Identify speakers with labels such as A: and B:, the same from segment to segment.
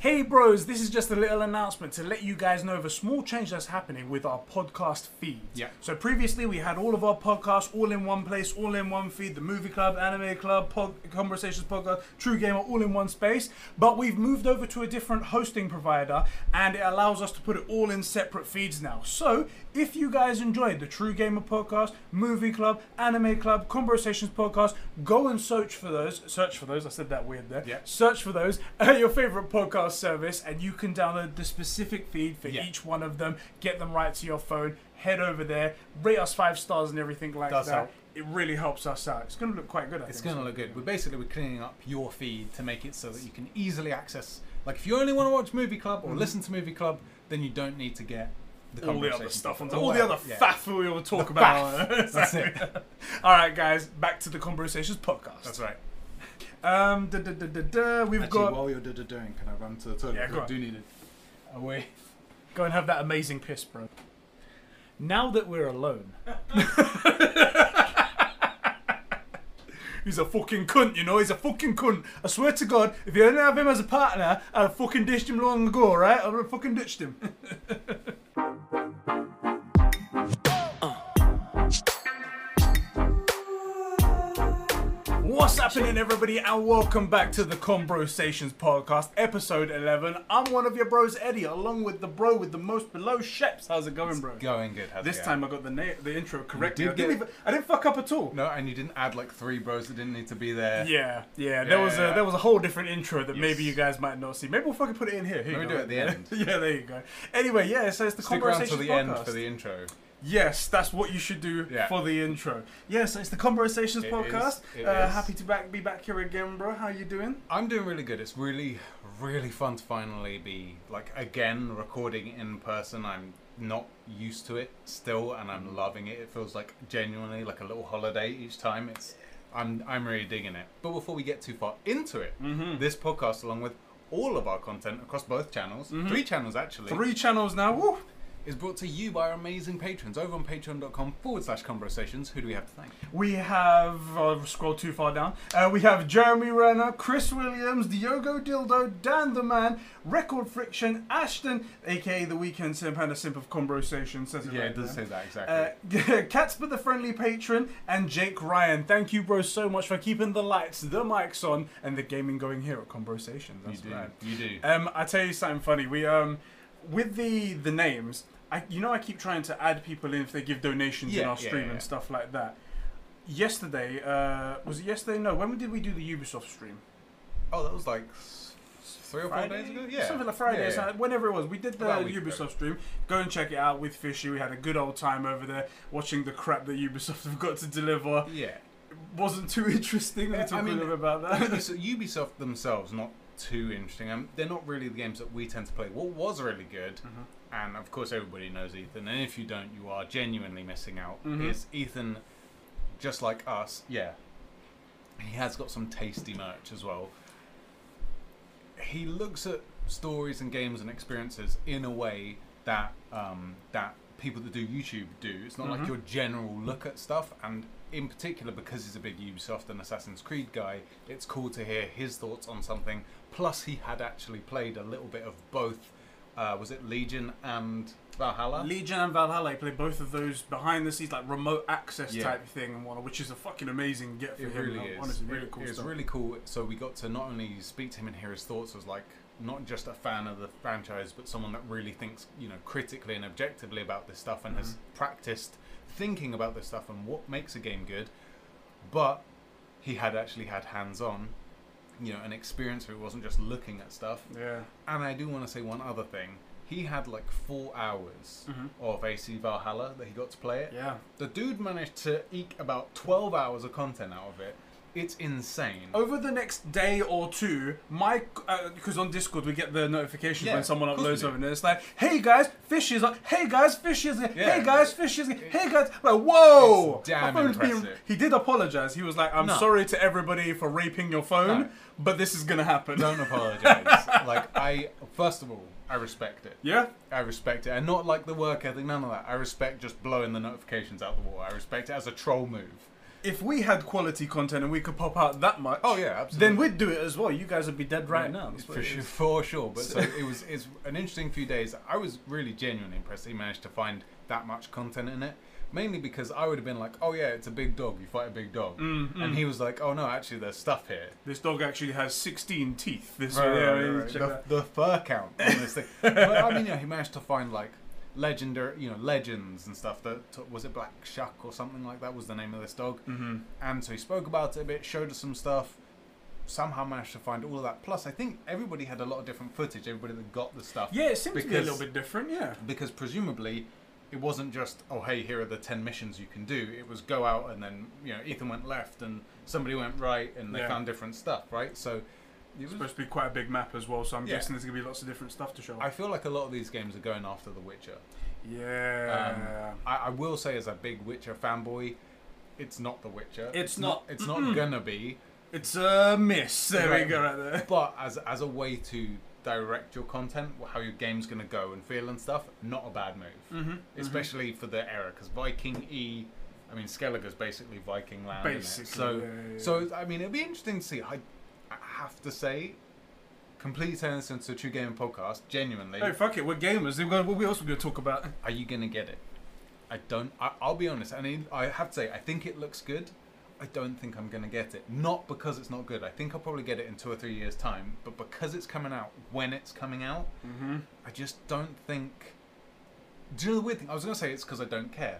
A: Hey, bros, this is just a little announcement to let you guys know of a small change that's happening with our podcast feed.
B: Yeah.
A: So previously, we had all of our podcasts all in one place, all in one feed the movie club, anime club, pod- conversations podcast, True Gamer, all in one space. But we've moved over to a different hosting provider and it allows us to put it all in separate feeds now. So if you guys enjoyed the True Gamer podcast, movie club, anime club, conversations podcast, go and search for those. Search for those. I said that weird there
B: Yeah.
A: search for those at your favorite podcast service and you can download the specific feed for
B: Yeah.
A: each one of them get them right to your phone head over there rate us five stars and everything like
B: Does
A: that
B: help.
A: it really helps us out it's going to look quite good I
B: It's
A: think.
B: going to look good. We're basically we're cleaning up your feed to make it so that you can easily access. Like if you only want to watch Movie Club or listen to Movie Club, then you don't need to get the
A: Mm-hmm. all the other
B: conversation
A: stuff on
B: podcast.
A: top, all the
B: Whatever,
A: other
B: yeah.
A: faff we will talk about.
B: That's it.
A: all right, guys, back to the conversations podcast. That's right. Um, da, da, da, da, da, we've
C: Actually,
A: got
C: while you're da- da- doing, can I run to the toilet?
A: Yeah,
C: 'Cause
A: go
C: I
A: on.
C: do need it.
B: Away.
A: Go and have that amazing piss, bro. Now that we're alone. He's a fucking cunt, you know. He's a fucking cunt. I swear to God, if you didn't have him as a partner, I'd have fucking ditched him long ago, right? I'd have fucking ditched him. What's happening, everybody, and welcome back to the Conversations Podcast, episode 11. I'm one of your bros, Eddie, along with the bro with the most below sheps. How's it going, bro?
B: Going good. how's it
A: This
B: going?
A: time I got the na- the intro correctly.
B: did
A: I, didn't
B: get-
A: even, I didn't fuck up at all.
B: No, and you didn't add like three bros that didn't need to be there.
A: Yeah, yeah. There
B: Yeah,
A: was
B: yeah.
A: a there was a whole different intro that maybe
B: Yes.
A: you guys might not see. Maybe we'll fucking put it in here. here
B: Maybe
A: you go.
B: do it at the end.
A: yeah, there you go. Anyway, yeah. So it's the
B: Stick around
A: conversation
B: to the
A: podcast.
B: end for the intro.
A: Yes, that's what you should do
B: Yeah.
A: for the intro. Yes, it's the conversations
B: It
A: podcast.
B: is, it
A: uh,
B: is.
A: Happy to back be back here again, bro. How you doing?
B: I'm doing really good. It's really, really fun to finally be like again recording in person. I'm not used to it still, and I'm loving it. It feels like genuinely like a little holiday each time. It's, I'm, I'm really digging it. But before we get too far into it, this podcast, along with all of our content across both channels, Mm-hmm. three channels actually,
A: Three channels now. Woo.
B: is brought to you by our amazing patrons over on patreon.com forward slash conversations. Who do we have to thank?
A: We have, I'll scroll too far down. Uh, we have Jeremy Renner, Chris Williams, Diogo Dildo, Dan the Man, Record Friction, Ashton, aka The Weekend Simp and a Simp of Conversation, says it
B: Yeah,
A: right
B: it does
A: there.
B: say that exactly.
A: Uh, Catsper the Friendly Patron and Jake Ryan. Thank you, bros, so much for keeping the lights, the mics on, and the gaming going here at Conversations.
B: you
A: That's
B: do.
A: right.
B: You do.
A: Um, I tell you something funny. We um, with the the names, I you know I keep trying to add people in if they give donations in
B: Yeah,
A: our
B: yeah,
A: stream
B: yeah.
A: and stuff like that. Yesterday, uh, was it yesterday? No, when did we do the Ubisoft stream?
B: Oh, that was like s- three or four days ago. Yeah,
A: something like Friday,
B: Yeah,
A: or
B: yeah.
A: something, whenever it was. We did the
B: About a week
A: Ubisoft
B: ago.
A: stream. Go and check it out with Fishy. We had a good old time over there watching the crap that Ubisoft have got to deliver.
B: Yeah.
A: Wasn't too interesting. We
B: Yeah, I
A: talked a
B: mean,
A: little bit about that.
B: Ubisoft, Ubisoft themselves not too interesting. Um, they're not really the games that we tend to play. What was really good,
A: Mm-hmm.
B: and of course everybody knows Ethan, and if you don't, you are genuinely missing out.
A: Mhm.
B: Is Ethan just like us? Yeah. He has got some tasty merch as well. He looks at stories and games and experiences in a way that um, that people that do YouTube do. It's not
A: Mhm.
B: like your general look at stuff, and in particular because he's a big Ubisoft and Assassin's Creed guy, it's cool to hear his thoughts on something. Plus, he had actually played a little bit of both. Uh, was it Legion and Valhalla?
A: Legion and Valhalla play both of those behind the scenes, like remote access
B: Yeah.
A: type thing, and whatnot, which is a fucking amazing get for
B: It
A: him.
B: really
A: uh,
B: is.
A: Honestly,
B: It-
A: really cool
B: It's
A: stuff.
B: really cool. So we got to not only speak to him and hear his thoughts as like not just a fan of the franchise, but someone that really thinks you know critically and objectively about this stuff and has
A: Mm-hmm.
B: practiced thinking about this stuff and what makes a game good. But he had actually had hands-on, you know, an experience where it wasn't just looking at stuff.
A: yeah.
B: And I do want to say one other thing. He had like four hours
A: Mm-hmm.
B: of AC Valhalla that he got to play it.
A: Yeah.
B: The dude managed to eke about 12 hours of content out of it. It's insane.
A: Over the next day or two, my because on Discord we get the notifications
B: Yeah,
A: when someone
B: of course we
A: uploads
B: do.
A: something, and it's like, "Hey guys, fish is like, hey guys, fish is like,
B: Yeah.
A: hey guys, fish is like, hey guys." Like, whoa!
B: It's damn
A: My phone's been-
B: impressive.
A: he did apologize. He was like, "I'm
B: No.
A: sorry to everybody for raping your phone,
B: No.
A: but this is gonna happen."
B: Don't apologize. like I, first of all, I respect it.
A: Yeah.
B: I respect it, and not like the work ethic, none of that. I respect just blowing the notifications out the wall. I respect it as a troll move.
A: if we had quality content and we could pop out that much,
B: Oh yeah, absolutely. Mm,
A: then we'd do it as well. You guys would be dead right now. That's what
B: for
A: it
B: sure,
A: is.
B: for sure. But so it was. It's an interesting few days. I was really genuinely impressed. He managed to find that much content in it, mainly because I would have been like, "Oh yeah, it's a big dog. You fight a big dog,"
A: Mm, mm.
B: and he was like, "Oh no, actually, there's stuff here."
A: This dog actually has 16 teeth. This
B: Right,
A: yeah,
B: right, right,
A: yeah,
B: right.
A: check that.
B: The, the fur count on this thing. but I mean, yeah, he managed to find like legendary, you know, legends and stuff. That t- was it Black Shuck or something like that was the name of this dog.
A: Mhm.
B: And so he spoke about it a bit, showed us some stuff. Somehow managed to find all of that. Plus, I think everybody had a lot of different footage. Everybody that got the stuff,
A: Yeah, it seems to be a
B: Because-
A: little bit different. Yeah.
B: because presumably it wasn't just oh hey here are the 10 missions you can do it was go out and then you know ethan went left and somebody went right and they
A: Yeah.
B: found different stuff right so it
A: It's
B: was-
A: supposed to be quite a big map as well, so I'm
B: Yeah.
A: guessing there's gonna be lots of different stuff to show.
B: i
A: off.
B: feel like a lot of these games are going after the witcher
A: yeah.
B: I, I will say as a big witcher fanboy it's not the witcher
A: It's not.
B: it's not gonna be
A: it's a miss. There
B: Right.
A: we go, right there.
B: but as as a way to direct your content how your game's gonna go and feel and stuff not a bad move
A: Mm-hmm.
B: especially for the era because Viking E, I mean Skelliger's basically Viking land. isn't it?
A: Basically,
B: so
A: yeah, yeah,
B: so I mean it'll be interesting to see. I, I have to say, completely turn this into a true gaming podcast. Genuinely,
A: Hey, fuck it, we're gamers. We've got- What else are we gonna talk about?
B: are you gonna get it? I don't. I, I'll be honest, and I- I have to say I think it looks good. I don't think I'm gonna get it. Not because it's not good. I think I'll probably get it in two or three years' time. But because it's coming out when it's coming out,
A: Mm-hmm.
B: I just don't think. Do you know the weird thing? I was going to say it's because I don't care.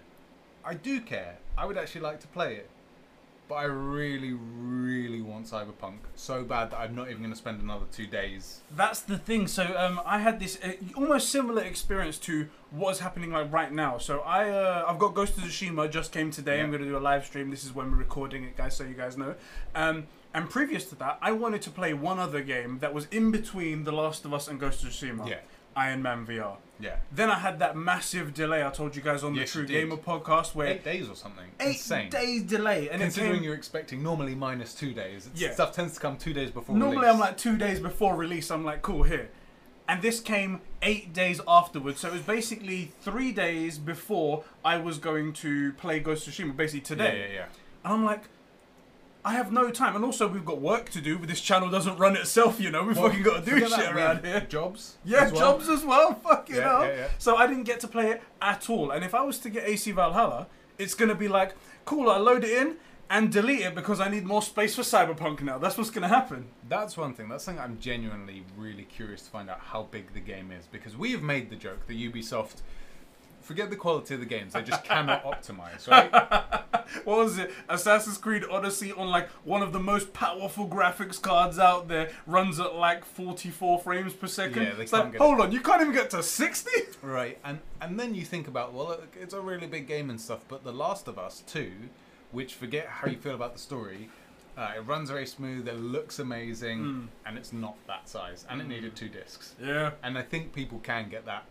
B: I do care. I would actually like to play it. But I really, really want Cyberpunk so bad that I'm not even going to spend another two days.
A: That's the thing. So um, I had this uh, almost similar experience to what is happening like right now. So I uh, I've got Ghost of Tsushima just came today. I'm
B: Yeah.
A: going to do a live stream. This is when we're recording it, guys, so you guys know. Um, and previous to that, I wanted to play one other game that was in between The Last of Us and Ghost of Tsushima.
B: Yeah.
A: Iron Man VR.
B: Yeah.
A: Then I had that massive delay I told you guys on
B: Yes,
A: the True
B: you did.
A: Gamer podcast where
B: Eight days or something.
A: eight
B: Insane.
A: days delay and it
B: Considering
A: came,
B: you're expecting normally minus two days, it's,
A: Yeah.
B: stuff tends to come two days before
A: Normally,
B: release.
A: I'm like two days before release. I'm like, cool, here. And this came eight days afterwards, so it was basically three days before I was going to play Ghost of Tsushima, basically
B: yeah,
A: today.
B: yeah, yeah.
A: And I'm like, I have no time, and also we've got work to do. But this channel doesn't run itself, you know. We've fucking got to do
B: Forget
A: shit
B: that, we
A: around
B: have
A: here.
B: Jobs.
A: Yeah,
B: as well.
A: jobs as well. Fucking
B: Yeah,
A: hell.
B: yeah, yeah.
A: So I didn't get to play it at all. And if I was to get AC Valhalla, it's gonna be like, cool, I load it in and delete it because I need more space for Cyberpunk now. That's what's gonna happen.
B: That's one thing. That's something I'm genuinely really curious to find out how big the game is because we have made the joke that Ubisoft forget the quality of the games; they just cannot optimize, right?
A: what was it? Assassin's Creed Odyssey on like one of the most powerful graphics cards out there runs at like 44 frames per second.
B: Yeah, they
A: it's
B: can't
A: like,
B: get
A: hold on, you can't even get to 60?
B: right. And and then you think about well, look, it's a really big game and stuff, but The Last of Us Two, which forget how you feel about the story. Uh, it runs very smooth. It looks amazing,
A: Hmm.
B: and it's not that size. And it needed two discs.
A: Yeah.
B: And I think people can get that.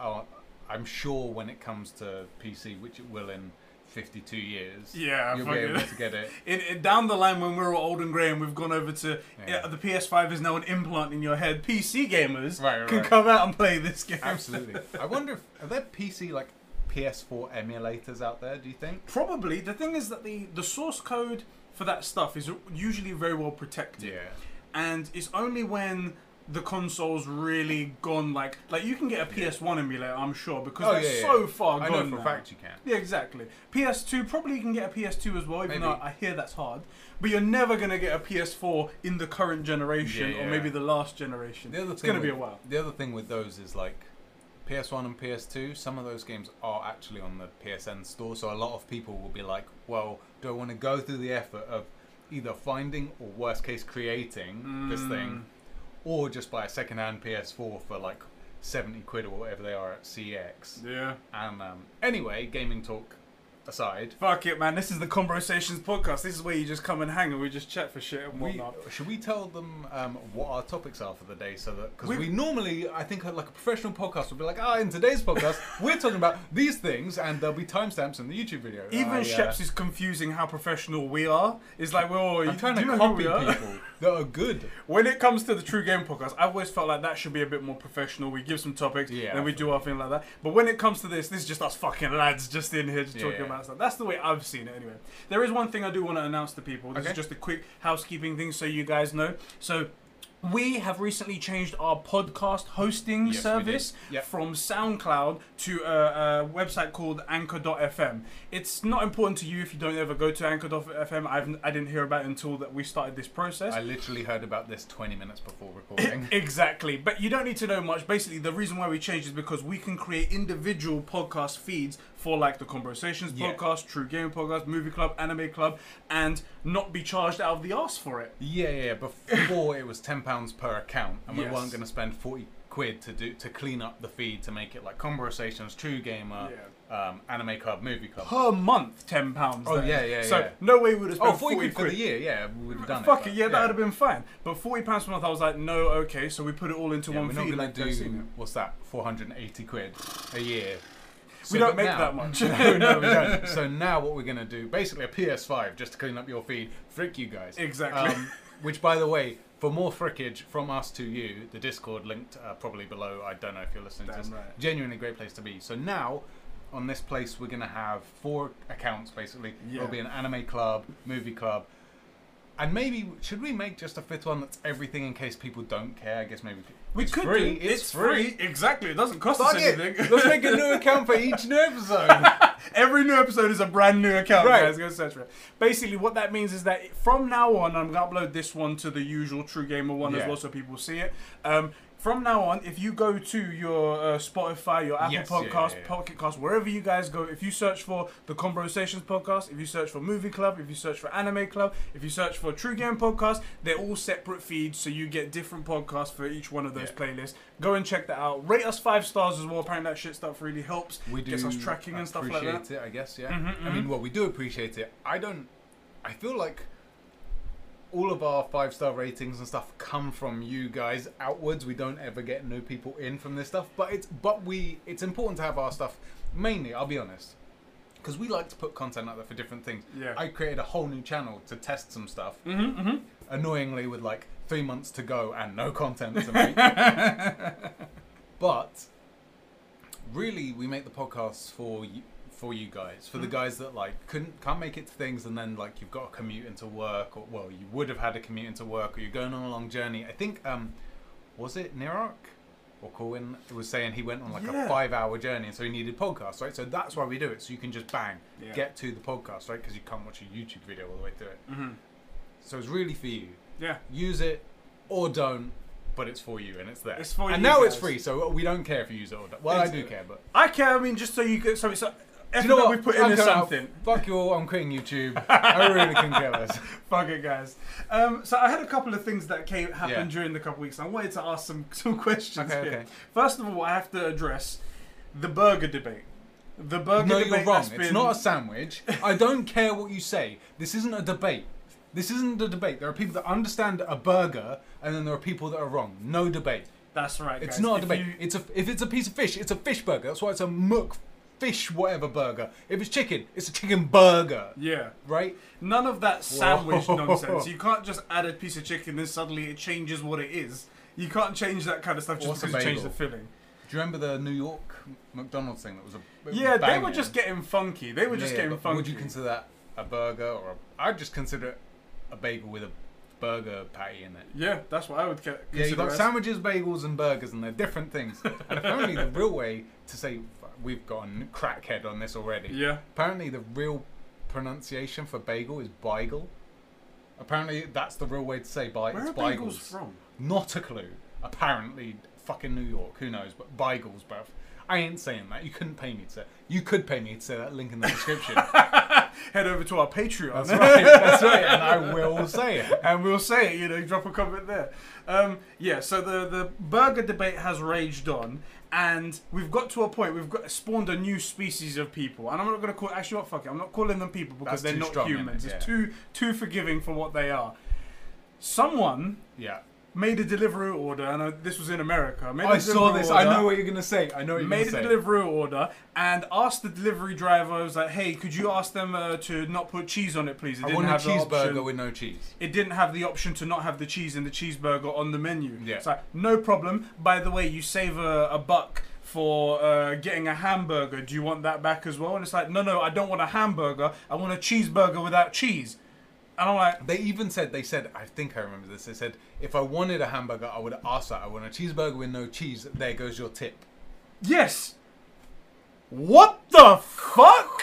B: Oh, I'm sure when it comes to PC, which it will in 52 years,
A: Yeah,
B: you'll
A: fuck
B: be able
A: it.
B: to get it.
A: It, it, down the line, when we were old and grey and we've gone over to
B: Yeah.
A: uh, the PS5 is now an implant in your head. PC gamers
B: Right, right,
A: can
B: right.
A: come out and play this game.
B: Absolutely. I wonder if are there PC like PS4 emulators out there? Do you think?
A: Probably the thing is that the the source code for that stuff is usually very well protected. and it's only when the console's really gone like like you can get a PS1 emulator, I'm sure, because
B: Oh,
A: they're
B: yeah, yeah.
A: so far
B: I
A: gone
B: know for a
A: now.
B: fact you can.
A: Yeah, exactly. PS2 probably you can get a PS2 as well, even
B: Maybe.
A: though I hear that's hard. But you're never gonna get a PS4 in the current generation
B: Yeah,
A: or
B: yeah.
A: maybe the last generation.
B: The other
A: it's
B: thing
A: gonna be a
B: with-
A: while.
B: The other thing with those is like PS1 and PS2. Some of those games are actually on the PSN store, so a lot of people will be like, "Well, do I want to go through the effort of either finding or worst case creating this
A: Mm.
B: thing, or just buy a secondhand PS4 for like seventy quid or whatever they are at CX?"
A: Yeah.
B: And um, anyway, gaming talk aside.
A: Fuck it, man. This is the Conversations podcast. This is where you just come and hang and we just chat for shit and
B: We, Ah,
A: whatnot.
B: should we tell them um, what our topics are for the day so that because
A: We-
B: we, normally I think uh, like a professional podcast would be like ah in today's podcast we're talking about these things and there'll be timestamps in the YouTube video
A: Even
B: I, uh,
A: Sheps is confusing how professional we are. It's like, well, you
B: I'm trying
A: do
B: to
A: know who
B: copy
A: we are?
B: people that are good.
A: When it comes to the True Game podcast, I've always felt like that should be a bit more professional. We give some topics,
B: Yeah,
A: then we do our thing like that. But when it comes to this, this is just us fucking lads just in here just talking
B: Yeah.
A: about stuff. That's the way I've seen it anyway. There is one thing I do want to announce to people. This is
B: Okay.
A: just a quick housekeeping thing so you guys know. So we have recently changed our podcast hosting
B: Yes, we
A: service
B: did. Yep.
A: from SoundCloud to a, a website called Anchor.fm. It's not important to you if you don't ever go to Anchor.fm. I've, I didn't hear about it until that we started this process.
B: I literally heard about this 20 minutes before recording.
A: Exactly, but you don't need to know much. Basically, the reason why we changed is because we can create individual podcast feeds for like the Conversations
B: Yeah.
A: podcast, True Game podcast, Movie Club, Anime Club, and not be charged out of the ass for it.
B: yeah, yeah. yeah, Before it was 10 pounds per account, and we
A: Yes.
B: weren't going to spend 40 quid to do to clean up the feed to make it like conversations, true gamer, um, anime club, movie club.
A: Per month, ten pounds.
B: Oh, yeah, yeah,
A: So
B: yeah.
A: no way we would have
B: Oh,
A: spent
B: 40 quid for
A: quid
B: the year, yeah, we would have done it.
A: Fuck it,
B: but-
A: yeah, that would have been fine. But forty pounds per month, I was like, no, okay. So we put it all into
B: Yeah,
A: one
B: we're not
A: feed.
B: gonna
A: like I've seen
B: do
A: it.
B: what's that? Four hundred and eighty quid a year.
A: We
B: So,
A: don't
B: but
A: make
B: now-
A: that much.
B: no, no, we don't. So now what we're gonna do? Basically, a PS5 just to clean up your feed. Frick you guys. Um,
A: Exactly.
B: which, by the way, for more frickage from us to you, the Discord linked uh, probably below. I don't know if you're listening
A: Damn
B: to this.
A: right.
B: Genuinely great place to be. So now. On this place, we're gonna have four accounts basically.
A: Yeah.
B: There'll be an anime club, movie club, and maybe should we make just a fifth one that's everything in case people don't care? I guess maybe
A: We
B: it's
A: could
B: free.
A: do. It's, free. Exactly. It doesn't cost
B: Fuck
A: us
B: it.
A: anything.
B: Let's make a new account for each new episode.
A: Every new episode is a brand new account,
B: Right.
A: guys. Go search for it. Basically, what that means is that from now on, I'm gonna upload this one to the usual True Gamer one as
B: Yeah.
A: well, so people see it. Um, from now on, if you go to your uh, Spotify, your Apple
B: Yes, yeah,
A: Podcast,
B: yeah, yeah.
A: Pocket Cast, wherever you guys go, if you search for the Conversations Podcast, if you search for Movie Club, if you search for Anime Club, if you search for True Game Podcast, they're all separate feeds, so you get different podcasts for each one of those
B: Yeah.
A: playlists. Go and check that out. Rate us five stars as well. Apparently, that shit stuff really helps.
B: we do
A: gets us tracking and stuff like that.
B: Appreciate it, I guess. Yeah.
A: Mhm,
B: I mean, well, we do appreciate it. I don't. I feel like all of our five star ratings and stuff come from you guys outwards. We don't ever get new people in from this stuff, but it's but we it's important to have our stuff mainly. I'll be honest. Because we like to put content out there for different things.
A: Yeah.
B: I created a whole new channel to test some stuff.
A: Mm-hmm, mm-hmm.
B: annoyingly with like three months to go and no content to make. but really, we make the podcasts for you, for you guys,
A: Hmm.
B: for the guys that like couldn't can't make it to things, and then like you've got a commute into work, or well, you would have had a commute into work, or you're going on a long journey. I think um, was it Nirok? Or Corwin was saying he went on like
A: Yeah.
B: a five-hour journey, and so he needed podcasts, right? So that's why we do it, so you can just bang
A: Yeah.
B: get to the podcast, right? Because you can't watch a YouTube video all the way through it.
A: Mm-hmm.
B: So it's really for you.
A: Yeah.
B: Use it or don't, but it's for you and it's there.
A: It's for
B: and
A: you
B: now it's
A: guys.
B: free, so we don't care if you use it or not. Well, I do care, but
A: I care. I mean, just so you get so it's so
B: Do
A: everything
B: you know
A: we
B: what?
A: put
B: I'm
A: in is
B: going out.
A: something.
B: Fuck you all. I'm quitting YouTube. I really couldn't care less.
A: Fuck it, guys. Um, so I had a couple of things that came happened
B: Yeah.
A: during the couple weeks. I wanted to ask some some questions.
B: Okay,
A: here.
B: okay.
A: First of all, I have to address the burger debate. The burger
B: No,
A: debate.
B: you're wrong.
A: that's
B: It's
A: been-
B: not a sandwich. I don't care what you say. This isn't a debate. This isn't a debate. There are people that understand a burger, and then there are people that are wrong. No debate.
A: That's right.
B: It's
A: guys.
B: not a
A: If
B: debate.
A: you-
B: It's a if it's a piece of fish, it's a fish burger. That's why it's a muck fish whatever burger. If it's chicken, it's a chicken burger.
A: yeah.
B: Right?
A: None of that sandwich
B: Whoa.
A: nonsense. You can't just add a piece of chicken and suddenly it changes what it is. You can't change that kind of stuff just
B: What's a
A: because you change the
B: bagel?
A: filling.
B: Do you remember the New York McDonald's thing that was a it was
A: Yeah, they
B: banging?
A: were just getting funky. They were just
B: Uh, Yeah,
A: getting
B: but
A: funky.
B: Would you consider that a burger or a, I'd just consider it a bagel with a burger patty in it.
A: Yeah, that's what I would ca-
B: Yeah,
A: consider.
B: you've got
A: as-
B: sandwiches, bagels, and burgers, and they're different things. and apparently, the real way to say we've gone crackhead on this already.
A: yeah,
B: Apparently, the real pronunciation for bagel is bigel. Apparently, that's the real way to say bi-
A: where
B: it's
A: are bagels
B: bigels.
A: from?
B: Not a clue. Apparently, fucking New York. Who knows? But Bigles, bruv. I ain't saying that. You couldn't pay me to. say- You could pay me to say that link in the description.
A: Head over to our Patreon,
B: that's right. That's right. And I will say it.
A: and we'll say it. You know, drop a comment there. Um, yeah, so the the burger debate has raged on, and we've got to a point. We've got spawned a new species of people, and I'm not going to call. Actually, what fuck it. I'm not calling them people because they're
B: That's too
A: not
B: strong, isn't
A: humans.
B: it?
A: It's
B: Yeah.
A: too too forgiving for what they are. Someone
B: Yeah.
A: made a delivery order, and uh, this was in America. Made a
B: I saw
A: Deliveroo
B: this.
A: order,
B: I know what you're gonna say. I know what you're
A: Made a
B: gonna say.
A: delivery order and asked the delivery driver, I was like, hey, could you ask them uh, to not put cheese on it, please? It
B: I want a
A: have the option.
B: cheeseburger with no cheese.
A: it didn't have the option to not have the cheese in the cheeseburger on the menu.
B: Yeah.
A: It's like, no problem. By the way, you save a, a buck for uh, getting a hamburger. Do you want that back as well? And it's like, no, no, I don't want a hamburger. I want a cheeseburger without cheese. And I'm like,
B: They even said they said I think I remember this. They said if I wanted a hamburger, I would ask that. I want a cheeseburger with no cheese. There goes your tip.
A: yes. What the fuck?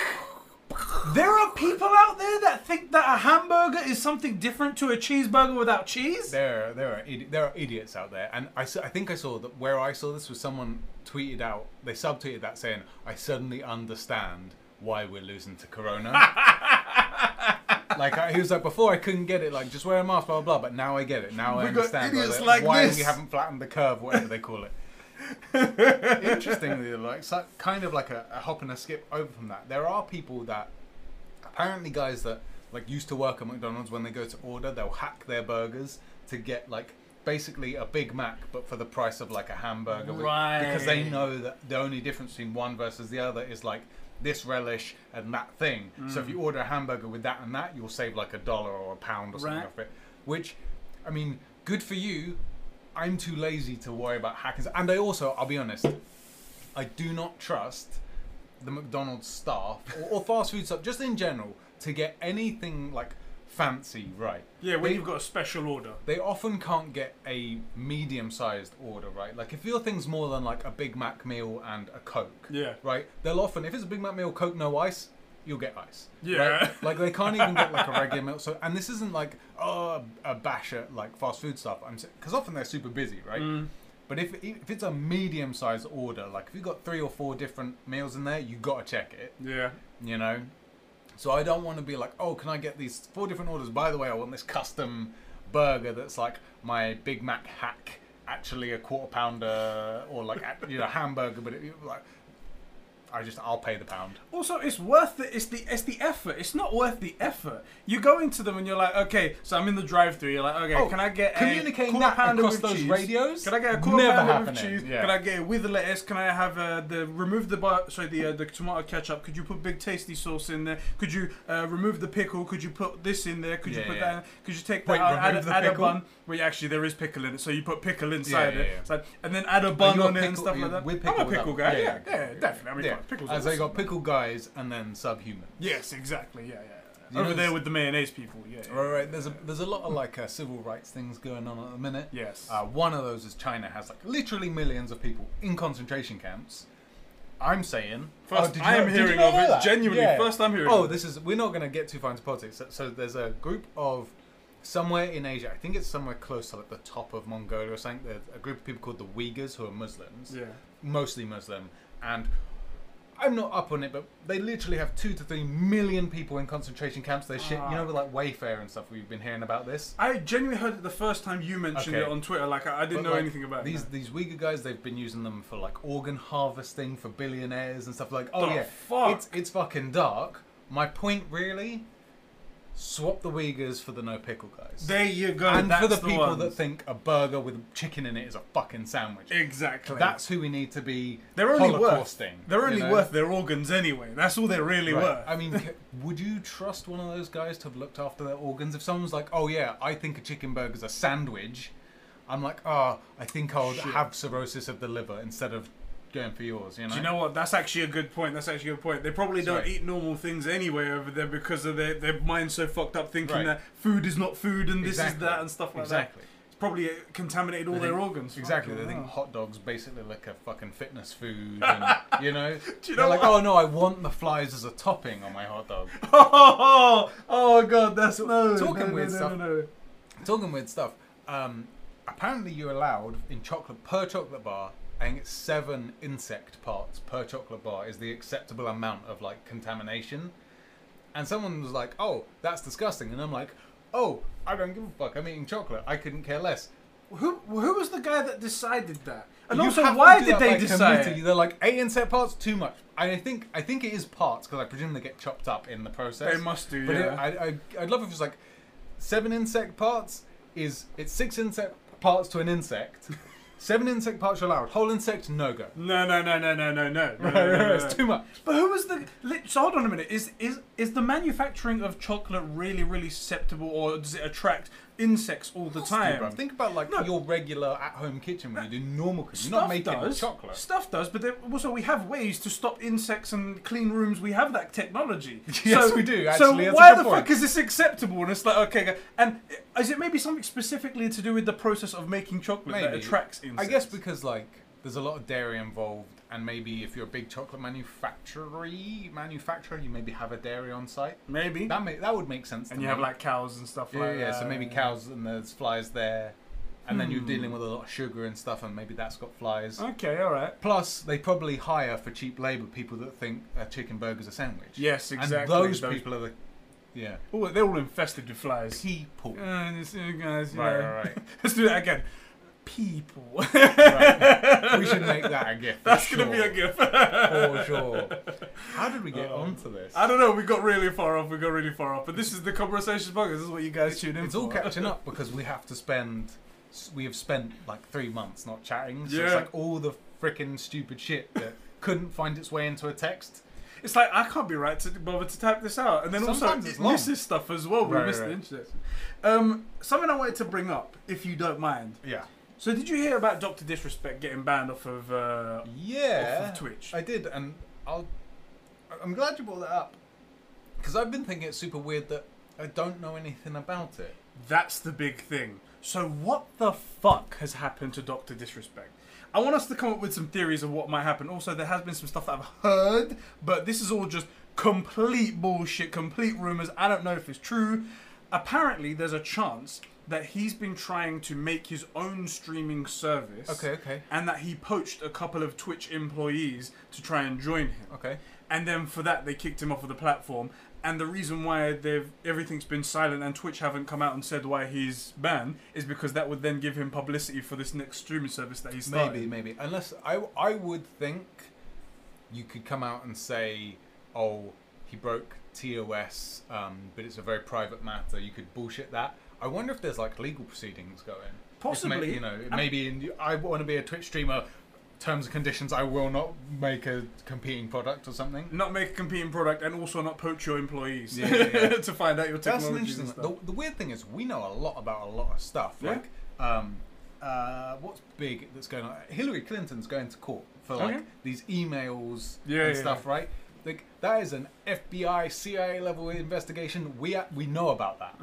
A: There are people out there that think that a hamburger is something different to a cheeseburger without cheese?
B: There, there are idi- there are idiots out there, and I, s- I think I saw that where I saw this was someone tweeted out they subtweeted that saying I suddenly understand why we're losing to Corona. like I, he was like before I couldn't get it, like just wear a mask, blah blah, blah but now I get it. Now I
A: We got
B: understand why,
A: idiots
B: they-
A: like
B: why
A: this.
B: we haven't flattened the curve, whatever they call it. Interestingly, like so, kind of like a, a hop and a skip over from that, there are people that apparently guys that like used to work at McDonald's when they go to order, they'll hack their burgers to get like basically a Big Mac, but for the price of like a hamburger, with- Because they
A: Right.
B: know that the only difference between one versus the other is like this relish and that thing. So
A: Mm.
B: if you order a hamburger with that and that, you'll save like a dollar or a pound or something
A: Right.
B: off it. Which, I mean, good for you. I'm too lazy to worry about hackers, and I also, I'll be honest, I do not trust the McDonald's staff or, or fast food stuff, just in general, to get anything like fancy right.
A: Yeah, when
B: They-
A: you've got a special order.
B: They often can't get a medium-sized order right. Like if your thing's more than like a Big Mac meal and a Coke,
A: Yeah.
B: right. They'll often, if it's a Big Mac meal, Coke, no ice, you'll get ice.
A: Yeah.
B: Right? Like they can't even get like a regular meal. So, and this isn't like oh a bash at like fast food stuff. I'm because often they're super busy, right?
A: Mm.
B: But if if it's a medium sized order, like if you've got three or four different meals in there, you gotta check it.
A: Yeah.
B: You know. So I don't want to be like, oh, can I get these four different orders? By the way, I want this custom burger that's like my Big Mac hack, actually a quarter pounder or like a- you know hamburger, but it, like I just I'll pay the pound.
A: Also, it's worth it. It's the it's the effort. It's not worth the effort. You go into them and you're like, okay, so I'm in the drive-through. You're like, okay,
B: Oh,
A: can I get
B: communicating
A: a quarter
B: that
A: pounder
B: across
A: with
B: those
A: cheese?
B: radios?
A: Can I get a quarter
B: Never
A: pounder with
B: happening.
A: cheese?
B: Yeah.
A: Can I get it with lettuce? Can I have uh, the remove the bar- sorry the uh, the tomato ketchup? Could you put big tasty sauce in there? Could you uh, remove the pickle? Could you put this in there? Could you
B: Yeah,
A: put
B: yeah.
A: that? In? Could you take that
B: Wait,
A: out? Add,
B: remove
A: a-
B: the
A: add a
B: pickle?
A: bun. Well, yeah, actually, there is pickle in it, so you put pickle inside
B: yeah,
A: it.
B: yeah.
A: It's like- and then add a bun
B: you're
A: on it and
B: pickle-
A: stuff
B: you're
A: like that.
B: with
A: I'm
B: pickle
A: a
B: with
A: pickle
B: that.
A: guy.
B: Yeah,
A: Yeah,
B: yeah,
A: yeah,
B: yeah, yeah.
A: definitely. I mean,
B: Yeah,
A: pickles. are
B: as they
A: awesome.
B: got pickle guys and then subhuman.
A: Yes, exactly. Yeah, yeah. yeah.
B: You
A: Over
B: know
A: there
B: this-
A: with the mayonnaise people. Yeah. yeah.
B: Right, right. There's a there's a lot of like uh, civil rights things going on at the minute.
A: Yes.
B: Uh, one of those is China has like literally millions of people in concentration camps. I'm saying. Oh,
A: First
B: did you
A: I am
B: did you
A: hearing
B: not
A: of
B: know
A: it,
B: that?
A: genuinely, first I'm hearing
B: Oh,
A: of it.
B: this is. We're not going to get too far into politics. So, so there's a group of somewhere in Asia. I think it's somewhere close to like the top of Mongolia or something. There's a group of people called the Uyghurs who are Muslims
A: yeah.
B: mostly Muslim, and I'm not up on it, but they literally have two to three million people in concentration camps. They shit, you know, with like Wayfair and stuff. We've been hearing about this.
A: I genuinely heard it the first time you mentioned
B: Okay.
A: it on Twitter. Like I, I didn't
B: But,
A: know
B: like,
A: anything about
B: these
A: it.
B: these Uyghur guys. They've been using them for like organ harvesting for billionaires and stuff. Like, oh
A: The
B: yeah,
A: fuck?
B: it's it's fucking dark. My point really, swap the Uyghurs for the no pickle guys.
A: There you go.
B: and
A: that's
B: for the, people
A: ones.
B: that think a burger with chicken in it is a fucking sandwich,
A: exactly.
B: that's who we need to be.
A: they're only worth.
B: holocausting,
A: They're
B: you
A: only
B: know?
A: worth their organs anyway. That's all they're really
B: Right.
A: worth.
B: I mean, c- would you trust one of those guys to have looked after their organs? If someone's like, "Oh yeah, I think a chicken burger's a sandwich," I'm like, "Oh, I think I'll
A: Shit.
B: have cirrhosis of the liver instead of going for yours." You know?
A: Do you know what? That's actually a good point. That's actually a good point. They probably don't
B: Sorry.
A: eat normal things anyway over there because of their their mind's so fucked up thinking
B: Right.
A: that food is not food and this
B: Exactly.
A: is that and stuff like
B: exactly.
A: that. It's probably uh, contaminated all
B: They
A: their
B: think-
A: organs.
B: Exactly.
A: Fucking
B: They think
A: hell.
B: hot dogs basically like a fucking fitness food. And, you know?
A: Do you
B: They're
A: know
B: like,
A: what?
B: "Oh no, I want the flies as a topping on my hot dog."
A: Oh, oh, oh, god, that's no
B: talking
A: no,
B: weird
A: no,
B: stuff.
A: No, no, no.
B: Talking weird stuff. Um, apparently, you're allowed in chocolate per chocolate bar. I think it's seven insect parts per chocolate bar is the acceptable amount of like contamination. And someone was like, "Oh, that's disgusting," and I'm like, "Oh, I don't give a fuck. I'm eating chocolate. I couldn't care less."
A: Who who was the guy that decided that? And
B: You have
A: also,
B: to
A: why
B: do
A: did
B: that
A: they
B: by
A: decide?
B: committee. They're like eight insect parts too much. I think I think it is parts because I presume they get chopped up in the process.
A: They must do,
B: But it-
A: yeah.
B: I, I I'd love if it was like seven insect parts is it's six insect parts to an insect. Seven insect parts are allowed. Whole insect, no go.
C: No, no, no, no, no, no, no. no,
B: Right,
C: no,
B: right,
C: no,
B: right,
C: no.
B: It's too much.
A: But who was the? li- So hold on a minute. Is is is the manufacturing of chocolate really really susceptible, or does it attract insects all the time?
B: Think about like
A: No.
B: your regular at-home kitchen when you do normal cooking. You're
A: Stuff
B: not making
A: does.
B: chocolate.
A: Stuff does, but there, also we have ways to stop insects and clean rooms. We have that technology.
B: Yes, we do,
A: so
B: actually. That's a
A: why
B: good
A: the
B: point.
A: fuck is this acceptable? And it's like okay, go- and i- is it maybe something specifically to do with the process of making chocolate that
B: Maybe.
A: attracts insects?
B: I guess because like there's a lot of dairy involved, and maybe if you're a big chocolate manufacturer, manufacturer, you maybe have a dairy on site.
A: maybe.
B: That may, that would make sense. to
A: and you
B: me.
A: have like uh, cows and stuff
B: yeah,
A: like
B: yeah.
A: that.
B: So maybe cows and there's flies there, and then
A: Hmm.
B: you're dealing with a lot of sugar and stuff, and maybe that's got flies.
A: Okay, all right.
B: Plus, they probably hire for cheap labour people that think a chicken burger's a sandwich.
A: Yes,
B: And
A: exactly,
B: those,
A: those-
B: people are the yeah
A: Oh, they're all infested with flies.
B: people.
A: Uh, this, uh, guys,
B: Right,
A: yeah.
B: right,
A: Let's do that again. People.
B: right. we should make that a gift. for
A: That's gonna be
B: sure.
A: a gift.
B: for sure. How did we get onto this?
A: I don't know. We got really far off. We got really far off. But this is the conversation podcast. This is what you guys tune in
B: It's
A: for.
B: all catching up because we have to spend. We have spent like three months not chatting. So it's
A: Yeah.
B: like all the freaking stupid shit that couldn't find its way into a text.
A: It's like I can't be right to bother to type this out, and then
B: Sometimes
A: also
B: it's
A: it
B: long.
A: misses stuff as well. We
B: Right,
A: miss
B: right.
A: the interest. Um, something I wanted to bring up, if you don't mind.
B: Yeah.
A: So, did you hear about Doctor Disrespect getting banned off of uh,
B: Yeah.
A: off of Twitch?
B: I did, and I'll. I'm glad you brought that up because I've been thinking it's super weird that I don't know anything about it.
A: That's the big thing. So what the fuck has happened to Doctor Disrespect? I want us to come up with some theories of what might happen. Also, there has been some stuff that I've heard, but this is all just complete bullshit, complete rumors. I don't know if it's true. Apparently, there's a chance that he's been trying to make his own streaming service.
B: Okay, okay.
A: And that he poached a couple of Twitch employees to try and join him
B: Okay.
A: and then for that they kicked him off of the platform. And the reason why they've everything's been silent and Twitch haven't come out and said why he's banned is because that would then give him publicity for this next streaming service that he's starting.
B: Maybe, maybe. Unless I, I would think you could come out and say, "Oh, he broke TOS," um, but it's a very private matter. You could bullshit that. I wonder if there's like legal proceedings going. If
A: Possibly.
B: may, you know,
A: I-
B: maybe in, I want to be a Twitch streamer. Terms and conditions: I will not make a competing product or something.
A: Not make a competing product and also not poach your employees
B: Yeah, yeah, yeah.
A: to find out your
B: That's an
A: technologies
B: interesting.
A: and stuff.
B: The, the weird thing is, we know a lot about a lot of stuff.
A: Yeah.
B: Like, um, uh, what's big that's going on? Hillary Clinton's going to court for like
A: Okay.
B: these emails
A: Yeah,
B: and
A: yeah,
B: stuff, right? Like that is an FBI, CIA level investigation. We a- we know about that.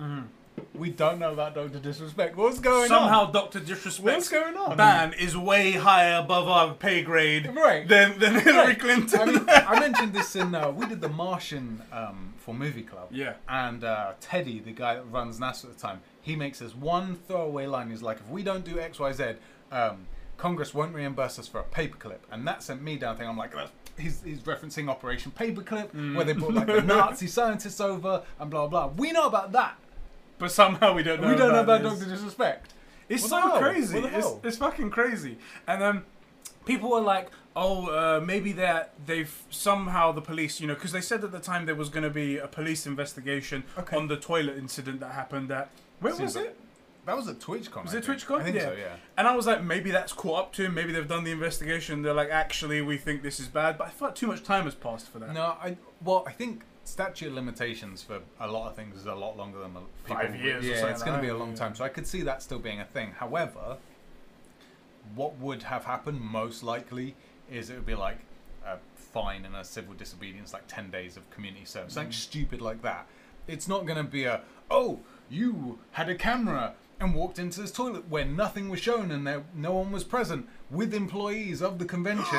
B: We don't know about Doctor Disrespect. What's going
A: Mm-hmm. Somehow,
B: on?
A: Doctor
B: what's
A: Disrespect's
B: going on?
A: ban is way higher above our pay grade
B: Right.
A: than, than Hillary
B: Right.
A: Clinton.
B: I, mean, I mentioned this in uh, we did the Martian um, for movie club.
A: Yeah.
B: And uh, Teddy, the guy that runs NASA at the time, he makes this one throwaway line. He's like, if we don't do X, Y, Z, um, Congress won't reimburse us for a paperclip. And that sent me down. Thing I'm like, that's, he's, he's referencing Operation Paperclip, where they brought like
A: Mm.
B: the Nazi scientists over and blah blah. We know about that.
A: but somehow we don't know
B: we don't know about
A: this.
B: Doctor Disrespect.
A: It's
B: What the
A: so
B: hell?
A: crazy.
B: What the
A: It's,
B: hell?
A: it's fucking crazy. And um, people were like, "Oh, uh, maybe that they've somehow the police, you know, because they said at the time there was going to be a police investigation
B: Okay.
A: on the toilet incident that happened at where was
B: Seems like-
A: it?
B: That was at TwitchCon.
A: Was it
B: I think.
A: TwitchCon?
B: I think
A: yeah.
B: so. Yeah.
A: And I was like, maybe that's caught up to him. Maybe they've done the investigation. They're like, actually, we think this is bad. But I thought too much time has passed for that.
B: No, I well, I think statute of limitations for a lot of things is a lot longer than people,
A: Five years or
B: Yeah,
A: something
B: it's
A: like
B: going to be
A: that,
B: a long
A: yeah.
B: time. So I could see that still being a thing. However, what would have happened most likely is it would be like a fine and a civil disobedience, like ten days of community service, something stupid like that. It's not going to be a oh you had a camera and walked into this toilet where nothing was shown and there no one was present with employees of the convention.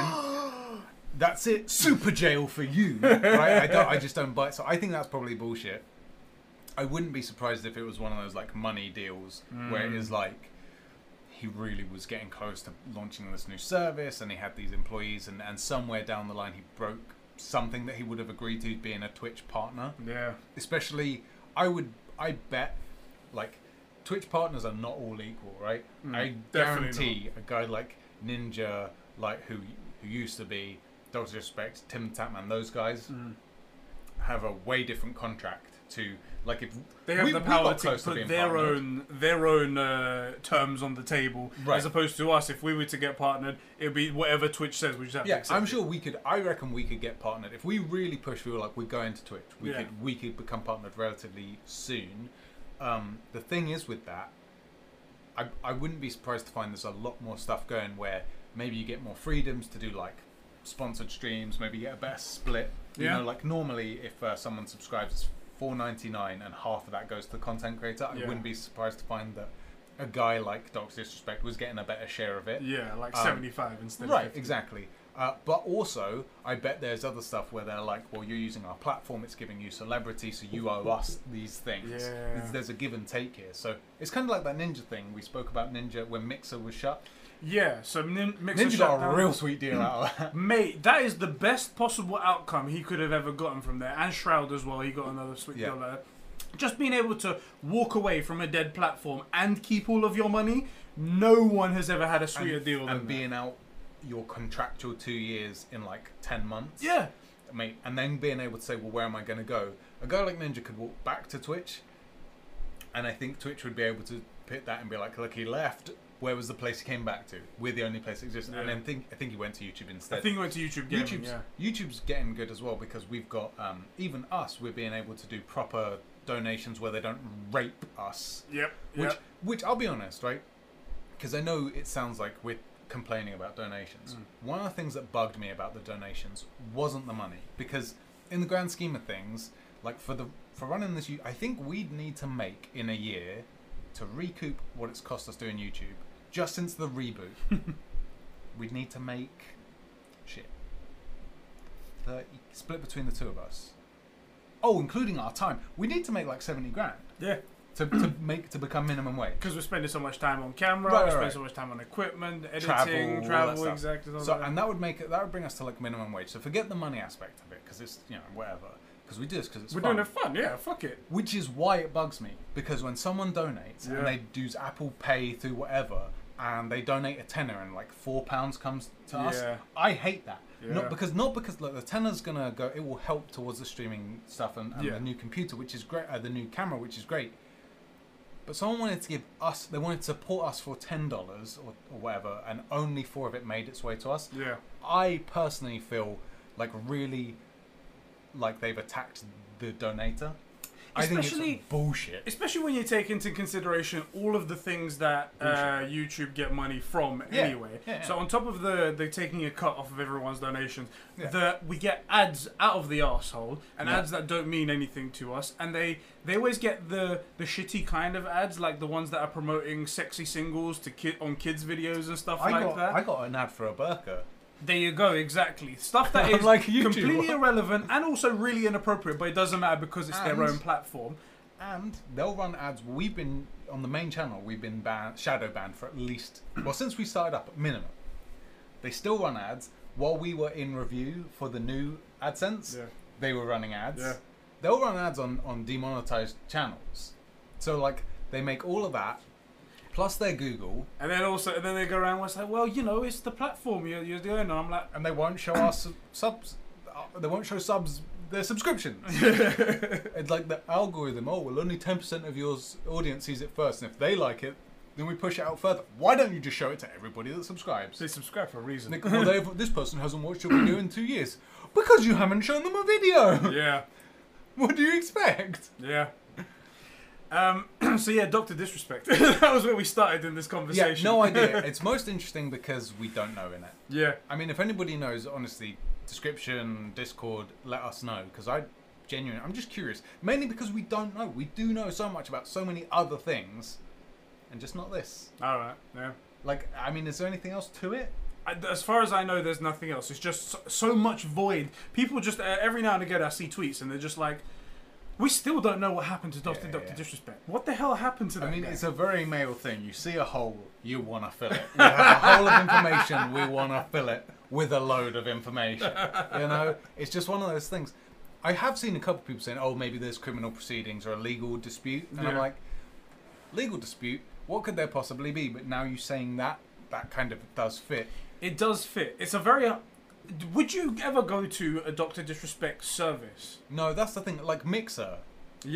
B: That's it. Super jail for you. Right? I, don't, I just don't buy it. So I think that's probably bullshit. I wouldn't be surprised if it was one of those like money deals where it is like he really was getting close to launching this new service and he had these employees and, and somewhere down the line he broke something that he would have agreed to being a Twitch partner
A: Yeah.
B: especially I would I bet like Twitch partners are not all equal, right? I
A: Mm. definitely
B: guarantee a guy like Ninja, like who who used to
A: Mm.
B: be Doctor Respect, Tim Tapman, those guys have a way different contract to like if
A: They have
B: we-
A: the
B: we
A: power
B: got
A: to
B: close
A: put
B: being
A: their
B: partnered.
A: own their own uh, terms on the table,
B: Right.
A: as opposed to us. If we were to get partnered, it would be whatever Twitch says. We just have to
B: Yeah,
A: accept
B: I'm
A: it.
B: sure we could. I reckon we could get partnered if we really push. We were like, we go into Twitch. We
A: Yeah.
B: could we could become partnered relatively soon. Um, the thing is with that, I I wouldn't be surprised to find there's a lot more stuff going where maybe you get more freedoms to do like sponsored streams. Maybe you get a better split. You
A: Yeah.
B: know, like normally if uh, someone subscribes, it's four ninety nine, and half of that goes to the content creator. I
A: Yeah.
B: wouldn't be surprised to find that a guy like Doc's Disrespect was getting a better share of it.
A: Yeah, like
B: Um,
A: 75 instead.
B: Right,
A: of 50.
B: exactly. Uh, but also, I bet there's other stuff where they're like, well, you're using our platform, it's giving you celebrity, so you owe us these things.
A: Yeah.
B: There's, there's a give and take here. So it's kind of like that Ninja thing. We spoke about Ninja when Mixer was shut.
A: Yeah, so Nin- Mixer
B: Ninja
A: shut
B: got a
A: down.
B: real sweet deal out of that.
A: Mate, that is the best possible outcome he could have ever gotten from there. And Shroud as well, he got another sweet
B: Yeah.
A: deal like that. Just being able to walk away from a dead platform and keep all of your money, no one has ever had a sweeter
B: and,
A: deal
B: and
A: than that.
B: being out your contractual two years in like 10 months.
A: Yeah,
B: Mate, and then being able to say, well, where am I going to go? A guy like Ninja could walk back to Twitch, and I think Twitch would be able to pit that and be like, look, he left. Where was the place he came back to? We're the only place that exists.
A: Yeah.
B: And then think, I think he went to YouTube instead.
A: I think he went to YouTube Gaming.
B: YouTube's
A: yeah.
B: YouTube's getting good as well because we've got um, even us. We're being able to do proper donations where they don't rape us.
A: Yep.
B: Which,
A: yep.
B: which I'll be honest, right? Because I know it sounds like we're complaining about donations. One of the things that bugged me about the donations wasn't the money, because in the grand scheme of things, like for the for running this, you- I think we'd need to make in a year to recoup what it's cost us doing YouTube just since the reboot. we'd need to make shit thirty split between the two of us. Oh, including our time, we need to make like seventy grand
A: Yeah.
B: to, to make to become minimum wage.
A: Because we're spending so much time on camera,
B: Right,
A: we're
B: right,
A: spending
B: right.
A: so much time on equipment, editing,
B: Travel, all
A: travel,
B: that stuff.
A: exactly. all
B: So
A: that.
B: and that would make it that would bring us to like minimum wage. So forget the money aspect of it because it's you know whatever because we do this because it's
A: we're
B: fun.
A: doing it fun, yeah, fuck it.
B: Which is why it bugs me because when someone donates
A: Yeah.
B: and they use Apple Pay through whatever and they donate a tenner and like four pounds comes to us,
A: Yeah.
B: I hate that.
A: Yeah.
B: Not because not because look the tenner's gonna go. It will help towards the streaming stuff and, and
A: Yeah.
B: the new computer, which is great, uh, the new camera, which is great. But someone wanted to give us, they wanted to support us for ten dollars or, or whatever, and only four of it made its way to us.
A: Yeah.
B: I personally feel like really like they've attacked the donator. I think
A: Especially-
B: it's bullshit.
A: Especially when you take into consideration all of the things that uh, YouTube get money from
B: Yeah,
A: anyway.
B: yeah, yeah.
A: So on top of the they taking a cut off of everyone's donations,
B: Yeah.
A: that we get ads out of the asshole and
B: Yeah.
A: ads that don't mean anything to us, and they they always get the the shitty kind of ads like the ones that are promoting sexy singles to kid on kids videos and stuff
B: I
A: like
B: got
A: that.
B: I got an ad for a burqa.
A: There you go, exactly. Stuff that is
B: Unlike YouTube.
A: completely irrelevant and also really inappropriate, but it doesn't matter because it's their
B: And-
A: own platform.
B: And they'll run ads. We've been on the main channel. We've been ban- shadow banned for at least well since we started up at minimum. They still run ads while we were in review for the new AdSense.
A: Yeah.
B: They were running ads.
A: Yeah.
B: They'll run ads on on demonetized channels. So like they make all of that plus their Google
A: And then also, and then they go around and say, "Well, you know, it's the platform you're, you're doing." And I'm like,
B: and they won't show us subs. uh, They won't show subs their subscriptions. it's like the algorithm. Oh, well, only ten percent of your s- audience sees it first, and if they like it, then we push it out further. Why don't you just show it to everybody that subscribes?
A: "They subscribe for a reason."
B: Like, well, they've- this person hasn't watched your video in two years because you haven't shown them a video.
A: yeah,
B: What do you expect?
A: yeah. Um, so yeah, Doctor Disrespect. that was where we started in this
B: Yeah,
A: conversation.
B: no idea. It's most interesting because we don't know in it.
A: yeah,
B: I mean, if anybody knows, honestly, description, Discord, let us know because I genuinely, I'm just curious. Mainly because we don't know. We do know so much about so many other things, and just not this.
A: all right, yeah.
B: Like, I mean, is there anything else to it?
A: I- As far as I know, there's nothing else. It's just so, so much void. People just uh, every now and again I see tweets and they're just like, "We still don't know what happened to Doctor
B: Yeah,
A: Doctor
B: yeah.
A: Disrespect. What the hell happened to that?"
B: I mean,
A: guy?
B: it's a very male thing. You see a hole, you want to fill it. We have a hole of information, we want to fill it with a load of information. You know, it's just one of those things. I have seen a couple people saying, "Oh, maybe there's criminal proceedings or a legal dispute," and I'm
A: Yeah.
B: like, "Legal dispute? What could there possibly be?" But now you saying that, that kind of does fit.
A: It does fit. It's a very. Would you ever go to a Doctor Disrespect service?
B: No, that's the thing. Like Mixer,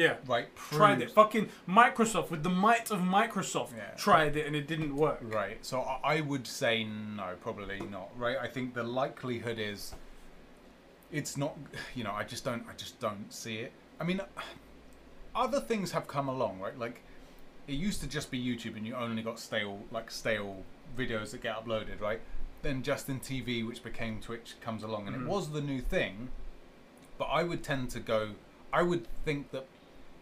A: Yeah.
B: Right,
A: Tried it.
B: proves-
A: Fucking Microsoft with the might of Microsoft
B: Yeah.
A: tried it and it didn't work.
B: Right. So I- I would say no, probably not. Right. I think the likelihood is it's not. You know, I just don't. I just don't see it. I mean, other things have come along, right? Like it used to just be YouTube, and you only got stale, like stale videos that get uploaded, right? Then Justin TV, which became Twitch, comes along, and it was the new thing. But I would tend to go. I would think that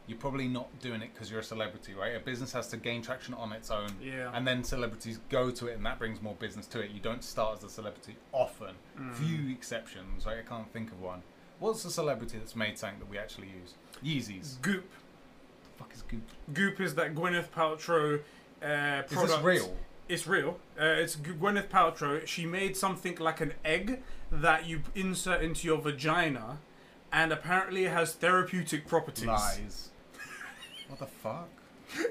B: you're probably not doing it because you're a celebrity, right? A business has to gain traction on its own,
A: Yeah.
B: and then celebrities go to it, and that brings more business to it. You don't start as a celebrity often.
A: Mm.
B: Few exceptions, right? I can't think of one. What's a celebrity that's made something that we actually use? Yeezys.
A: Goop.
B: fuck is Goop?
A: Goop is that Gwyneth Paltrow uh, product.
B: Is this real?
A: It's real. Uh, it's G- Gwyneth Paltrow. She made something like an egg that you insert into your vagina, and apparently it has therapeutic properties.
B: Lies. what the fuck?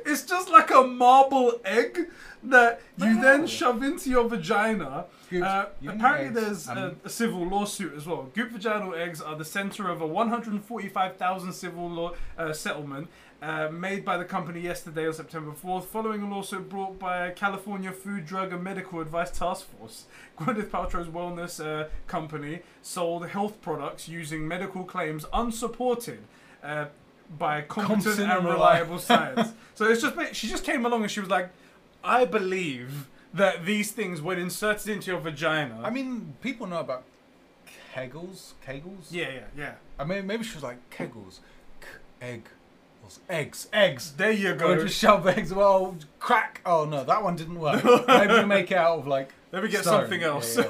A: It's just like a marble egg that you
B: Wow.
A: then shove into your vagina.
B: Goop,
A: Uh,
B: you and your
A: apparently,
B: eggs,
A: there's a,
B: um,
A: a civil lawsuit as well. Goop vaginal eggs are the center of a 145,000 civil law uh, settlement uh, made by the company yesterday on September 4th, following a lawsuit brought by a California Food, Drug, and Medical Advice Task Force. Gwyneth Paltrow's wellness uh, company sold health products using medical claims unsupported. Uh, by competent,
B: Competent
A: and
B: and
A: reliable science. So it's just she just came along and she was like, I believe that these things, when inserted into your vagina,
B: I mean, people know about kegels. Kegels.
A: yeah, yeah, yeah.
B: I mean, maybe she was like kegels, K- egg, eggs, eggs.
A: There you go.
B: Go just shove eggs. Well, crack. Oh no, that one didn't work. Maybe we make it out of like.
A: Let me get
B: stone.
A: something
B: Yeah,
A: else.
B: yeah.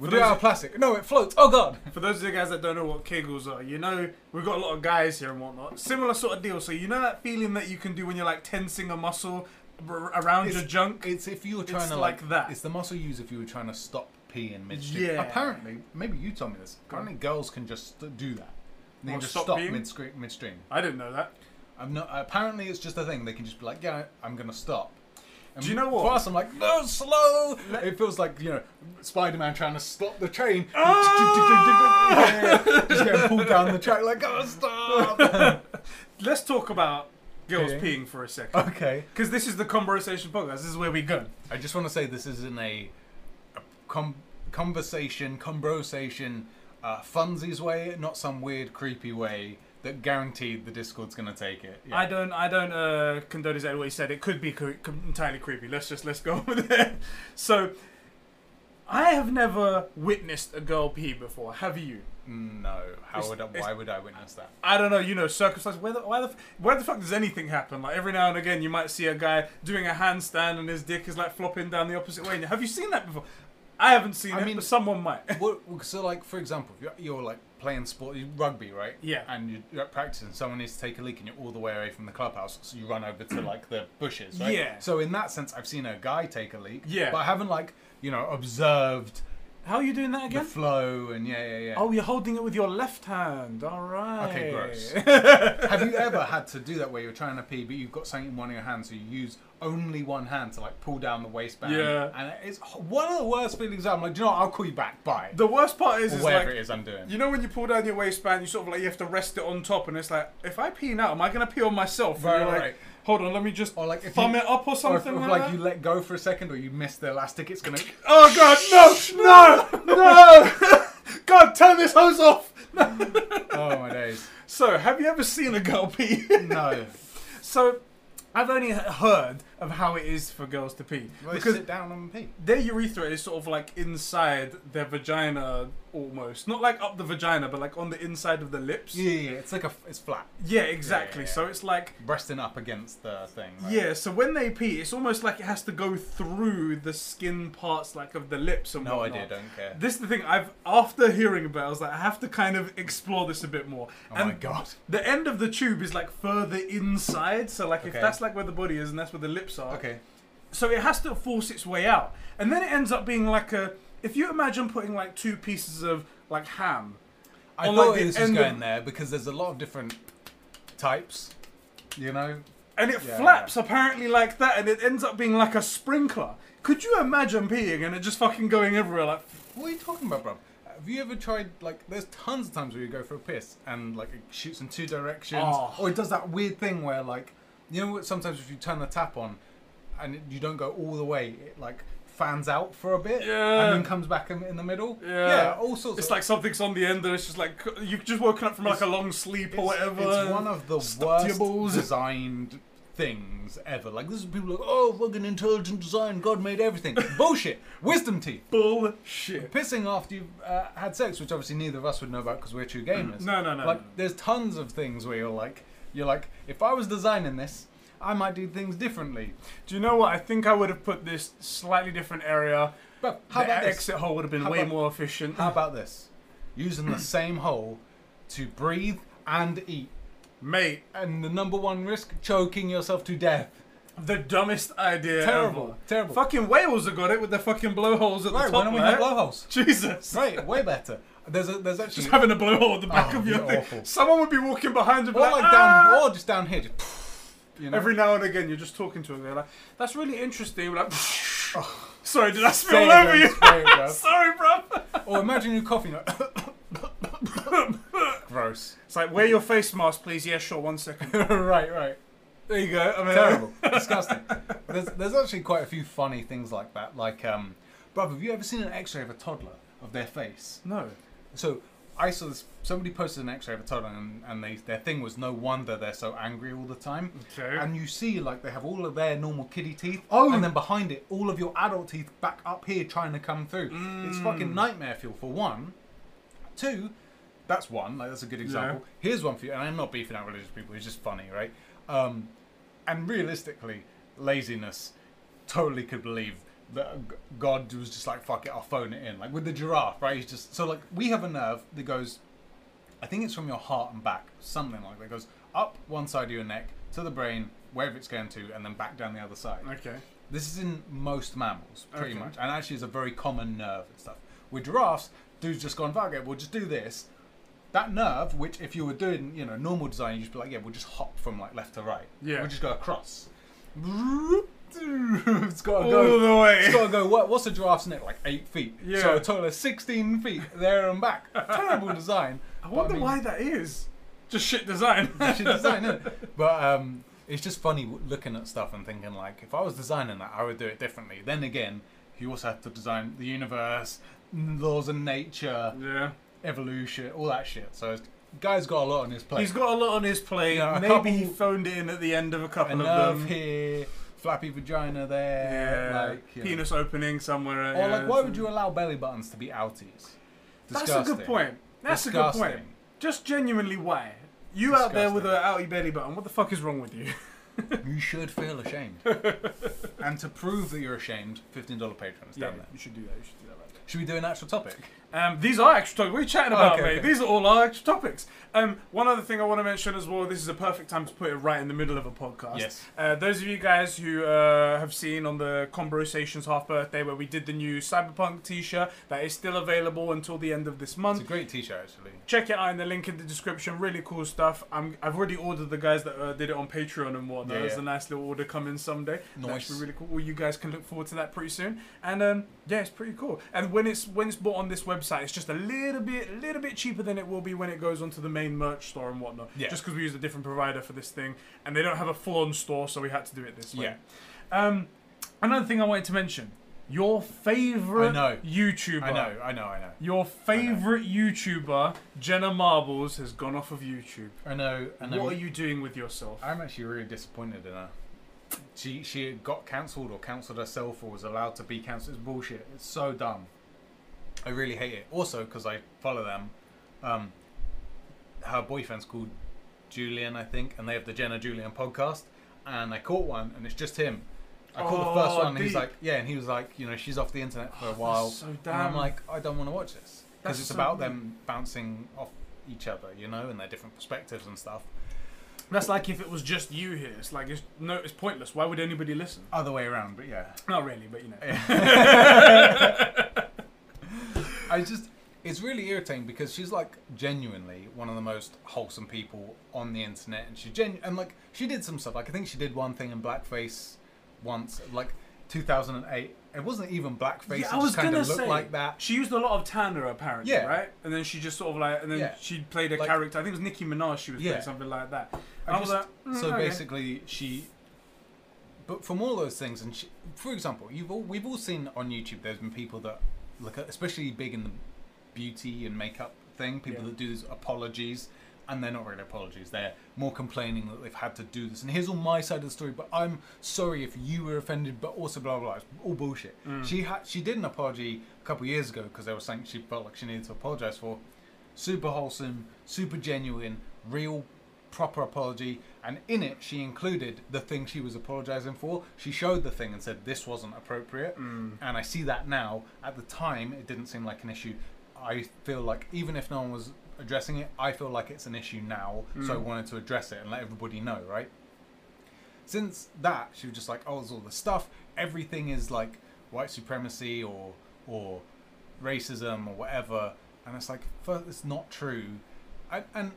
B: We'll do
A: those-
B: it out of plastic. No, it floats. Oh god.
A: For those of you guys that don't know what kegels are, you know we've got a lot of guys here and whatnot. Similar sort of deal. So you know that feeling that you can do when you're like tensing a muscle r- around your junk.
B: It's if you were trying
A: It's
B: to
A: like that.
B: It's the muscle you use if you were trying to stop peeing midstream.
A: Yeah.
B: Apparently, maybe you told me this.
A: Go on.
B: Apparently, girls can just st- do that.
A: What,
B: They can just
A: stop
B: stop,
A: peeing?
B: midstream. midstream.
A: I didn't know that.
B: I'm not. Apparently, it's just a thing. They can just be like, "Yeah, I'm gonna stop." And
A: Do you know what?
B: For us, I'm like, "No, slow." it feels like you know, Spider-Man trying to stop the train.
A: Ah!
B: Yeah, just getting pulled down the track. Like, "Oh, stop!"
A: Let's talk about girls
B: Peeing.
A: peeing for a second.
B: okay.
A: Because this is the conversation podcast. This is where we go.
B: I just want to say this isn't a, a com- conversation, conversation, uh, funsies way, not some weird, creepy way that guaranteed the Discord's gonna take it. Yeah.
A: I don't, I don't uh, condone exactly what he said. It could be cre- com- entirely creepy. Let's just let's go over there. So, I have never witnessed a girl pee before. Have you?
B: no. How
A: It's-
B: would? I,
A: it's-
B: why would I witness that?
A: I don't know. You know, circumstances. Where the why the f- where the fuck does anything happen? Like every now and again, you might see a guy doing a handstand and his dick is like flopping down the opposite way. Have you seen that before? I haven't seen
B: I
A: it,
B: mean-
A: but someone might.
B: Well, well, so like for example, if you're, you're like playing sport you- rugby, right?
A: Yeah.
B: And you're, you're at practice, and someone needs to take a leak, and you're all the way away from the clubhouse, so you run over to like the bushes, right?
A: Yeah.
B: So in that sense, I've seen a guy take a leak.
A: Yeah.
B: But I haven't like you know observed
A: How are you doing that
B: the
A: again?
B: flow and yeah, yeah, yeah.
A: Oh, you're holding it with your left hand. All right.
B: Okay, gross. Have you ever had to do that where you're trying to pee, but you've got something in one of your hands, so you use only one hand to like pull down the waistband?
A: Yeah.
B: And it's one of the worst feelings. I'm like, do you know what? I'll call you back. Bye.
A: The worst part is,
B: Or
A: is
B: whatever
A: like,
B: it is I'm doing.
A: You know when you pull down your waistband, you sort of like you have to rest it on top, and it's like, if I pee now, am I gonna pee on myself? And
B: Right,
A: you're like,
B: right.
A: hold on, let me just
B: Or like if
A: thumb
B: you-
A: it up or
B: Or if,
A: something
B: if,
A: like,
B: like
A: that.
B: you let go for a second or you miss the elastic, it's gonna.
A: Oh god, no, no, no! god, turn this hose off.
B: oh my days.
A: So, have you ever seen a girl pee?
B: No.
A: so, I've only heard of how it is for girls to pee
B: Well,
A: because
B: sit down and pee.
A: their urethra is sort of like inside their vagina almost, not like up the vagina, but like on the inside of the lips.
B: Yeah, yeah, yeah, it's like a, it's flat,
A: Yeah, exactly.
B: yeah.
A: So it's like
B: resting up against the thing. right?
A: Yeah, so when they pee, it's almost like it has to go through the skin parts, like of the lips and
B: No
A: whatnot.
B: idea. Don't care.
A: This is the thing. I've after hearing about, it, I was like, I have to kind of explore this a bit more.
B: Oh
A: and
B: my god.
A: The end of the tube is like further inside, so like if
B: Okay.
A: that's like where the body is and that's where the lips are.
B: Okay.
A: So it has to force its way out, and then it ends up being like a. If you imagine putting like two pieces of like ham,
B: I
A: Or
B: thought
A: like the
B: this was
A: end of-
B: going there because there's a lot of different types. You know,
A: and it
B: Yeah,
A: flaps apparently like that, and it ends up being like a sprinkler. Could you imagine peeing and it just fucking going everywhere like?
B: what are you talking about, bro? Uh, Have you ever tried like? There's tons of times where you go for a piss and like it shoots in two directions,
A: Oh.
B: or it does that weird thing where like, you know, what, sometimes if you turn the tap on, and you don't go all the way, it like fans out for a bit
A: Yeah.
B: and then comes back in, in the middle.
A: Yeah.
B: all sorts.
A: It's
B: of,
A: like something's on the end, and it's just like you've just woken up from like a long sleep or
B: it's,
A: whatever.
B: it's one of the
A: stuck to your
B: worst
A: balls.
B: designed things ever. Like this is people like, oh, fucking intelligent design. God made everything. Bullshit. Wisdom teeth.
A: bullshit.
B: pissing after you've uh, had sex, which obviously neither of us would know about because we're two gamers.
A: Mm, No, no, no,
B: Like,
A: no.
B: there's tons of things where you're like, you're like, if I was designing this, I might do things differently.
A: Do you know what? I think I would have put this slightly different area.
B: But how
A: the
B: about this?
A: exit hole would have been
B: How
A: way
B: about-
A: more efficient.
B: How about this? Using the same hole to breathe and eat,
A: Mate,
B: and the number one risk: choking yourself to death.
A: the dumbest idea.
B: Terrible,
A: ever.
B: terrible.
A: Fucking whales have got it with their fucking blowholes at
B: Right,
A: the top.
B: why don't we
A: right?
B: have blowholes?
A: Jesus.
B: Right, way better. There's a, there's actually
A: Just having a blowhole at the back
B: Oh,
A: of your
B: you're
A: thing.
B: awful.
A: Someone would be walking behind you, and be
B: or
A: like,
B: like down,
A: "Ah!"
B: or just down here. Just, you know?
A: Every now and again, you're just talking to them. They're like, "That's really interesting." We're like, "Sorry, did I
B: Say
A: spill
B: it,
A: over
B: bro,
A: you?"
B: say it, bro.
A: Sorry, bro.
B: Or imagine your coffee. Like, Gross.
A: It's like, wear your face mask, please. Yeah, sure. One second.
B: right, right.
A: There you go. I mean,
B: Terrible. Disgusting. There's, there's actually quite a few funny things like that. Like, um, brother, have you ever seen an x ray of a toddler, of their face?
A: No.
B: So I saw this. Somebody posted an X-ray of a toddler, and, and they, their thing was no wonder they're so angry all the time.
A: Okay.
B: And you see, like they have all of their normal kiddie teeth,
A: Oh.
B: and then behind it, all of your adult teeth back up here trying to come through. It's
A: Mm.
B: fucking nightmare fuel for one. Two, that's one. Like that's a good example. Here's one for you. And I'm not beefing out religious people. It's just funny, right? Um, and realistically, laziness totally could believe that g- God was just like, fuck it, I'll phone it in. Like with the giraffe, right? He's just so like we have a nerve that goes, I think it's from your heart and back, something like that. It goes up one side of your neck to the brain, wherever it's going to, and then back down the other side.
A: Okay.
B: This is in most mammals, pretty
A: Okay.
B: much, and actually is a very common nerve and stuff. With giraffes, dude's just gone, fuck it, we'll just do this. That nerve, which if you were doing, you know, normal design, you'd just be like, yeah, we'll just hop from like left to right.
A: Yeah.
B: We'll just go across. It's gotta
A: All
B: go
A: the way.
B: It's gotta go. What, what's a giraffe's neck? Like eight feet.
A: Yeah.
B: So a total of sixteen feet there and back. Terrible design.
A: I
B: but
A: wonder
B: mean-
A: why that is. Just shit design.
B: actually design it. But um, it's just funny w- looking at stuff and thinking like, if I was designing that, I would do it differently. Then again, you also have to design the universe, n- laws of nature,
A: yeah.
B: evolution, all that shit. So it's, guy's got a lot on his plate.
A: He's got a lot on his plate.
B: Yeah, a
A: Maybe
B: couple-
A: he phoned it in at the end of a
B: a
A: couple of
B: nerve
A: them.
B: here, flappy vagina there,
A: yeah. Oh,
B: like you know.
A: Penis opening somewhere.
B: Or
A: yeah,
B: like, why would you allow belly buttons to be outies?
A: That's a
B: Disgusting.
A: good point. That's a good point.
B: Disgusting.
A: Just genuinely, why? You out there with an outie belly button, what the fuck is wrong with you?
B: You should feel ashamed. and to prove that you're ashamed, fifteen dollar patrons down there.
A: you should do that. You should do that. Right
B: Should we do an actual topic?
A: Um, these are actual topics. What are you chatting about,
B: Oh, Okay,
A: mate?
B: okay.
A: These are all our actual topics. Um, one other thing I want to mention as well. This is a perfect time to put it right in the middle of a podcast.
B: Yes.
A: Uh, those of you guys who uh, have seen on the Conversations half birthday where we did the new Cyberpunk T-shirt that is still available until the end of this month.
B: It's a great t-shirt actually.
A: Check it out in the link in the description. Really cool stuff. I'm, I've already ordered the guys that uh, did it on Patreon and whatnot.
B: Yeah,
A: There's
B: yeah.
A: a nice little order coming someday. That
B: Nice.
A: should be really cool. All you guys can look forward to that pretty soon. And um, yeah, it's pretty cool. And when it's when it's bought on this website, it's just a little bit little bit cheaper than it will be when it goes onto the main merch store and whatnot.
B: Yeah.
A: Just because we use a different provider for this thing, and they don't have a full-on store, so we had to do it this way.
B: Yeah.
A: Um, another thing I wanted to mention: your favorite
B: I know.
A: YouTuber.
B: I know, I know, I know.
A: Your favorite YouTuber, Jenna Marbles, has gone off of YouTube.
B: I know, I know.
A: What are you doing with yourself?
B: I'm actually really disappointed in her. She she got cancelled or cancelled herself or was allowed to be cancelled. It's bullshit. It's so dumb. I really hate it. Also, because I follow them, um, her boyfriend's called Julian, I think, and they have the Jenna Julian podcast. And I caught one, and it's just him. I caught the first
A: Oh,
B: one, and he's
A: deep.
B: like, yeah, and he was like, you know, she's off the internet for a while.
A: so
B: And I'm
A: damn.
B: like, I don't want to watch this
A: That's
B: because it's
A: so
B: about
A: weird.
B: them bouncing off each other, you know, and their different perspectives and stuff.
A: That's like if it was just you here. It's like it's no, it's pointless. Why would anybody listen?
B: Other way around, but yeah.
A: Not really, but you know.
B: I just, it's really irritating because she's like genuinely one of the most wholesome people on the internet, and she genu- and like she did some stuff. Like I think she did one thing in blackface once, like 2008, It wasn't even blackface.
A: Yeah,
B: it
A: I was
B: just kind
A: gonna
B: of looked
A: say
B: like that.
A: She used a lot of Tanner apparently,
B: Yeah.
A: right? And then she just sort of like, and then
B: Yeah.
A: she played a
B: Like-
A: character. I think it was Nicki Minaj. She was
B: Yeah.
A: playing something like that. And
B: I
A: I, was
B: just-
A: like, mm,
B: so
A: okay.
B: basically, she. But from all those things, and she, for example, you've all, we've all seen on YouTube. There's been people that look, at, especially big in the beauty and makeup thing. People
A: Yeah.
B: that do these apologies, and they're not really apologies. They're more complaining that they've had to do this. And here's all my side of the story. But I'm sorry if you were offended. But also blah blah. blah. It's all bullshit.
A: Mm.
B: She had she did an apology a couple years ago because there was something she felt like she needed to apologize for. Super wholesome, super genuine, real proper apology and in it she included the thing she was apologizing for she showed the thing and said this wasn't appropriate and i see that now at the time it didn't seem like an issue i feel like even if no one was addressing it i feel like it's an issue now so i wanted to address it and let everybody know right since that she was just like oh there's all this stuff everything is like white supremacy or or racism or whatever and it's like fuck, it's not true and, and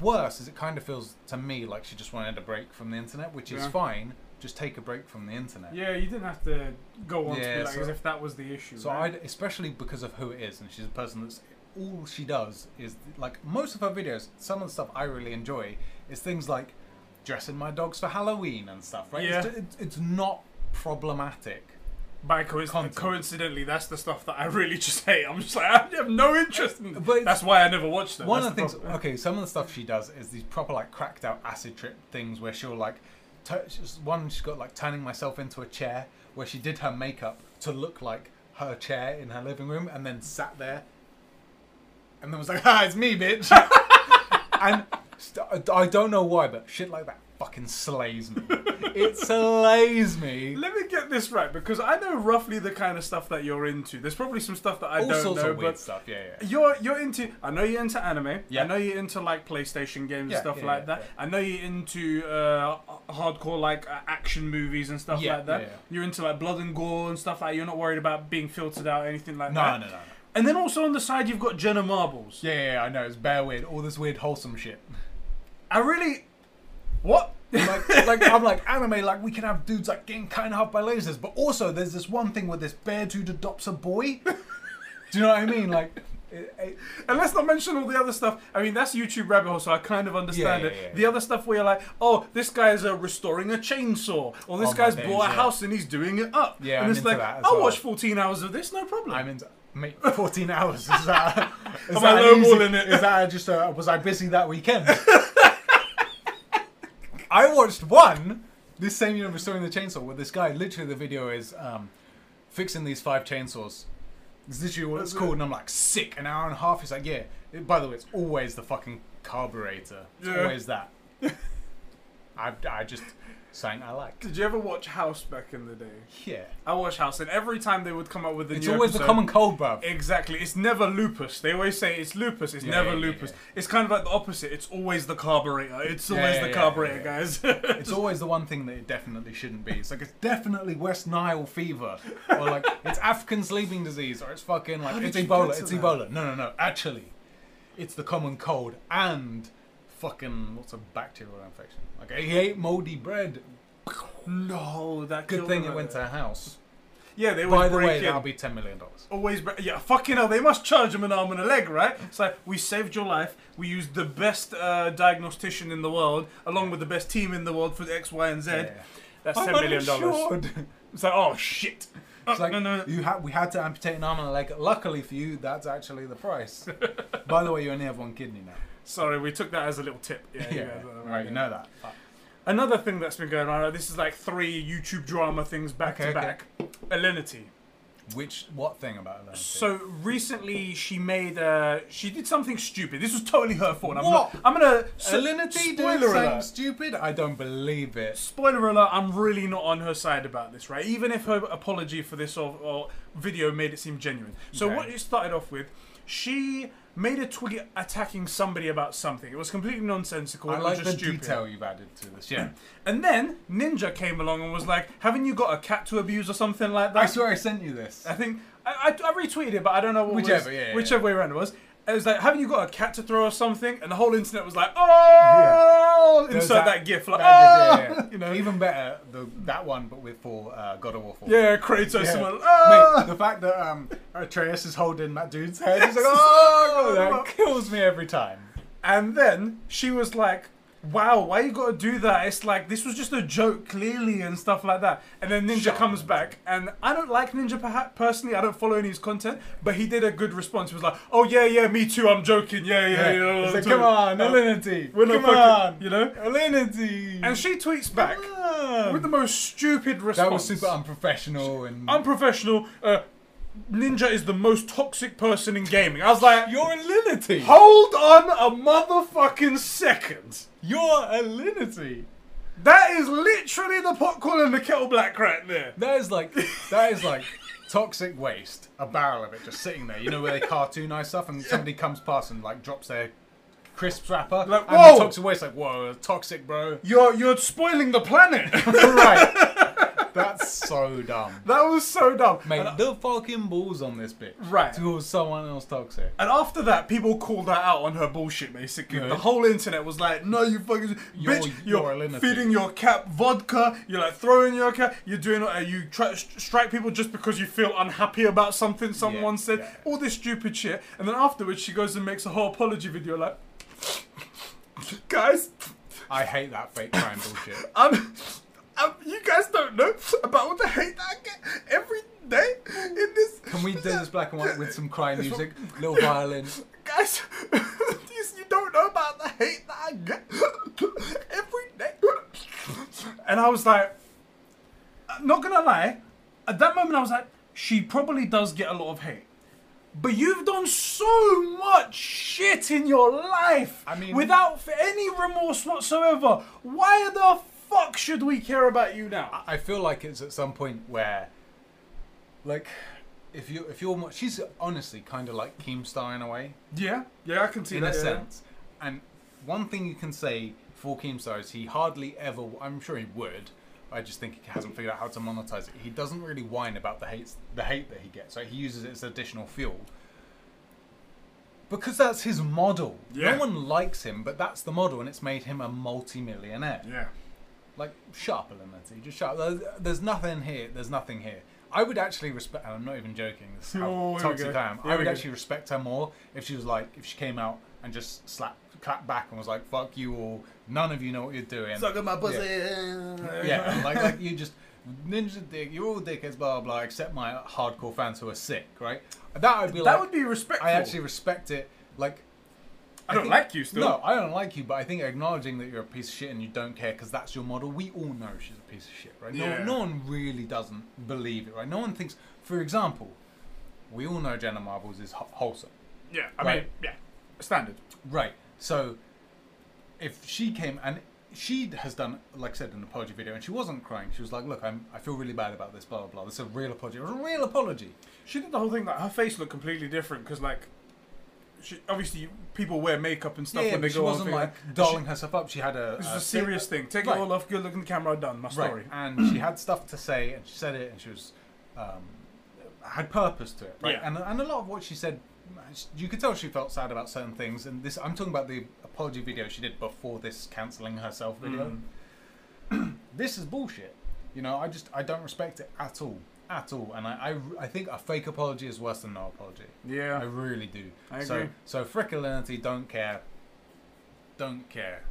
B: worse is it kind of feels to me like she just wanted a break from the internet which is
A: Yeah.
B: fine just take a break from the internet
A: yeah, you didn't have to go on to
B: Yeah,
A: be like
B: so-
A: as if that was the issue.
B: so
A: right?
B: I'd especially because of who it is, and she's a person that's all she does is like most of her videos. Some of the stuff I really enjoy is things like dressing my dogs for Halloween and stuff. Right? It's,
A: Yeah.
B: ju- it's, it's not problematic.
A: By coinc-
B: Content.
A: coincidentally, that's the stuff that I really just hate. I'm just like, I have no interest in.
B: But it's-
A: that's why I never watched them.
B: One
A: That's
B: of the things,
A: problem.
B: okay, some of the stuff she does is these proper like cracked out acid trip things where she'll like, t- she's- one she's got like turning myself into a chair where she did her makeup to look like her chair in her living room and then sat there, and then was like, ah, it's me, bitch. and st- I don't know why, but shit like that fucking slays me. it slays me.
A: Let me get this right because I know roughly the kind of stuff that you're into. There's probably some stuff that I
B: All
A: don't
B: sorts
A: know,
B: of weird
A: but
B: stuff. Yeah, yeah.
A: You're you're into. I know you're into anime. I
B: Yeah.
A: know you're into like PlayStation games
B: Yeah,
A: and stuff
B: yeah,
A: like
B: yeah,
A: that.
B: yeah.
A: I know you're into uh, h- hardcore like uh, action movies and stuff
B: Yeah,
A: like that.
B: yeah, yeah.
A: You're into like blood and gore and stuff like. You're not worried about being filtered out or anything like
B: No, no,
A: that.
B: no. no.
A: And then also on the side you've got Jenna Marbles.
B: Yeah, yeah, yeah, I know. It's bare weird. All this weird wholesome shit.
A: I really. What?
B: like, like I'm like anime. Like we can have dudes like getting kind of half by lasers, but also there's this one thing where this bear dude adopts a boy. Do you know what I mean? Like, it, it,
A: And let's not mention all the other stuff. I mean, that's YouTube rabbit hole, so I kind of understand
B: Yeah,
A: it.
B: yeah, yeah,
A: the
B: yeah.
A: other stuff where you're like, oh, this guy's uh, restoring a chainsaw, or this
B: Oh, my
A: guy's
B: days,
A: bought a
B: yeah.
A: house and he's doing it up.
B: Yeah,
A: and
B: I'm
A: it's
B: into
A: like,
B: that as
A: I'll
B: well.
A: watch 14 hours of this, no problem.
B: I'm in. Mate, 14 hours. Is that? Is
A: Am
B: that
A: I
B: an
A: lowballing it?
B: Is that just a? Was I busy that weekend? I watched one this same year of restoring the chainsaw where this guy literally the video is um, fixing these five chainsaws. It's literally what it's called, and I'm like sick. An hour and a half. He's like, yeah. It- by the way, it's always the fucking carburetor. It's
A: Yeah.
B: always that. I I just saying I like.
A: Did you ever watch House back in the day?
B: Yeah.
A: I watched House, and every time they would come up with a
B: It's
A: new
B: always
A: episode,
B: the common cold, bruv.
A: Exactly, it's never lupus. They always say it's lupus. It's
B: Yeah,
A: never
B: yeah, yeah,
A: lupus.
B: yeah.
A: It's kind of like the opposite. It's always the carburetor. It's
B: Yeah,
A: always
B: yeah,
A: the
B: yeah,
A: carburetor,
B: yeah, yeah.
A: guys.
B: It's always the one thing that it definitely shouldn't be. It's like it's definitely West Nile fever, or like it's African sleeping disease, or it's fucking like
A: did
B: it's
A: you
B: Ebola.
A: get to
B: It's
A: that?
B: Ebola. No, no, no. Actually, it's the common cold and fucking what's a bacterial infection. Like he ate moldy bread.
A: no, that
B: Good
A: killed
B: thing
A: them
B: it
A: out
B: went to
A: there.
B: her house.
A: Yeah, they always
B: By the
A: break
B: way,
A: in.
B: that'll be ten million dollars.
A: always bre- yeah fucking hell they must charge him an arm and a leg right it's like we saved your life we used the best uh, diagnostician in the world along with the best team in the world for the x y and z that's ten million dollars it's like oh shit Oh,
B: It's like
A: no no no.
B: you had we had to amputate an arm and a leg. Luckily for you, that's actually the price. By the way, you only have one kidney now.
A: sorry we took that as a little tip yeah, you
B: Yeah,
A: guys are
B: right. You know that.
A: another thing that's been going on this is like three youtube drama things back
B: Okay,
A: to
B: okay.
A: back Alinity.
B: Which what thing about that?
A: So recently she made uh she did something stupid. This was totally her fault. I'm
B: What?
A: not- I'm gonna
B: salinity doing
A: spoiler
B: something
A: alert.
B: stupid? I don't believe it.
A: spoiler alert, I'm really not on her side about this, right? Even if her apology for this or, or video made it seem genuine. So
B: Okay.
A: what it started off with, she made a tweet attacking somebody about something. It was completely nonsensical.
B: I
A: it was
B: like the
A: just stupid.
B: detail you've added to this. Yeah,
A: And then Ninja came along and was like, "Haven't you got a cat to abuse or something like that?"
B: I swear I sent you this.
A: I think I, I, I retweeted it, but I don't know what
B: Whichever,
A: was,
B: yeah, yeah,
A: whichever way around it was. It was like, haven't you got a cat to throw or something? And the whole internet was like, oh,
B: There's
A: insert that, gif, like,
B: that
A: "Oh!"
B: gif, yeah, yeah.
A: you know,
B: even better the, that one, but with for uh, God of War 4.
A: yeah, Kratos,
B: Yeah.
A: someone,
B: Mate,
A: oh!
B: the fact that um, Atreus is holding that dude's head, he's
A: Yes.
B: like, oh, that kills me every time.
A: And then she was like, "Wow, why you gotta do that? It's like this was just a joke, clearly, and stuff like that." And then Ninja
B: Shut
A: comes
B: up.
A: back, and I don't like Ninja perha- personally. I don't follow any of his content, but he did a good response. He was like, "Oh yeah, yeah, me too. I'm joking. Yeah, yeah, yeah."
B: He's
A: I'm
B: like,
A: joking."
B: come on,
A: Uh,
B: Alinity.
A: we're not
B: come
A: fucking,
B: on.
A: you know.
B: Alinity.
A: And she tweets back with the most stupid response.
B: that was super unprofessional and.
A: unprofessional. Uh, Ninja is the most toxic person in gaming. I was like,
B: You're Alinity.
A: "Hold on a motherfucking second.
B: You're Alinity.
A: That is literally the popcorn and the kettle black right there.
B: That is like that is like toxic waste. A barrel of it just sitting there. You know where they cartoonize stuff and somebody comes past and like drops their crisps wrapper.
A: Like,
B: and
A: whoa!
B: the toxic waste like, whoa, toxic bro.
A: You're you're spoiling the planet.
B: right. That's so dumb.
A: that was so dumb.
B: Mate,
A: And,
B: the fucking balls on this bitch.
A: Right.
B: To call someone else toxic.
A: and after that, people called her out on her bullshit. Basically,
B: Good.
A: the whole internet was like, "No, you fucking
B: You're-
A: bitch,
B: you're
A: you're,
B: a lunatic."
A: feeding your cat vodka. You're like throwing your cat. You're doing uh, you try to st- strike people just because you feel unhappy about something someone said.
B: yeah.
A: All this stupid shit. And then afterwards, she goes and makes a whole apology video. Like, guys,
B: I hate that fake crime bullshit.
A: I'm, I'm, you guys don't know about all the hate that I get every day in this.
B: Can we do this black and white with some crime music? Little violin.
A: Guys, you, you don't know about the hate that I get every day. And I was like, I'm not gonna lie, at that moment I was like, she probably does get a lot of hate. But you've done so much shit in your life
B: I mean-
A: without f- any remorse whatsoever. Why the fuck should we care about you now?
B: I feel like it's at some point where, like, if you if you're more, she's honestly kind of like Keemstar in a way,
A: Yeah, yeah, I can see
B: in
A: that.
B: a
A: yeah.
B: sense. And one thing you can say for Keemstar is he hardly ever. I'm sure he would. I just think he hasn't figured out how to monetize it. He doesn't really whine about the hates the hate that he gets. Like he uses it as additional fuel. Because that's his model.
A: Yeah.
B: No one likes him, but that's the model, and it's made him a multi-millionaire.
A: Yeah.
B: Like, shut up, Illuminati. Just shut up. There's, there's nothing here. There's nothing here. I would actually respect, and I'm not even joking, this is how
A: Oh, here we
B: toxic
A: go.
B: I am.
A: Here
B: I
A: we
B: would
A: go.
B: actually respect her more if she was like, if she came out and just slapped, clapped back and was like, fuck you all. None of you know what you're doing.
A: my
B: pussy.
A: Yeah.
B: yeah, and like, like you just, ninja dick, you're all dickheads, blah, blah, blah, except my hardcore fans who are sick, right? That would be
A: That
B: like,
A: would be respectful.
B: I actually respect it. Like,
A: I don't
B: think-
A: like you still.
B: No, I don't like you, but I think acknowledging that you're a piece of shit and you don't care because that's your model. We all know she's a piece of shit, right? No,
A: Yeah.
B: no one really doesn't believe it, right? No one thinks. For example, we all know Jenna Marbles is wh- wholesome,
A: Yeah. I mean,
B: Right.
A: yeah. Standard.
B: right? So if she came and she has done, like I said, an apology video, and she wasn't crying. She was like, "Look, I'm, I feel really bad about this, blah blah blah. This is a real apology. It was a real apology."
A: She did the whole thing like her face looked completely different because like, she obviously people wear makeup and stuff
B: yeah,
A: when they
B: but she
A: go on.
B: wasn't
A: thing.
B: like dolling herself up. She had a.
A: This is
B: a
A: a serious thing. Take
B: Right.
A: it all off. Good look in the camera. Done. My story.
B: Right. And she had stuff to say, and she said it, and she was um, had purpose to it, right?
A: Yeah.
B: And and a lot of what she said, you could tell she felt sad about certain things. And this, I'm talking about the apology video she did before this cancelling herself video.
A: Mm.
B: this is bullshit. You know, I just I don't respect it at all, at all. And I I, I think a fake apology is worse than no apology. I
A: Yeah.
B: really do.
A: I
B: so
A: agree.
B: so frick Alinity, don't care. Don't care.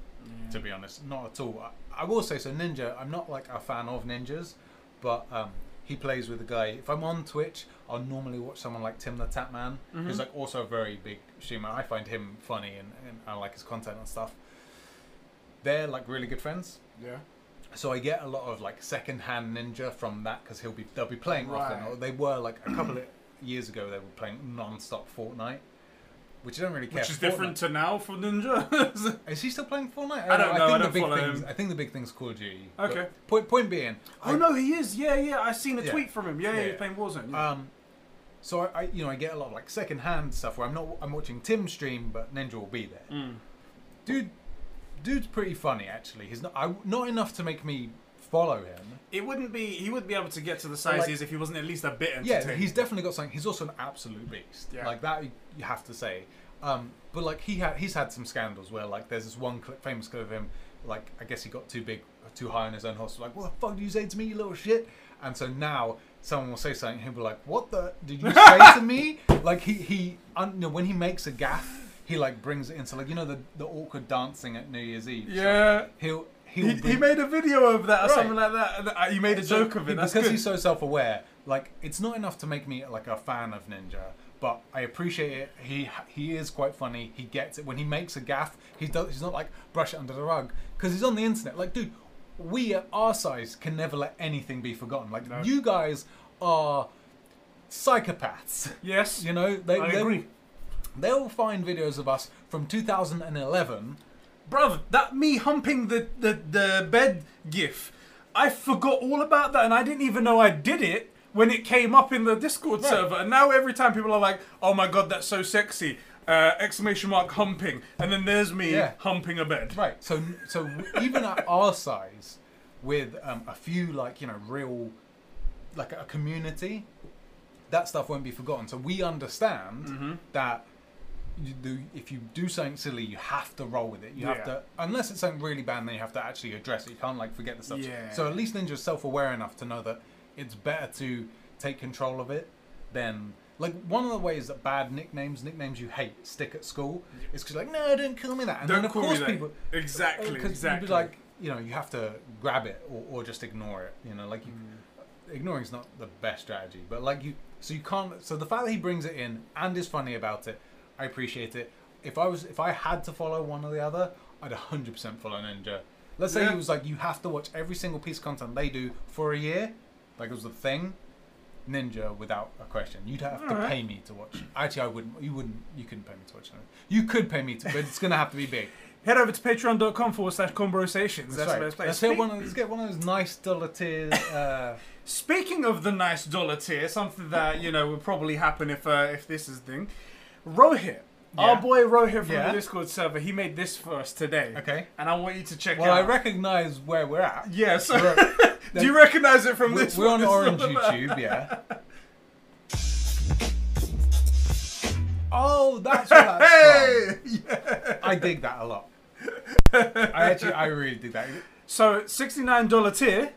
B: To be honest, not at all. I, I will say so. Ninja, I'm not like a fan of ninjas, but um, he plays with a guy. If I'm on Twitch, I'll normally watch someone like Tim the Tap Man,
A: Mm-hmm.
B: who's like also a very big streamer. I find him funny and, and I like his content and stuff. They're like really good friends.
C: Yeah.
B: So I get a lot of like second-hand ninja from that because he'll be they'll be playing often.
C: Right.
B: Or they were like a couple of years ago they were playing non-stop Fortnite, which I don't really care.
A: Which is different to now for Ninja.
B: Fortnite- Is he still playing Fortnite?
A: I don't know, I don't
B: think the big
A: follow
B: things.
A: him.
B: I think the big thing's Call of Duty.
A: Okay.
B: But Point point being.
A: oh
B: I-
A: no, he is. Yeah, yeah. I seen a
B: Yeah.
A: tweet from him. Yeah, yeah,
B: Yeah,
A: he's
B: yeah.
A: playing Warzone. Yeah.
B: Um, so I, I you know I get a lot of like second-hand stuff where I'm not I'm watching Tim's stream but Ninja will be there.
A: Mm.
B: Dude, dude's pretty funny actually. He's not I, not enough to make me follow him.
A: It wouldn't be. He wouldn't be able to get to the
B: like-
A: size he is if he wasn't at least a bit
B: Yeah,
A: entertaining.
B: he's definitely got something. He's also an absolute beast.
A: Yeah.
B: Like that, you- you have to say. Um, but like he had, he's had some scandals where like there's this one clip, famous clip of him. Like I guess he got too big, too high on his own horse. Like, what the fuck do you say to me, you little shit? And so now someone will say something, he'll be like, what the did you say to me? Like he he un, you know, when he makes a gaff, he like brings it into like you know the the awkward dancing at New Year's Eve. So
A: Yeah.
B: he'll he'll
A: He,
B: bring-
A: he made a video of that or
B: Right.
A: something like that. and, uh, He made a
B: so
A: joke of it.
B: he-
A: That's
B: because
A: good.
B: he's so self-aware. Like it's not enough to make me like a fan of Ninja, but I appreciate it. He he is quite funny. He gets it when he makes a gaff. He does. He's not like brush it under the rug because he's on the internet. Like dude, we at our size can never let anything be forgotten. Like you guys are psychopaths.
A: yes.
B: You know they
A: I
B: they,
A: agree.
B: they will find videos of us from 2011.
A: Bruv, that me humping the, the, the bed gif, I forgot all about that and I didn't even know I did it when it came up in the Discord server. And now every time people are like, oh my god, that's so sexy. Uh, exclamation mark humping. And then there's me
B: Yeah.
A: humping a bed.
B: Right. So so even at our size, with um, a few like you know real, like a community, that stuff won't be forgotten. So we understand
A: Mm-hmm.
B: that. You do, if you do something silly, you have to roll with it. You
A: Yeah.
B: have to, unless it's something really bad, then you have to actually address it. You can't like forget the stuff.
A: Yeah.
B: So at least Ninja's self-aware enough to know that it's better to take control of it than like one of the ways that bad nicknames, nicknames you hate, stick at school is because like no, don't call me that. And
A: Don't
B: then of
A: call me
B: course
A: that.
B: people
A: Exactly,
B: because
A: exactly.
B: You'd be like, you know, you have to grab it or, or just ignore it. You know, like you,
A: Mm.
B: ignoring's not the best strategy, but like you, so you can't. So the fact that he brings it in and is funny about it, I appreciate it. If I was, if I had to follow one or the other, I'd 100% follow Ninja. Let's say
A: Yeah.
B: he was like, you have to watch every single piece of content they do for a year, like it was the thing. Ninja without a question. You'd have to
A: Alright.
B: pay me to watch. Actually, I wouldn't. You wouldn't. You couldn't pay me to watch. it. You could pay me to, but it's gonna have to be big.
A: Head over to patreon.com forward slash conversations. That's, the
B: right.
A: best place.
B: Let's, get
A: Spe-
B: one of, let's get one of those nice dollar tiers. Uh,
A: Speaking of the nice dollar tier, something that you know would probably happen if uh, if this is the thing. Rohit, our
B: Yeah.
A: boy Rohit from
B: Yeah.
A: the Discord server, he made this for us today.
B: Okay.
A: and I want you to check
B: well, I
A: out.
B: recognise where we're at.
A: yeah, so
B: We're,
A: do you recognize it from
B: we're-
A: this?
B: we're on
A: one?
B: Orange YouTube, yeah. Oh, that's where that's from.
A: Hey!
B: I dig that a lot. I actually, I really dig that.
A: So sixty-nine dollar tier,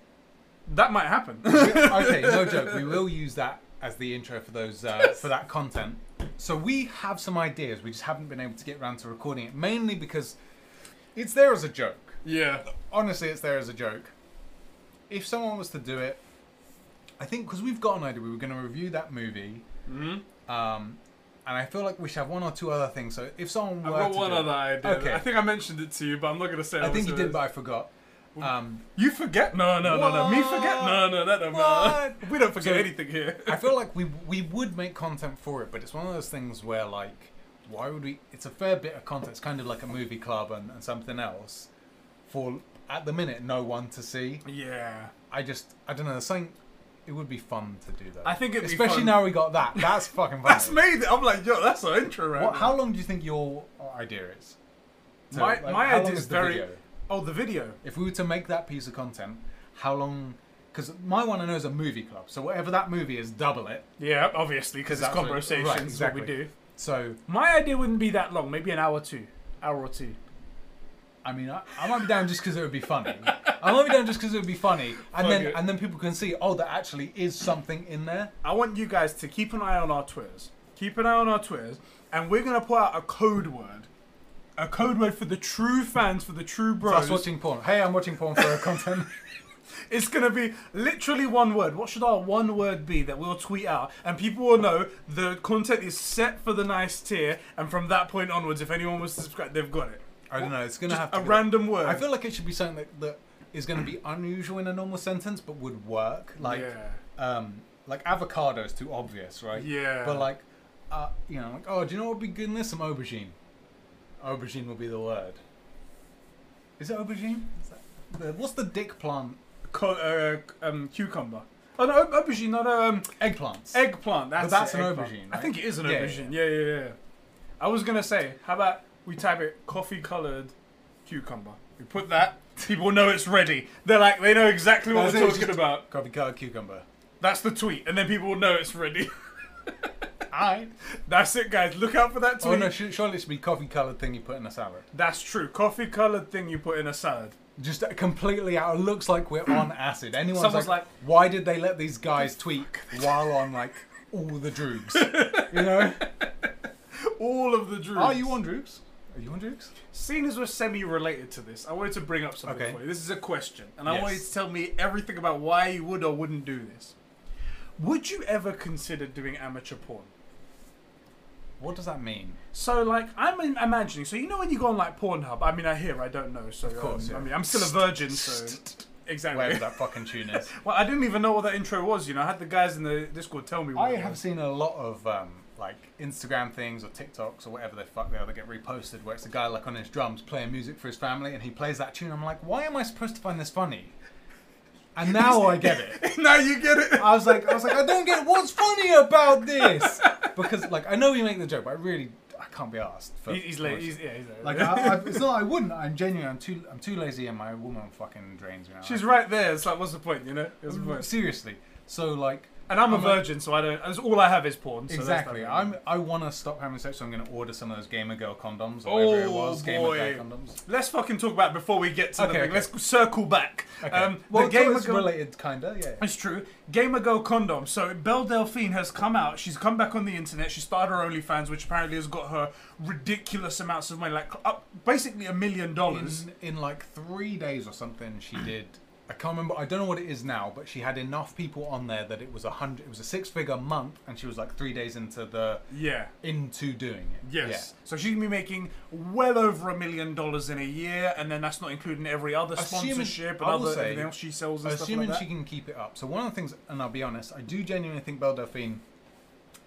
A: that might happen.
B: Okay, no joke. We will use that as the intro for those uh, for that content. So we have some ideas. We just haven't been able to get around to recording it, mainly because it's there as a joke.
A: yeah,
B: honestly, it's there as a joke. If someone was to do it, I think because we've got an idea, we were going to review that movie, um, and I feel like we should have one or two other things. So if someone were
A: I've got
B: to
A: one
B: do it-
A: other idea.
B: Okay.
A: I think I mentioned it to you, but I'm not gonna say.
B: I think you
A: you
B: did, but I forgot. Um,
A: you forget? No, no, no, no. Me forget? No, no, that don't matter.
B: What?
A: We don't forget
B: So-
A: anything here.
B: I feel like we we would make content for it, but it's one of those things where like, why would we? It's a fair bit of content. It's kind of like a movie club and, and something else. For at the minute, no one to see.
A: yeah.
B: I just I don't know. There's something. It would be fun to do that.
A: I think it'd be
B: especially
A: fun.
B: now we got that. That's fucking fun.
A: That's made it. I'm like, yo, that's our intro right
B: What,
A: now.
B: how long do you think your idea is? So,
A: my
B: like,
A: my
B: how long
A: idea is
B: the
A: very.
B: video?
A: Oh, the video.
B: If we were to make that piece of content, how long? Because my one I know is a movie club, so whatever that movie is, double it.
A: Yeah, obviously, because it's
B: That's what-
A: conversations.
B: right,
A: What
B: exactly.
A: we do.
B: So
A: My idea wouldn't be that long. Maybe an hour or two. Hour or two.
B: I mean, I, I might be down just because it would be funny. I might be down just because it would be funny,
A: Fuck
B: and then
A: it.
B: and then people can see, oh, there actually is something in there.
A: I want you guys to keep an eye on our Twitters. Keep an eye on our Twitters, and we're gonna put out a code word, a code word for the true fans, for the true bros.
B: That's watching porn. Hey, I'm watching porn for content.
A: It's gonna be literally one word. What should our one word be that we'll tweet out, and people will know the content is set for the nice tier, and from that point onwards, if anyone was to subscribe, they've got it.
B: I don't know. It's gonna
A: Just
B: have to
A: a
B: be-
A: random word.
B: I feel like it should be something that, that is going to be unusual in a normal sentence, but would work. Like,
A: Yeah.
B: um, like avocado is too obvious, right?
A: Yeah.
B: But like, uh, you know, like, oh, do you know what would be good in this? Some aubergine. Aubergine will be the word. Is it aubergine? Is that, the, what's the dick plant?
A: Co- uh, um, cucumber. Oh no, au- aubergine, not um,
B: Eggplants.
A: eggplant. That's,
B: But that's
A: it,
B: an
A: eggplant.
B: aubergine,
A: I think
B: right?
A: it is an
B: Yeah, yeah,
A: aubergine. Yeah, yeah, yeah. I was gonna say, how about we type it coffee coloured cucumber? We put that. People know it's ready. They're like, they know exactly what
B: That's
A: we're
B: it,
A: talking
B: just-
A: about.
B: Coffee coloured cucumber.
A: That's the tweet, and then people will know it's ready.
B: Alright.
A: That's it, guys. Look out for that tweet.
B: Oh no, sh- surely it should be coffee coloured thing you put in a salad.
A: That's true. Coffee coloured thing you put in a salad.
B: Just completely out. It looks like we're on acid. Anyone's
A: Someone's
B: like,
A: like-
B: why did they let these guys tweet while on like all the droogs? you know?
A: All of the druids.
B: Are you on droogs? Are you on droogs?
A: Seeing as we're semi-related to this, I wanted to bring up something
B: Okay.
A: for you. This is a question, and I
B: Yes.
A: want you to tell me everything about why you would or wouldn't do this. Would you ever consider doing amateur porn?
B: What does that mean?
A: So, like, I'm im- imagining. So, you know, when you go on like Pornhub, I mean, I hear, I don't know. So, of
B: course,
A: I
B: yeah.
A: mean, I'm still a virgin, so exactly.
B: Wherever that fucking tune is.
A: Well, I didn't even know what that intro was. You know, I had the guys in the Discord tell me. What
B: I
A: it
B: have
A: was.
B: seen a lot of um, like Instagram things or TikToks or whatever the fuck they are that get reposted, where it's a guy like on his drums playing music for his family, and he plays that tune. I'm like, why am I supposed to find this funny? And now I get it.
A: now you get it.
B: I was like, I was like, I don't get what's funny about this because like I know you make the joke, but I really I can't be asked. For
A: He- He's late. He's, yeah, he's late.
B: like I, I, it's not I wouldn't. I'm genuine. I'm too I'm too lazy, and my woman fucking drains me. out.
A: She's right there. It's like, what's the point? You know, What's
B: Mm.
A: the point?
B: seriously. So like
A: And I'm a
B: I'm a-
A: virgin, so I don't. That's all I have is porn. So that's
B: Exactly.
A: that.
B: I'm. I want to stop having sex, so I'm going to order some of those gamer girl condoms. Or whatever it
A: Oh,
B: was, gamer guy
A: boy.
B: condoms.
A: Let's fucking talk about it before we get to the
B: Okay,
A: thing.
B: okay.
A: Let's circle back.
B: Okay.
A: Um,
B: well,
A: the gamer
B: it's
A: girl.
B: related, kinda. Yeah.
A: It's true. Gamer girl condom. So Belle Delphine has come out. She's come back on the internet. She started her OnlyFans, which apparently has got her ridiculous amounts of money, like up basically a million dollars.
B: In, in like three days or something, she
A: Mm.
B: did. I can't remember. I don't know what it is now, but she had enough people on there that it was a hundred. It was a six-figure month, and she was like three days into the
A: Yeah.
B: into doing it.
A: Yes. So she's gonna be making well over a million dollars in a year, and then that's not including every other
B: Assuming-
A: sponsorship and
B: I will
A: other
B: say,
A: everything else she sells and stuff like
B: Assuming
A: that.
B: she can keep it up. So one of the things, and I'll be honest, I do genuinely think Belle Delphine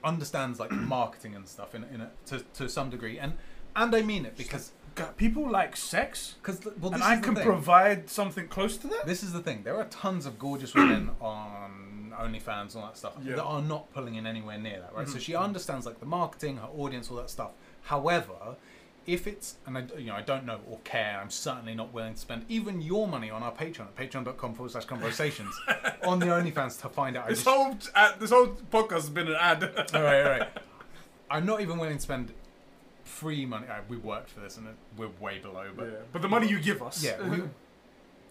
B: understands like marketing and stuff in, in a, to to some degree, and and I mean it because
A: God, people like sex,
B: because well, this
A: and
B: is
A: I
B: the
A: can
B: thing.
A: provide something close to that.
B: This is the thing. There are tons of gorgeous women on OnlyFans and all that stuff
A: Yeah. Mm-hmm.
B: that are not pulling in anywhere near that, right? So she understands like the marketing, her audience, all that stuff. However, if it's and I you know I don't know or care, I'm certainly not willing to spend even your money on our Patreon, at patreon.com forward slash conversations on the OnlyFans to find out. I
A: This
B: just-
A: whole uh, this whole podcast has been an ad.
B: all right, all right. I'm not even willing to spend free money. Uh, we worked for this and it- we're way below, but
A: But the money you give us,
B: Yeah. We,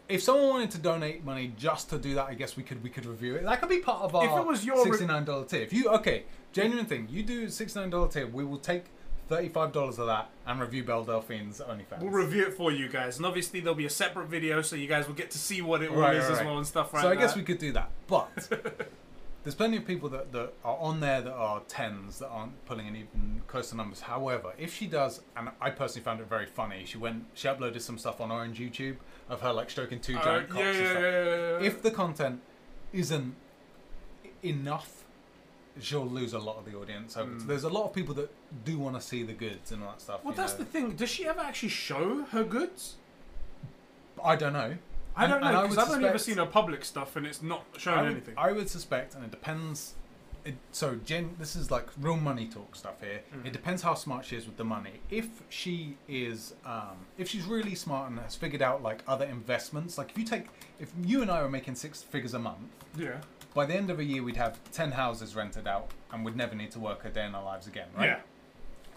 B: if someone wanted to donate money just to do that, I guess we could we could review it. That could be part of our
A: If it was your re-
B: sixty nine dollar tier. If you okay, genuine thing, you do sixty nine dollar tier, we will take thirty five dollars of that and review Belle Delphine's OnlyFans.
A: we'll review it for you guys, and obviously there'll be a separate video, so you guys will get to see what it all
B: Right,
A: is
B: right,
A: as
B: right.
A: well and stuff. Right.
B: so I guess
A: now.
B: we could do that. But there's plenty of people that, that are on there that are tens that aren't pulling in even closer numbers. However, if she does, and I personally found it very funny, she went she uploaded some stuff on Orange YouTube of her like stroking two
A: Uh,
B: giant cocks
A: yeah,
B: and
A: yeah,
B: stuff.
A: yeah, yeah, yeah.
B: if the content isn't enough, she'll lose a lot of the audience. over to- There's a lot of people that do want to see the goods and all that stuff.
A: Mm. well,
B: you
A: that's
B: know.
A: the thing. Does she ever actually show her goods?
B: I don't know.
A: I
B: And-
A: don't know
B: and I
A: because
B: would
A: I've only ever
B: suspect-
A: seen her public stuff, and it's not showing
B: I would,
A: anything.
B: I would suspect, and it depends. It, so, Jen, this is like real money talk stuff here.
A: Mm.
B: It depends how smart she is with the money. If she is, um, if she's really smart and has figured out like other investments, like if you take, if you and I were making six figures a month,
A: yeah.
B: by the end of a year we'd have ten houses rented out and would never need to work a day in our lives again, right?
A: Yeah.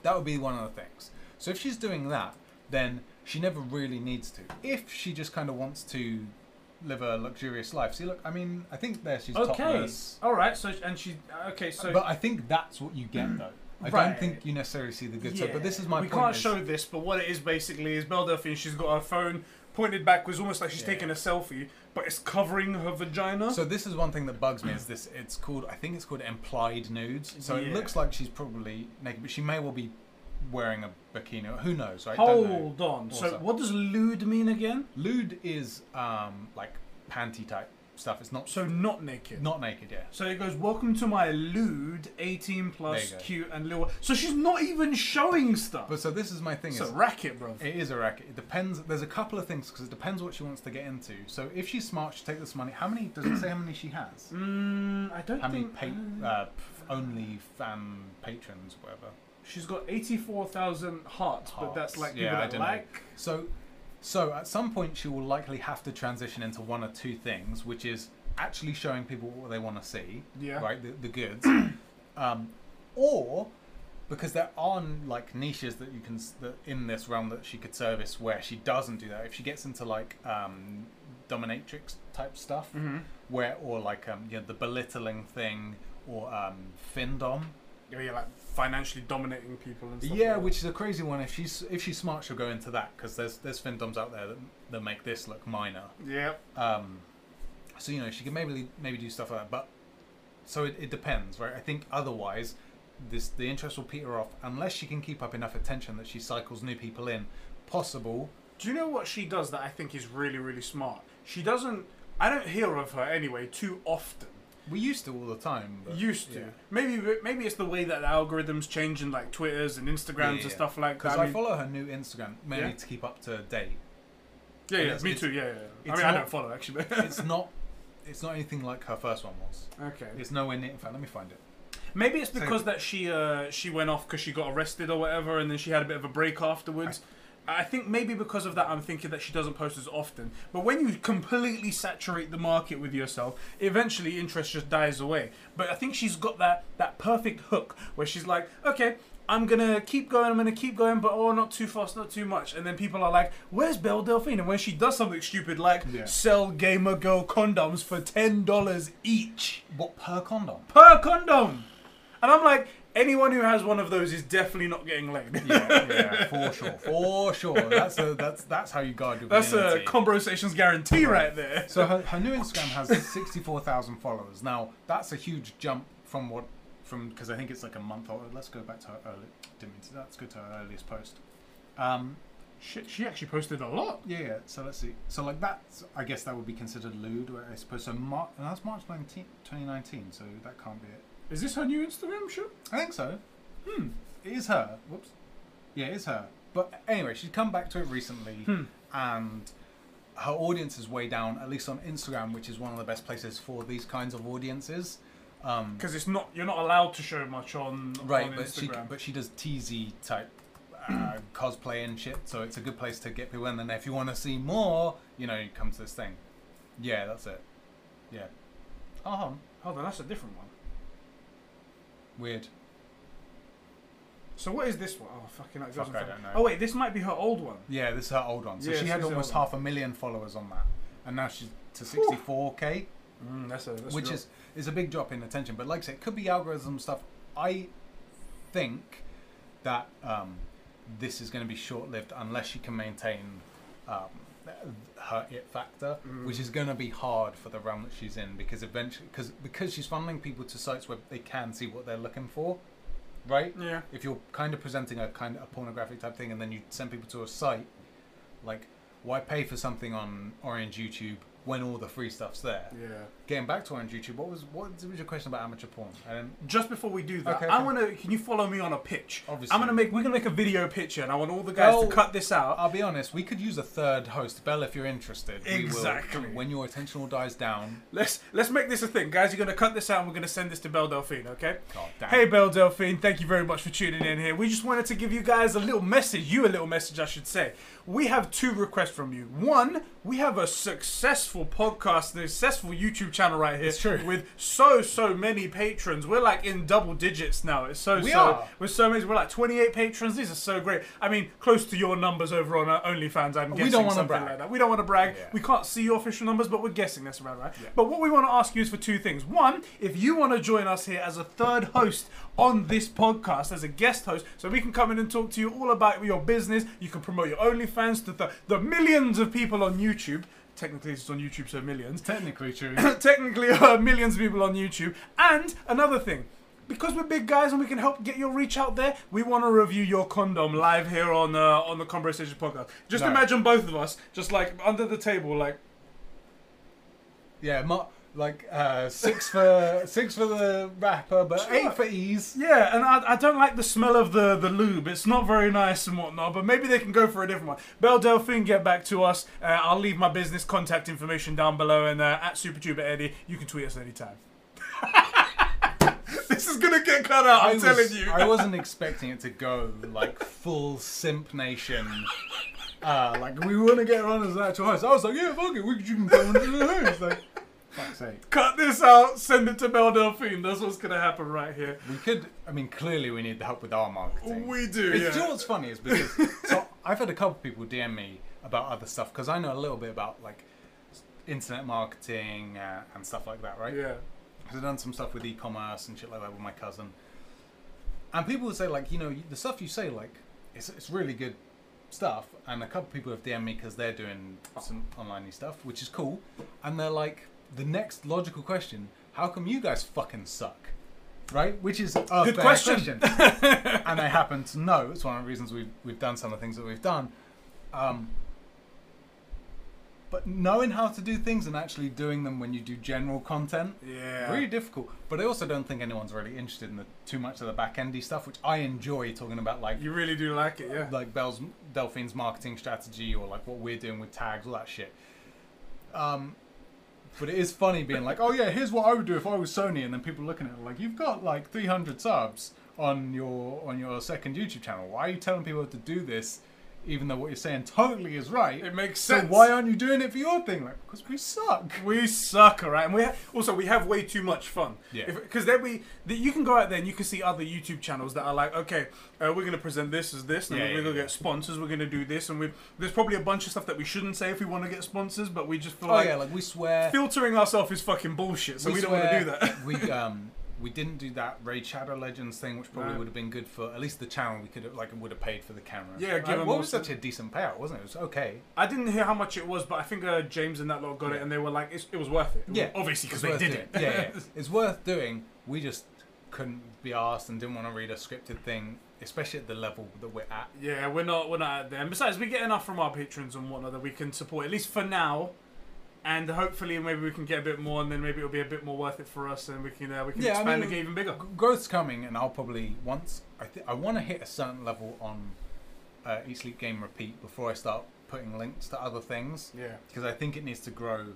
B: That would be one of the things. So if she's doing that, then she never really needs to. If she just kind of wants to live a luxurious life, see, look, I mean, I think there she's
A: Okay.
B: topless,
A: All right. So and she. Okay. So.
B: but I think that's what you get though. I
A: Right.
B: don't think you necessarily see the good
A: Yeah,
B: side. But this is my
A: we
B: point.
A: can't
B: is-
A: show this, but what it is basically is Belle Delphine. She's got her phone pointed backwards, almost like she's
B: Yeah.
A: taking a selfie, but it's covering her vagina.
B: So this is one thing that bugs me is this. It's called I think it's called implied nudes. So it
A: Yeah.
B: looks like she's probably naked, but she may well be wearing a bikini. Who knows? Right? Don't know.
A: Hold on.
B: What's
A: So
B: up?
A: what does lewd mean again?
B: Lewd is um like panty type stuff. It's not
A: So not naked.
B: not naked, yeah.
A: so it goes, welcome to my lewd, 18 plus,
B: There you go.
A: cute and little. So she's not even showing stuff.
B: But so this is my thing
A: it's
B: is
A: a racket, bro.
B: it is a racket. It depends. There's a couple of things because it depends what she wants to get into. So if she's smart, she take this money. How many? Does it say how many she has?
A: Mm, I don't
B: How many
A: think mm,
B: pa- uh, p- only fan patrons, whatever.
A: she's got 84,000 hearts, but that's
B: Hearts.
A: like people
B: Yeah, I
A: that
B: don't know.
A: like.
B: So, so at some point she will likely have to transition into one or two things, which is actually showing people what they want to see,
A: Yeah.
B: right? The, the goods, um, or because there are like niches that you can s- that in this realm that she could service where she doesn't do that. If she gets into like um, dominatrix type stuff,
A: Mhm.
B: where or like um, you know the belittling thing or um, findom.
A: Yeah, you're like financially dominating people and stuff.
B: Yeah,
A: like
B: which is a crazy one. If she's if she's smart, she'll go into that because there's there's findoms out there that, that make this look minor.
A: that. yeah,
B: Um, so you know she can maybe maybe do stuff like that, but so it, it depends, right? I think otherwise, this the interest will peter off unless she can keep up enough attention that she cycles new people in. Possible.
A: Do you know what she does that I think is really, really smart? She doesn't. I don't hear of her anyway too often.
B: We used to all the time. But,
A: Used to. Maybe maybe it's the way that the algorithms change in like Twitters and Instagrams
B: Yeah,
A: and
B: yeah.
A: stuff like
B: Because
A: that.
B: I,
A: mean-
B: follow her new Instagram mainly
A: Yeah.
B: to keep up to date.
A: yeah, yeah,
B: it's-
A: me
B: it's-
A: too. Yeah, yeah. yeah. I
B: it's
A: mean, I
B: not-
A: don't follow actually. But
B: It's not. It's not anything like her first one was.
A: okay.
B: It's nowhere near. In fact, let me find it.
A: Maybe it's because that she uh, she went off because she got arrested or whatever, and then she had a bit of a break afterwards. I think maybe because of that, I'm thinking that she doesn't post as often. But when you completely saturate the market with yourself, eventually interest just dies away. But I think she's got that that perfect hook where she's like, okay. I'm gonna keep going. I'm gonna keep going, but oh, not too fast, not too much. And then people are like, "Where's Belle Delphine?" And when she does something stupid like
C: Yeah.
A: sell gamer girl condoms for ten dollars each,
B: What per condom?
A: per condom. And I'm like, anyone who has one of those is definitely not getting laid.
B: yeah, yeah, for sure, for sure. That's a, that's that's how you guard your
A: That's a
B: virginity.
A: conversations guarantee right there.
B: so her, her new Instagram has sixty four thousand followers. Now that's a huge jump from what from because I think it's like a month old. Let's go back to her early. Didn't mean to. Let's go to her earliest post. Um,
A: Shit, she actually posted a lot.
B: yeah, yeah. So let's see. So like that's I guess that would be considered lewd. I suppose. So Mar- and that's March 19, 2019, So that can't be it.
A: Is this her new Instagram show?
B: I think so. Hmm. It is her. Whoops. Yeah, it is her. But anyway, she's come back to it recently,
A: Hmm.
B: and her audience is way down, at least on Instagram, which is one of the best places for these kinds of audiences. Um,
A: Because it's not you're not allowed to show much on
B: right,
A: on
B: but she
A: Instagram.
B: but she does teasy type uh, cosplay and shit, so it's a good place to get people. in. And if you want to see more, you know, you come to this thing. Yeah, that's it. Yeah. Oh, hold on.
A: Hold on, that's a different one.
B: weird.
A: So what is this one? Oh fucking hell, it
B: Fuck,
A: doesn't
B: I
A: fucking-
B: don't know.
A: Oh wait, this might be her old one.
B: Yeah, this is her old one. So
A: Yeah,
B: she
A: this
B: had
A: is her
B: almost
A: old one.
B: half a million followers on that, and now she's to 64k,
A: Mm, that's a that's
B: which
A: real.
B: is is a big drop in attention. But like I said, it could be algorithm stuff. I think that um, this is going to be short lived unless she can maintain um, her it factor,
A: Mm.
B: which is going to be hard for the realm that she's in because eventually, because because she's funneling people to sites where they can see what they're looking for, right?
A: yeah.
B: if you're kind of presenting a kind of a pornographic type thing and then you send people to a site like why pay for something on orange youtube when all the free stuff's there
A: Yeah.
B: getting back to orange youtube what was what was your question about amateur porn and
A: Just before we do that,
B: Okay,
A: I
B: okay.
A: want to. Can you follow me on a pitch?
B: Obviously.
A: I'm gonna make. We're gonna make a video picture, and I want all the guys
B: Well,
A: to cut this out.
B: i'll be honest we could use a third host bell if you're interested We will.
A: Exactly.
B: when your attentional dies down
A: Let's let's make this a thing, guys. You're gonna cut this out, and we're gonna send this to Belle Delphine, okay?
B: God damn.
A: Hey, Belle Delphine, thank you very much for tuning in here. We just wanted to give you guys a little message, you a little message, I should say. We have two requests from you. One, we have a successful podcast, a successful YouTube channel right here,
B: It's true.
A: with so so many patrons. We're like in double digits now. It's so
B: We
A: so
B: are.
A: with so many. We're like 28 patrons. These are so great. I mean, close to your numbers over on uh, OnlyFans. I'm guessing
B: We don't wanna
A: something
B: brag.
A: like that. We don't want to brag.
B: Yeah.
A: We can't see your official numbers, but we're guessing that's around right. But what we want to ask you is for two things. One, if you want to join us here as a third host on this podcast, as a guest host, so we can come in and talk to you all about your business. You can promote your OnlyFans to the, the millions of people on YouTube. Technically, it's on YouTube, so millions
B: technically true
A: technically uh, millions of people on YouTube. And another thing, because we're big guys and we can help get your reach out there, we want to review your condom live here on uh, on the Conversation Podcast. Just
B: No.
A: imagine both of us, just like under the table, like
B: yeah mo- like uh six for six for the rapper but eight for ease
A: yeah. And I, I don't like the smell of the the lube. It's not very nice and whatnot. But maybe they can go for a different one. Belle Delphine, get back to us. Uh, I'll leave my business contact information down below and uh, at SuperTuber Eddie, you can tweet us anytime. this is gonna get cut out. I'm
B: was,
A: telling you.
B: I wasn't expecting it to go like full simp nation. Uh, like we want to get her on as an actual host. I was like, yeah, fuck it, we you can go on as a host. Like,
C: fuck's sake.
A: Cut this out. Send it to Mel Delphine. That's what's gonna happen right here.
B: We could. I mean, clearly we need the help with our marketing.
A: We do.
B: It's, Do you
A: yeah.
B: know what's funny is because so I've had a couple of people DM me about other stuff because I know a little bit about like s- internet marketing uh, and stuff like that, right?
A: Yeah.
B: I've done some stuff with e-commerce and shit like that with my cousin, and people would say like, you know, the stuff you say like, it's it's really good stuff. And a couple of people have DM me because they're doing some online stuff, which is cool, and they're like, the next logical question: How come you guys fucking suck? Right, which is a
A: Good
B: fair
A: question.
B: question and I happen to know it's one of the reasons we've we've done some of the things that we've done. Um, but knowing how to do things and actually doing them when you do general content,
A: Yeah.
B: really difficult. But I also don't think anyone's really interested in the too much of the back endy stuff, which I enjoy talking about, like
A: You really do like it, yeah.
B: like Bell's Delphine's marketing strategy or like what we're doing with tags, all that shit. Um, but it is funny being like, oh yeah, here's what I would do if I was Sony, and then people looking at it like, you've got like 300 subs on your on your second YouTube channel. Why are you telling people to do this, even though what you're saying totally is right?
A: It makes
B: so
A: sense.
B: why aren't you doing it for your thing? Like, because we suck.
A: We suck, alright, and we ha- also we have way too much fun.
B: Yeah.
A: Because then we, the, you can go out there and you can see other YouTube channels that are like, okay, uh, we're gonna present this as this, and
B: Yeah,
A: we're
B: yeah,
A: gonna
B: yeah.
A: get sponsors. We're gonna do this, and we there's probably a bunch of stuff that we shouldn't say if we want to get sponsors, but we just feel
B: Oh
A: like
B: yeah, like we swear.
A: filtering ourselves is fucking bullshit, so we, don't want to do
B: swear
A: that.
B: we um we didn't do that Raid Shadow Legends thing, which probably
A: No.
B: would have been good for at least the channel. We could have like would have paid for the camera.
A: Yeah, give
B: Like,
A: them
B: what
A: more
B: was
A: stuff.
B: such a decent payout, wasn't it? It was okay.
A: I didn't hear how much it was, but I think uh, James and that lot got it, and they were like, it's, it was worth it.
B: Yeah,
A: obviously because
B: It's
A: they
B: worth
A: did
B: doing.
A: it.
B: yeah, yeah, it's worth doing. We just couldn't be asked and didn't want to read a scripted thing, especially at the level that we're at.
A: Yeah, we're not we're not out there. And besides, we get enough from our patrons and whatnot that we can support at least for now, and hopefully maybe we can get a bit more, and then maybe it'll be a bit more worth it for us, and we can uh, we can
B: Yeah, I
A: expand
B: mean,
A: the game even bigger.
B: G- Growth's coming, and I'll probably once I th- I want to hit a certain level on uh, Eat Sleep Game Repeat before I start putting links to other things
A: Yeah,
B: because I think it needs to grow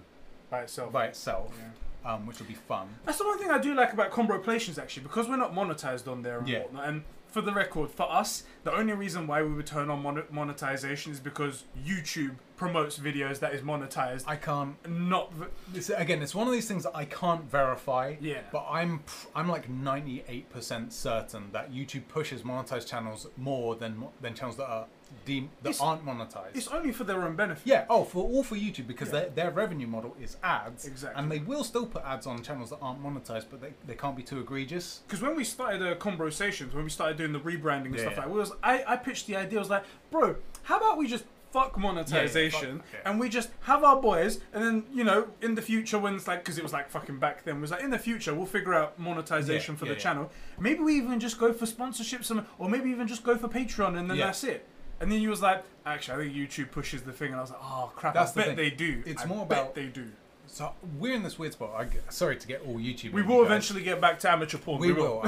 A: by itself.
B: by itself.
A: Yeah.
B: um, which will be fun.
A: That's the one thing I do like about Combroplations actually, because we're not monetized on there and
B: Yeah.
A: whatnot. And for the record, for us, the only reason why we would turn on mon- monetization is because YouTube promotes videos that is monetized.
B: I can't.
A: not v-
B: It's, again, it's one of these things that I can't verify.
A: Yeah.
B: But I'm pr- I'm like 98% certain that YouTube pushes monetized channels more than mo- than channels that are de- that
A: It's-
B: aren't monetized.
A: it's only for their own benefit.
B: yeah. Oh, for all for YouTube because
A: Yeah.
B: their their revenue model is ads.
A: Exactly.
B: And they will still put ads on channels that aren't monetized, but they, they can't be too egregious.
A: Because when we started uh, conversations, when we started doing the rebranding and
B: Yeah,
A: stuff
B: yeah.
A: like, we was I, I pitched the idea. I was like, bro, how about we just fuck monetization
B: fuck- yeah.
A: and we just have our boys, and then you know, in the future when it's like, because it was like fucking back then, was like in the future we'll figure out monetization
B: Yeah,
A: for
B: yeah,
A: the
B: yeah.
A: channel. Maybe we even just go for sponsorships, and, or maybe even just go for Patreon, and then
B: Yeah.
A: that's it. And then you was like, actually, I think YouTube pushes the thing, and I was like, oh crap,
B: That's
A: I
B: the
A: bet
B: thing.
A: they do.
B: It's
A: I
B: more
A: bet
B: about-
A: they do.
B: So we're in this weird spot. I g sorry to get all YouTube.
A: We
B: on
A: will
B: you guys.
A: eventually get back to amateur porn.
B: We, will. I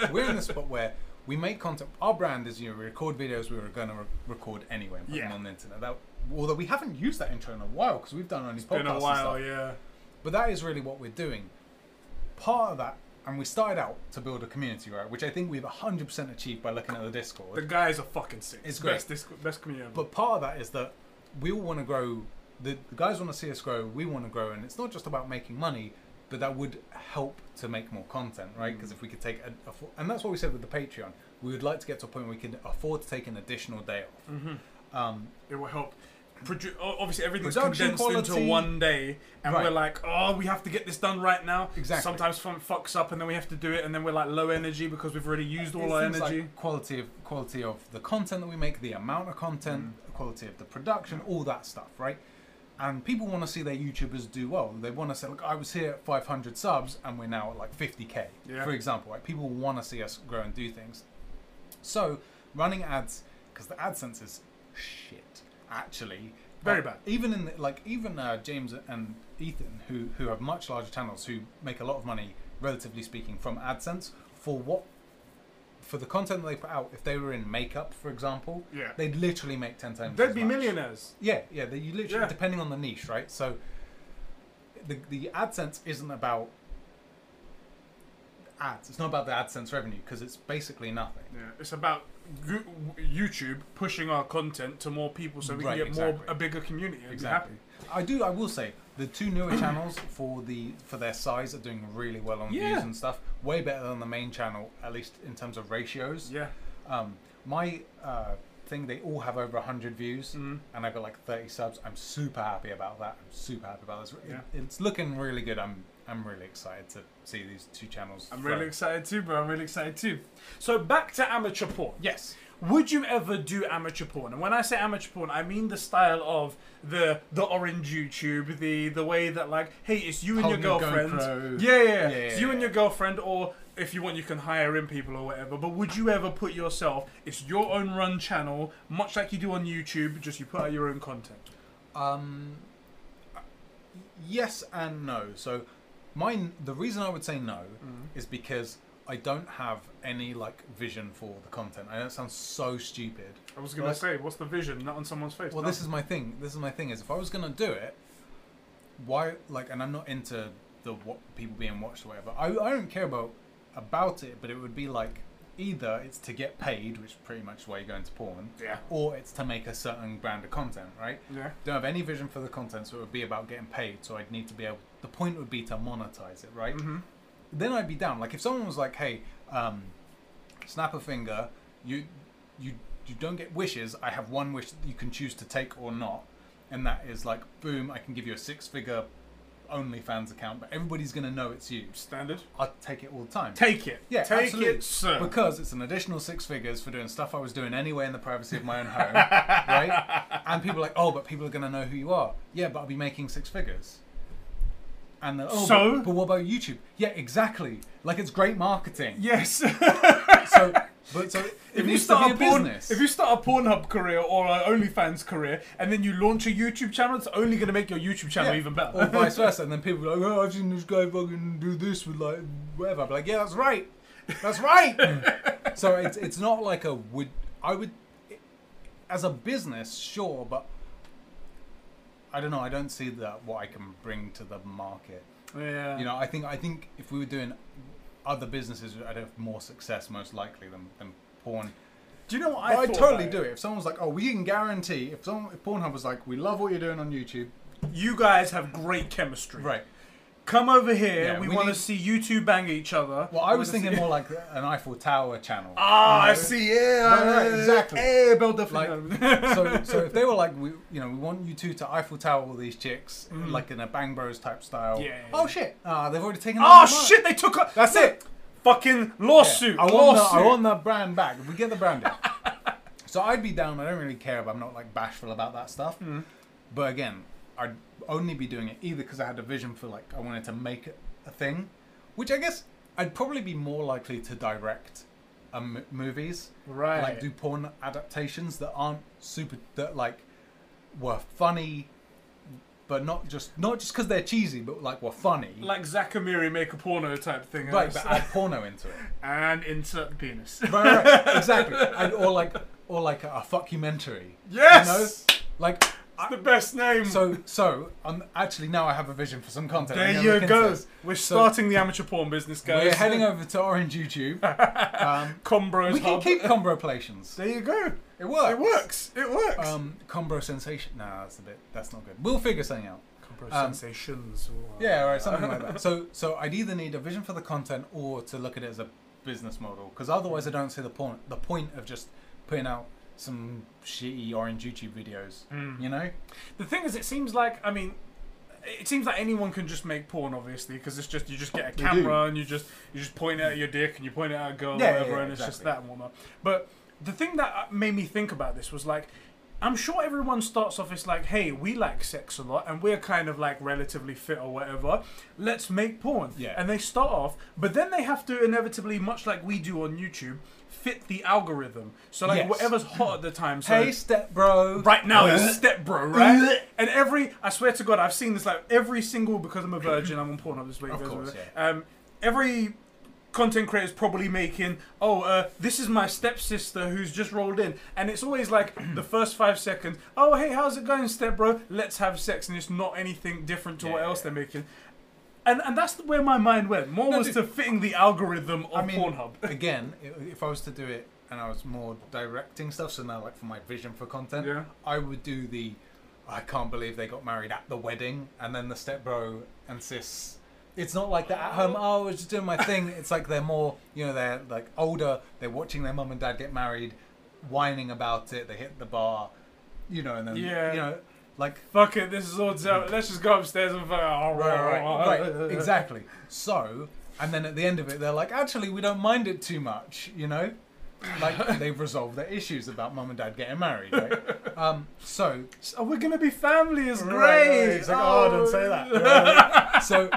B: So we're in the spot where we make content. Our brand is you know, we record videos we were going to re- record anyway and put
A: Yeah.
B: them on the internet. That, although we haven't used that intro in a while because we've done only podcasts.
A: Been a
B: and
A: while,
B: stuff.
A: yeah.
B: But that is really what we're doing. Part of that, and we started out to build a community, right? Which I think we've 100% achieved by looking at the Discord.
A: The guys are fucking sick.
B: It's
A: Best, disc- best community. But
B: But part of that is that we all want to grow. The, the guys want to see us grow. We want to grow, and it's not just about making money, but that would help to make more content, right? Because if we could take, a, affo- and that's what we said with the Patreon, we would like to get to a point where we can afford to take an additional day off. Um,
A: it will help. Produ- o- obviously, everything's
B: Production
A: condensed
B: quality.
A: into one day, and
B: Right.
A: we're like, oh, we have to get this done right now.
B: Exactly.
A: Sometimes fun fucks up, and then we have to do it, and then we're like low energy because we've already used all
B: it's
A: our
B: things like
A: energy.
B: quality of quality of the content that we make, the amount of content,
A: Mm.
B: the quality of the production, all that stuff, right? And people want to see their YouTubers do well. They want to say, look, I was here at 500 subs and we're now at like 50k,
A: Yeah.
B: for example. Right? People want to see us grow and do things. So running ads, because the AdSense is shit, actually.
A: Very
B: But
A: bad.
B: Even in the, like even uh, James and Ethan, who who have much larger channels, who make a lot of money, relatively speaking, from AdSense for what for the content that they put out. If they were in makeup, for example,
A: Yeah.
B: they'd literally make ten times.
A: They'd
B: as
A: be
B: much.
A: millionaires.
B: Yeah, yeah. They, you literally
A: Yeah.
B: depending on the niche, right? So the the AdSense isn't about ads. It's not about the AdSense revenue because it's basically nothing.
A: Yeah. It's about Gu- YouTube pushing our content to more people so we
B: Right,
A: can get more
B: exactly.
A: a bigger community and
B: Exactly.
A: be happy.
B: I do. I will say the two newer channels for the for their size are doing really well on
A: Yeah.
B: views and stuff. Way better than the main channel, at least in terms of ratios.
A: Yeah.
B: Um, my uh, thing, they all have over 100 views,
A: Mhm.
B: and I've got like 30 subs. I'm super happy about that. I'm super happy about this. It-
A: Yeah.
B: it's looking really good. I'm I'm really excited to see these two channels.
A: I'm
B: grow.
A: really excited too, bro. I'm really excited too. So back to amateur porn.
B: yes.
A: Would you ever do amateur porn? And when I say amateur porn, I mean the style of the the orange YouTube, the the way that like, hey, it's you and your
B: Holding a
A: girlfriend.
B: GoPro.
A: Yeah, yeah, yeah.
B: Yeah,
A: It's
B: yeah,
A: you and
B: yeah.
A: your girlfriend, or if you want, you can hire in people or whatever. But would you ever put yourself? It's your own run channel, much like you do on YouTube. Just you put out your own content.
B: Um, yes and no. So, mine. The reason I would say no
A: Mm-hmm.
B: is because I don't have any like vision for the content. I know it sounds so stupid.
A: I was gonna
B: Well,
A: say, what's the vision? Not on someone's face.
B: Well,
A: no.
B: this is my thing. This is my thing. Is if I was gonna do it, why? Like, and I'm not into the what people being watched or whatever. I I don't care about about it, but it would be like either it's to get paid, which is pretty much why you go into porn,
A: yeah,
B: or it's to make a certain brand of content, right?
A: yeah,
B: don't have any vision for the content, so it would be about getting paid. So I'd need to be able. The point would be to monetize it, right?
A: mm-hmm.
B: Then I'd be down. Like if someone was like, "Hey, um, snap a finger. You, you, you don't get wishes. I have one wish that you can choose to take or not, and that is like, boom, I can give you a six-figure OnlyFans account, but everybody's gonna know it's you.
A: standard.
B: I'd take it all the time.
A: Take it.
B: Yeah,
A: take
B: absolutely.
A: it, sir.
B: Because it's an additional six figures for doing stuff I was doing anyway in the privacy of my own home, right? And people are like, oh, but people are going to know who you are. Yeah, but I'll be making six figures. And then, oh,
A: So?
B: but, but what about YouTube? Yeah, exactly. Like it's great marketing.
A: yes.
B: So, but so it
A: if you
B: needs
A: start
B: to
A: a
B: be a
A: porn,
B: business.
A: if you start a Pornhub career or an OnlyFans career, and then you launch a YouTube channel, it's only going to make your YouTube channel
B: Yeah.
A: even better.
B: or vice versa, and then people are like, oh, I've seen this guy fucking do this with like whatever. I'm like, yeah, that's right, that's right. so it's it's not like a would I would as a business, sure, but I don't know. I don't see that what I can bring to the market.
A: yeah.
B: You know, I think I think if we were doing other businesses, I'd have more success most likely than than porn.
A: do you know what I?
B: I would
A: thought
B: totally
A: about
B: do it if someone's like, "Oh, we can guarantee." If someone, if Pornhub was like, "We love what you're doing on YouTube,"
A: You guys have great chemistry.
B: right?
A: Come over here.
B: Yeah,
A: we
B: we
A: want to
B: need-
A: see you two bang each other.
B: Well, I
A: We
B: was
A: wanna see-
B: thinking more like an Eiffel Tower channel.
A: Ah,
B: You know?
A: I see. Yeah,
B: Right, right,
A: yeah,
B: exactly.
A: Yeah, Bill definitely.
B: Like- So, so if they were like, we, you know, we want you two to Eiffel Tower all these chicks, like in a Bang Bros type style.
A: Mm. Yeah, yeah, yeah.
B: Oh shit! Ah, they've already taken.
A: oh
B: that from us.
A: shit! They took. A,
B: That's it.
A: Fucking lawsuit.
B: Yeah, I want
A: lawsuit.
B: the, I want the brand back. We get the brand. back. so I'd be down. I don't really care. But I'm not like bashful about that stuff.
A: Mm.
B: But again, I'd only be doing it either because I had a vision for like I wanted to make it a thing, which I guess I'd probably be more likely to direct um, movies,
A: Right.
B: Like do porn adaptations that aren't super that like were funny, but not just not just because they're cheesy, but like were funny.
A: like Zakamiri make a porno type thing. eh?
B: Right,
A: and-
B: but add porno into it.
A: and insert the penis.
B: right, right, right. exactly. And, or like, or like a, a fuckumentary.
A: Yes!
B: You know? Like,
A: the best name.
B: so, so. Um, actually, now I have a vision for some content. I'm
A: There
B: gonna
A: you
B: look into
A: go.
B: this.
A: We're
B: So-
A: starting the amateur porn business, guys.
B: We're heading over to Orange YouTube. Um,
A: Combros
B: we can
A: Hub.
B: keep Combro Plations.
A: There you go.
B: It works.
A: It works. It works.
B: Um, Combro Sensation. Nah, that's a bit. That's not good. We'll figure something out.
A: Combro
B: um,
A: sensations. or-
B: Yeah, all right, something like that. So, so I'd either need a vision for the content or to look at it as a business model, because otherwise, I don't see the point. The point of just putting out some shitty orange YouTube videos,
A: Hmm.
B: you know?
A: The thing is, it seems like I mean, it seems like anyone can just make porn, obviously, because it's just you just get a
B: do.
A: camera and you just you just point it at your dick and you point it at a girl,
B: Yeah,
A: or whatever,
B: yeah,
A: and it's just
B: exactly.
A: that and whatnot. But the thing that uh, made me think about this was like. I'm sure everyone starts off as like, hey, we like sex a lot and we're kind of like relatively fit or whatever. Let's make porn.
B: Yeah.
A: And they start off, but then they have to inevitably, much like we do on YouTube, fit the algorithm. So like
B: Yes.
A: whatever's hot at the time. So
B: hey, step bro.
A: right now
B: Uh,
A: is step bro,
B: Uh-huh.
A: right? and every I swear to God, I've seen this like every single because I'm a virgin, I'm on Pornhub this week.
B: Of
A: guys,
B: course,
A: whatever. Um, every content creator's probably making, oh, uh, this is my stepsister who's just rolled in, and it's always like the first five seconds, oh hey, how's it going, step bro? Let's have sex, and it's not anything different to what
B: Yeah,
A: else
B: yeah.
A: they're making. And, and that's where my mind went. More was
B: dude.
A: to fitting the algorithm of
B: I mean,
A: Pornhub.
B: again, i- if I was to do it, and and I was more directing stuff. So now, like for my vision for content,
C: Yeah.
B: I would do the I can't believe they got married at the wedding, and then the stepbro and sis. It's not like that at home. Oh, I was just doing my thing. It's like they're more, you know, they're like older. They're watching their mum and dad get married, whining about it. They hit the bar, you know, and then
A: Yeah.
B: you know, like
A: Fuck it, this is all down. Let's just go upstairs and fuck. Oh,
B: right, right, right, exactly. So, and then at the end of it, they're like, actually, we don't mind it too much, you know. Like they've resolved their issues about mum and dad getting married. Right? Um, so
A: So we're gonna be family. It's great.
B: Right, right. It's like, oh, don't say that. You know what I mean? so,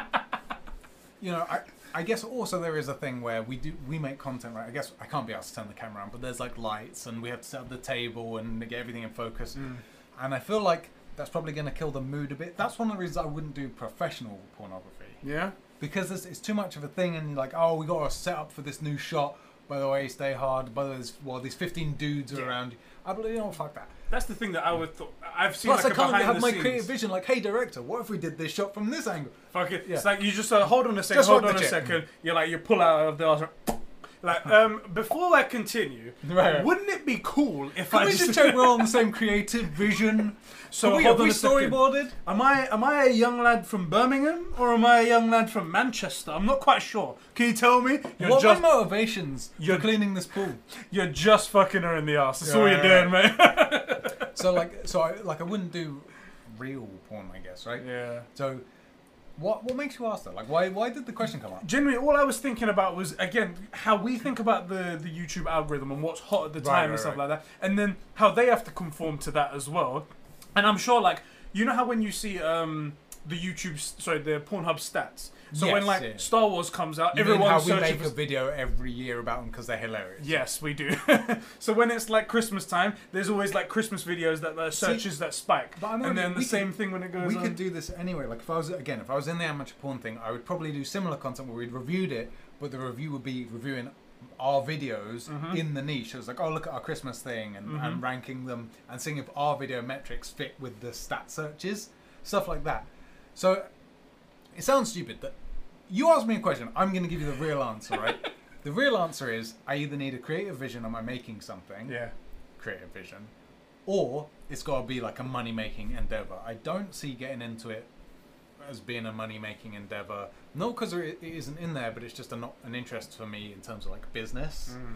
B: you know, I, I guess also there is a thing where we do we make content, right? I guess I can't be asked to turn the camera on, but there's like lights, and we have to set up the table and get everything in focus.
A: Mm.
B: And I feel like that's probably going to kill the mood a bit. That's one of the reasons I wouldn't do professional pornography
A: Yeah.
B: because it's, it's too much of a thing and you're like oh we got to set up for this new shot by the way stay hard by the way there's, well these 15 dudes are
A: Yeah.
B: around you i believe you know fuck that
A: That's the thing that I would. Th- I've seen
B: plus
A: like
B: i
A: a
B: can't
A: behind
B: have
A: the
B: my
A: scenes.
B: creative vision like hey director what if we did this shot from this angle
A: Fuck it. It's
B: Yeah.
A: like you just uh, hold on a second,
B: Just
A: hold
B: hold
A: on a
B: the check.
A: second. You're like you pull out of the other. Like um, before I continue,
B: Right, right.
A: wouldn't it be cool if
B: can
A: I
B: we just check we're all on the same creative vision
A: So
B: so we,
A: hold
B: have
A: on
B: we
A: a second.
B: storyboarded
A: Am I am I a young lad from Birmingham or am I a young lad from Manchester? I'm not quite sure. Can you tell me? You're
B: what are
A: just
B: my motivations
A: You're-
B: for cleaning this pool
A: you're just fucking her in the ass. That's
B: Yeah,
A: all you're doing,
B: right,
A: mate.
B: so like so i like i wouldn't do real porn i guess right
A: yeah.
B: so what what makes you ask that like why why did the question come up
A: Generally, all I was thinking about was again how we think about the the YouTube algorithm and what's hot at the time
B: Right,
A: and
B: right,
A: stuff
B: right.
A: like that, and then how they have to conform to that as well. And I'm sure, like you know how when you see um the YouTube, s- sorry, the Pornhub stats. So when
B: Yes,
A: like
B: yeah.
A: Star Wars comes out,
B: You mean
A: everyone's
B: how we
A: searching
B: make
A: for
B: a video every year about them because they're hilarious.
A: Yes, we do. so when it's like Christmas time, there's always like Christmas videos that uh, searches that spike,
B: but I know
A: and
B: we-
A: then the
B: we
A: same
B: could-
A: thing when it goes.
B: We
A: on.
B: could do this anyway. Like if I was again, if I was in the amateur porn thing, I would probably do similar content where we'd reviewed it, but the review would be reviewing our videos
A: Mm-hmm.
B: in the niche. It was like, oh look at our Christmas thing and, and ranking them and seeing if our video metrics fit with the stat searches, stuff like that. So it sounds stupid that you ask me a question, I'm gonna give you the real answer, right? the real answer is I either need a creative vision am I making something
A: Yeah.
B: creative vision, or it's got to be like a money making endeavor. I don't see getting into it as being a money making endeavor, not because it it isn't in there, but it's just a not an interest for me in terms of like business.
A: Mm.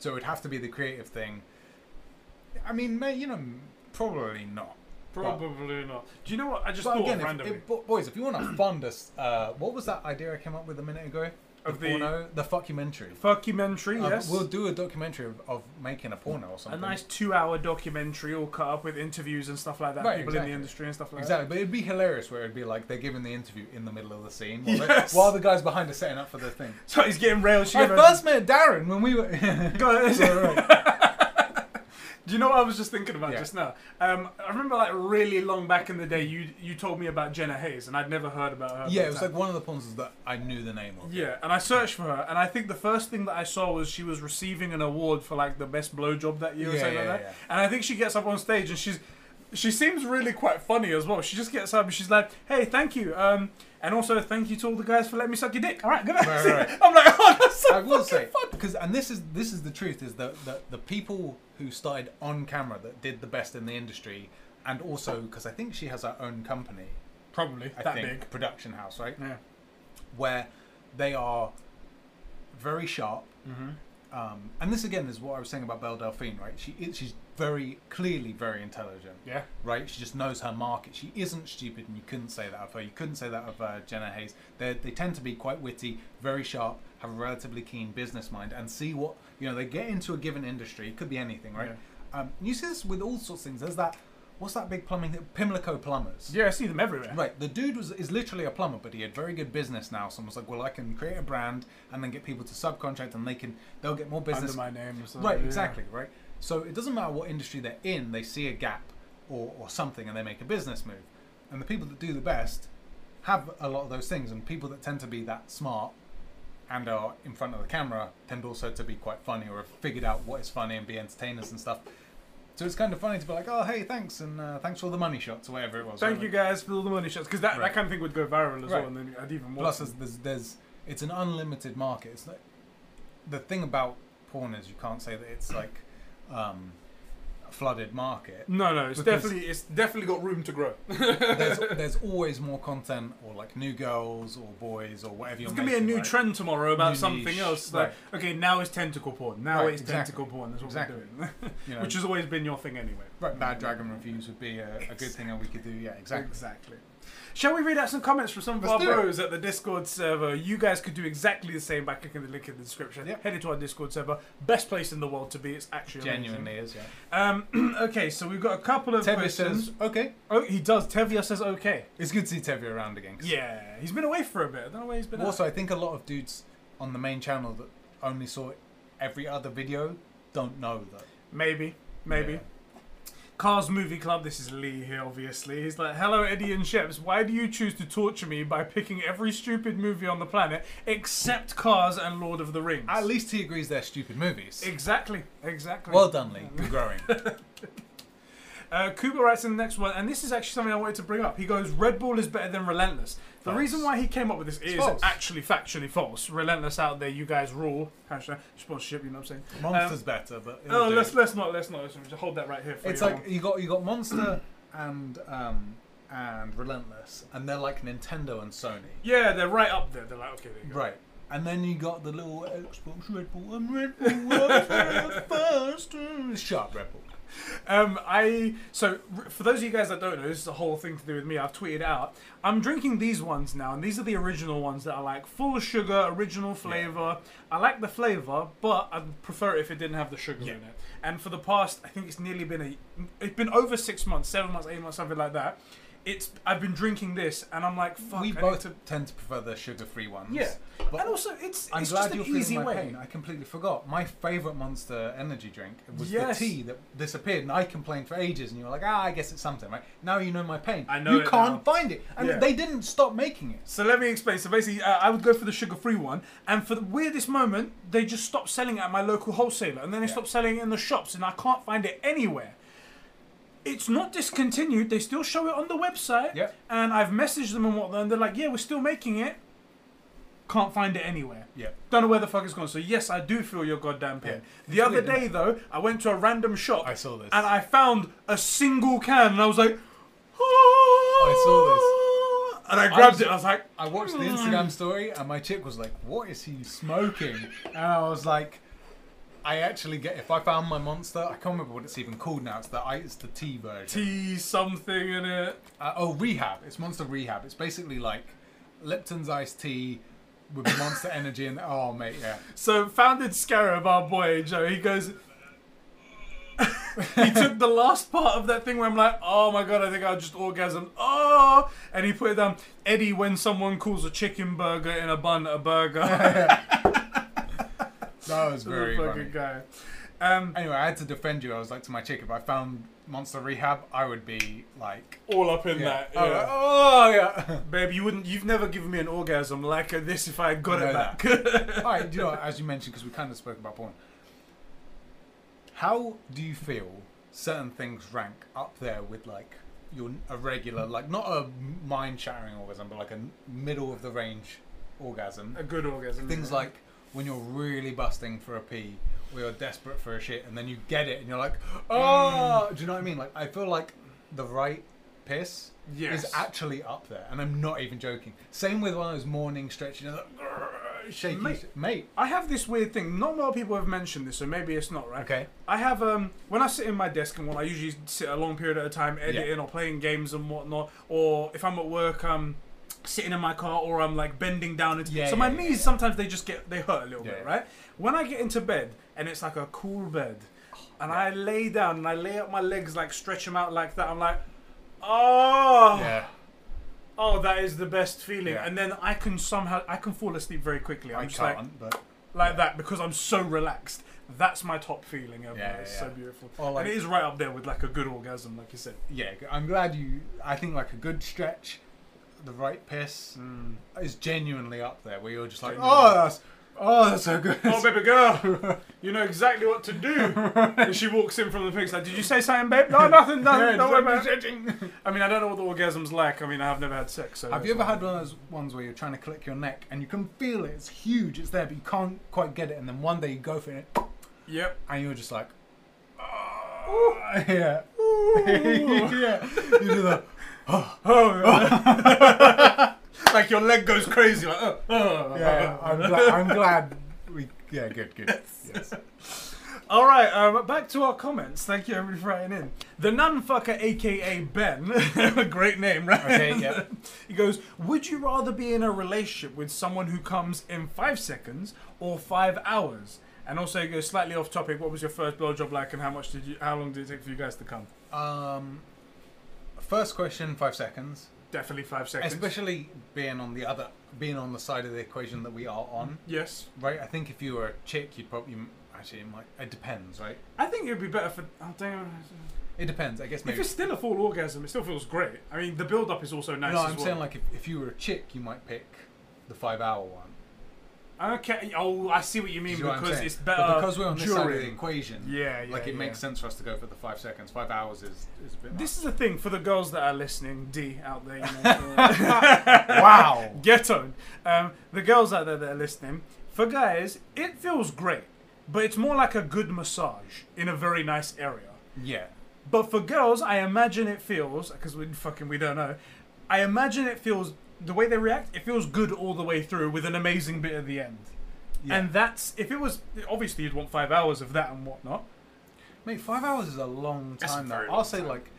B: So it would have to be the creative thing. I mean, may, you know, probably not.
A: Probably not. Do you know what? I just
B: But
A: thought
B: again,
A: of
B: if,
A: randomly.
B: if, bo- boys, if you want to fund us, uh, what was that idea I came up with a minute ago?
A: Of the-
B: porno, the documentary.
A: documentary, yes.
B: Uh, we'll do a documentary of, of making a porno or
A: a
B: something.
A: nice two-hour documentary, all cut up with interviews and stuff like that.
B: Right,
A: people in
B: exactly.
A: the industry and stuff like
B: Exactly, but it'd be hilarious where it'd be like they're giving the interview in the middle of the scene while, they-
A: Yes.
B: while the guys behind are setting up for the thing.
A: that. So he's getting railed.
B: I
A: shit.
B: first met Darren when we were. Right, right.
A: Do you know what I was just thinking about
B: Yeah.
A: just now? Um, I remember like really long back in the day, you you told me about Jenna Hayes, and I'd never heard about her. at
B: Yeah,
A: the
B: it was
A: time.
B: like one of the porns that I knew the name of.
A: Yeah, and I searched for her, and I think the first thing that I saw was she was receiving an award for like the best blowjob that year or
B: Yeah,
A: something
B: yeah,
A: like that.
B: yeah.
A: And I think she gets up on stage and she's. She seems really quite funny as well. She just gets up and she's like, "Hey, thank you, um, and also thank you to all the guys for letting me suck your dick." All right, good. night."
B: Right, right, right.
A: I'm like, oh, that's so
B: I will say because and this is this is the truth is that the, the people who started on camera that did the best in the industry and also because I think she has her own company
A: probably
B: I
A: that
B: think
A: big.
B: production house right
A: Yeah,
B: where they are very sharp. Um, and this again is what I was saying about Belle Delphine, right? She is, she's very clearly very intelligent,
A: yeah,
B: right? She just knows her market. She isn't stupid, and you couldn't say that of her. You couldn't say that of uh, Jenna Hayes. They they tend to be quite witty, very sharp, have a relatively keen business mind, and see what you know. They get into a given industry. It could be anything, right? Um, you see this with all sorts of things. There's that. What's that big plumbing? thing? Pimlico plumbers.
A: yeah. I see them everywhere.
B: Right, the dude was is literally a plumber, but he had very good business now. Someone's like, well, I can create a brand and then get people to subcontract, and they can they'll get more
A: Under
B: business.
A: my name. or something,
B: right,
A: yeah.
B: exactly. Right. So it doesn't matter what industry they're in; they see a gap or or something, and they make a business move. And the people that do the best have a lot of those things, and people that tend to be that smart and are in front of the camera tend also to be quite funny or have figured out what is funny and be entertainers and stuff. So it's kind of funny to be like, oh, hey, thanks, and uh, thanks for all the money shots or whatever it was.
A: Thank
B: right?
A: you guys for all the money shots because that, that
B: Right.
A: kind of thing would go viral as well,
B: Right.
A: and then I'd even watch
B: Plus,
A: them.
B: there's, there's, there's it's an unlimited market. It's like the thing about porn is you can't say that it's like um, a flooded market.
A: No, no, it's
B: Because-
A: definitely it's definitely got room to grow.
B: there's, there's always more content or like new girls or boys or whatever you're
A: There's gonna be a
B: making,
A: new
B: right?
A: trend tomorrow about
B: New
A: something
B: niche,
A: else. Like,
B: right.
A: okay, now it's tentacle porn. Now
B: Right,
A: it's
B: exactly.
A: tentacle porn. That's what
B: Exactly.
A: we're doing,
B: You know,
A: which has always been your thing anyway.
B: right, Bad Dragon reviews would be a, a good thing that we could do. Yeah, exactly.
A: Exactly. Shall we read out some comments from some of
B: Let's
A: our
B: do it.
A: bros at the Discord server? You guys could do exactly the same by clicking the link in the description.
B: Yep.
A: Headed to our Discord server. Best place in the world to be. It's actually amazing.
B: Genuinely is. Yeah.
A: Um, okay, so we've got a couple of
B: Tevye
A: questions.
B: says okay.
A: oh, he does. Tevia says okay.
B: It's good to see Tevye around again. 'cause
A: Yeah, he's been away for a bit. I don't know where he's been. at.
B: Also, I think a lot of dudes on the main channel that only saw every other video don't know that.
A: Maybe, maybe.
B: Yeah.
A: Cars Movie Club, this is Lee here, obviously. He's like, Hello, Eddie and Sheps. Why do you choose to torture me by picking every stupid movie on the planet except Cars and Lord of the Rings?
B: At least he agrees they're stupid movies.
A: Exactly, exactly.
B: well done, Lee. Um, You're growing.
A: Uh, Kuba writes in the next one, and this is actually something I wanted to bring up. He goes, Red Bull is better than Relentless. The
B: False.
A: reason why he came up with this is
B: false.
A: actually factually false. Relentless out there, you guys rule. Hashtag sponsorship, you know what I'm saying?
B: Monster's better, but it'll
A: Oh,
B: do.
A: let's, let's not, let's not. Let's just hold that right here for
B: it's
A: you.
B: like you got you got Monster and um and Relentless, and they're like Nintendo and Sony.
A: yeah, they're right up there. They're like, okay, there you go.
B: Right. And then you got the little Xbox Red Bull. I'm Red Bull. I'm first. uh, Shut up, Red Bull.
A: Um, I so r- for those of you guys that don't know, this is a whole thing to do with me. I've tweeted out. I'm drinking these ones now, and these are the original ones that are like full of sugar, original flavor. I like the flavor, but I'd prefer it if it didn't have the sugar
B: Yeah.
A: in it. And for the past, I think it's nearly been a, it's been over six months, seven months, eight months, something like that. It's I've been drinking this, and I'm like, fuck.
B: we
A: I need
B: both
A: to-
B: tend to prefer the sugar-free ones.
A: yeah.
B: But
A: and also, it's
B: I'm
A: it's
B: glad
A: just
B: you're
A: an
B: feeling
A: easy
B: my
A: way.
B: pain. I completely forgot. My favourite Monster energy drink was
A: Yes.
B: the tea that disappeared, and I complained for ages, and you were like, "Ah, I guess it's something, right?" Now you know my pain.
A: I know
B: you
A: it
B: can't find it, and
A: Yeah.
B: they didn't stop making it.
A: So let me explain. So basically, uh, I would go for the sugar-free one, and for the weirdest moment, they just stopped selling it at my local wholesaler, and then they
B: Yeah.
A: stopped selling it in the shops, and I can't find it anywhere. It's not discontinued. They still show it on the website,
B: Yep.
A: and I've messaged them and whatnot, and they're like, "Yeah, we're still making it. Can't find it anywhere."
B: Yeah.
A: Don't know where the fuck it's gone. So yes, I do feel your goddamn pain.
B: Yeah.
A: The other
B: weird, isn't
A: day though, I went to a random shop.
B: I saw this.
A: and I found a single can, and I was like,
B: I
A: saw this, and I
B: I
A: grabbed
B: was-
A: it. I was like,
B: I watched the Instagram story, and my chick was like, "What is he smoking?" And I was like, "I actually get. If I found my Monster, I can't remember what it's even called now. It's the I- it's the tea version.
A: tea something in it.
B: Uh, oh, Rehab. It's Monster Rehab. It's basically like Lipton's iced tea with Monster Energy and oh mate, yeah.
A: So founded Scarab, our boy Joe, he goes. he took the last part of that thing where I'm like, oh my god, I think I just orgasmed. Oh, and he put it down. Eddie, when someone calls a chicken burger in a bun a burger,
B: That was very
A: the fucking
B: funny.
A: guy. Um,
B: Anyway, I had to defend you. I was like to my chick, if I found Monster Rehab, I would be like,
A: all up in
B: yeah.
A: that.
B: I would-
A: yeah.
B: oh yeah.
A: Babe, you wouldn't. You've never given me an orgasm like this if I got
B: No,
A: it
B: no.
A: back.
B: All right, you know, what, as you mentioned, because we kind of spoke about porn. How do you feel certain things rank up there with like your a regular, like not a mind-shattering orgasm, but like a middle of the range orgasm?
A: a good orgasm.
B: Things like when you're really busting for a pee or you're desperate for a shit, and then you get it, and you're like, oh,
A: Mm.
B: do you know what I mean? Like I feel like the right piss
A: yes.
B: is actually up there, and I'm not even joking. Same with one of those morning stretches, like, "Grrr," shaky,
A: Mate.
B: mate. mate.
A: I have this weird thing. Not a lot of people have mentioned this, so maybe it's not right.
B: Okay.
A: I have um when I sit in my desk and when I usually sit a long period at a time editing
B: Yeah.
A: or playing games and whatnot, or if I'm at work, um sitting in my car or I'm like bending down into
B: Yeah,
A: so
B: yeah,
A: my
B: yeah,
A: knees
B: yeah.
A: sometimes they just get they hurt a little
B: Yeah,
A: bit,
B: yeah.
A: right? When I get into bed and it's like a cool bed and I lay down and I lay out my legs like stretch them out like that, I'm like Oh
B: Yeah.
A: oh that is the best feeling
B: Yeah.
A: and then I can somehow I can fall asleep very quickly. I'm
B: I
A: just
B: can't,
A: like
B: but
A: like
B: Yeah.
A: that because I'm so relaxed. That's my top feeling ever.
B: Yeah,
A: it's
B: yeah,
A: so
B: yeah.
A: beautiful.
B: Or like-
A: and it is right up there with like a good orgasm, like you said.
B: yeah, I'm glad you. I think like a good stretch, the right piss is genuinely up there, where you're just like,
A: Mm. Genuinely.
B: oh, that's, oh, that's so good.
A: Oh, baby girl, you know exactly what to do. and she walks in from the pigs like, "Did you say something, babe? No, Oh, nothing. No,
B: Yeah,
A: don't worry about
B: exactly.
A: it." I mean, I don't know what the orgasm's like. I mean, I've never had sex. So
B: Have
A: it's
B: you ever
A: not-
B: had one of those ones where you're trying to click your neck and you can feel it? It's huge, it's there, but you can't quite get it. And then one day you go for it, and it
A: Yep.
B: and you're just like, "Ah, yeah, yeah. You do that.
A: Like your leg goes crazy. Like, oh, oh.
B: Yeah, I'm, gla- I'm glad we. Yeah, good, good. Yes.
A: All right, um, back to our comments. Thank you, everybody, for writing in. The nun fucker, aka Ben, great name, right?
B: Okay, yeah.
A: He goes, Would you rather be in a relationship with someone who comes in five seconds or five hours? And also, he goes slightly off topic. What was your first blowjob like, and how much did you? How long did it take for you guys to come?
B: Um, first question, five seconds.
A: Definitely five seconds.
B: Especially being on the other, being on the side of the equation that we are on,
A: yes.
B: right? I think if you were a chick, you'd probably actually it might. It depends, right?
A: I think it'd be better for. Oh, damn.
B: It depends. I guess
A: If
B: maybe.
A: it's still a full orgasm, it still feels great. I mean, the build-up is also nice.
B: no,
A: as
B: I'm
A: well.
B: saying like if, if you were a chick, you might pick the five-hour one.
A: Okay. Oh, I see what you mean
B: Is what I'm
A: because
B: saying.
A: it's
B: But
A: better.
B: because we're on this side of the
A: during.
B: equation.
A: Yeah, yeah,
B: like it
A: yeah.
B: makes sense for us to go for the five seconds. Five hours is, is a bit.
A: This is the thing for the girls that are listening, D out there, you know,
B: wow.
A: ghetto. Um, the girls out there that are listening, for guys, it feels great, but it's more like a good massage in a very nice area.
B: Yeah.
A: But for girls, I imagine it feels because we fucking we don't know. I imagine it feels the way they react. It feels good all the way through with an amazing bit at the end.
B: Yeah.
A: And that's if it was obviously you'd want five hours of that and whatnot.
B: Mate, five hours is a long
A: That's a
B: time.
A: very
B: Though.
A: long
B: I'll say
A: time.
B: like,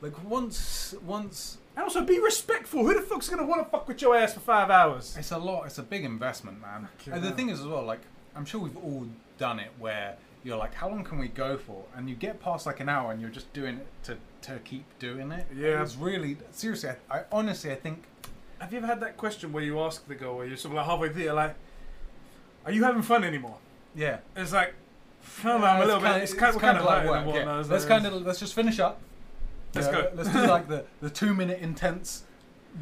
B: like once once
A: And also be respectful. Who the fuck's gonna want to fuck with your ass for five hours?
B: It's a lot. It's a big investment, man.
A: Fucking
B: And the
A: hell.
B: thing is, as well, like I'm sure we've all done it, where you're like, how long can we go for? And you get past like an hour, and you're just doing it to to keep doing it.
A: Yeah.
B: It's really seriously. I, I honestly, I think
A: Have you ever had that question where you ask the girl, where you're sort of like halfway through, you're like, "Are you having fun anymore?"
B: yeah.
A: It's like, "No, no, I'm a
B: It's
A: little
B: kinda-
A: bit. It's kind, kind of like
B: work, yeah. Let's kind of let's just finish up.
A: Let's
B: Yeah,
A: go.
B: Let's do like the the two minute intense.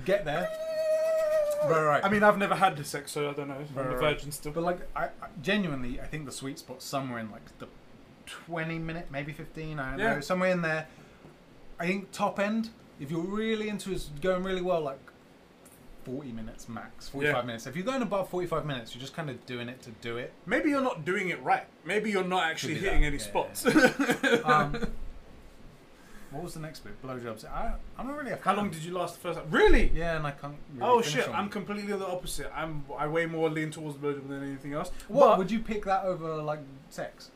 B: Get there. Right, right.
A: I mean, I've never had the sex, so I don't know. I'm
B: Right,
A: a
B: right.
A: virgin still.
B: But like, I, I genuinely, I think the sweet spot's somewhere in like the twenty minute, maybe fifteen. I don't
A: Yeah.
B: know, somewhere in there. I think top end. If you're really into it, it's going really well, like forty minutes max, forty-five
A: Yeah.
B: minutes. If you're going above forty-five minutes, you're just kind of doing it to do it.
A: Maybe you're not doing it right. Maybe you're not actually
B: be
A: hitting
B: that,
A: any
B: yeah,
A: spots.
B: Um, what was the next bit? Blowjobs. I, I'm not really. A
A: How long did you last the first time? Really?
B: Yeah, and I can't. Really
A: oh
B: finish
A: shit!
B: on
A: I'm
B: it.
A: completely the opposite. I'm I way more lean towards blowjob than anything else.
B: What
A: But-
B: would you pick that over like sex?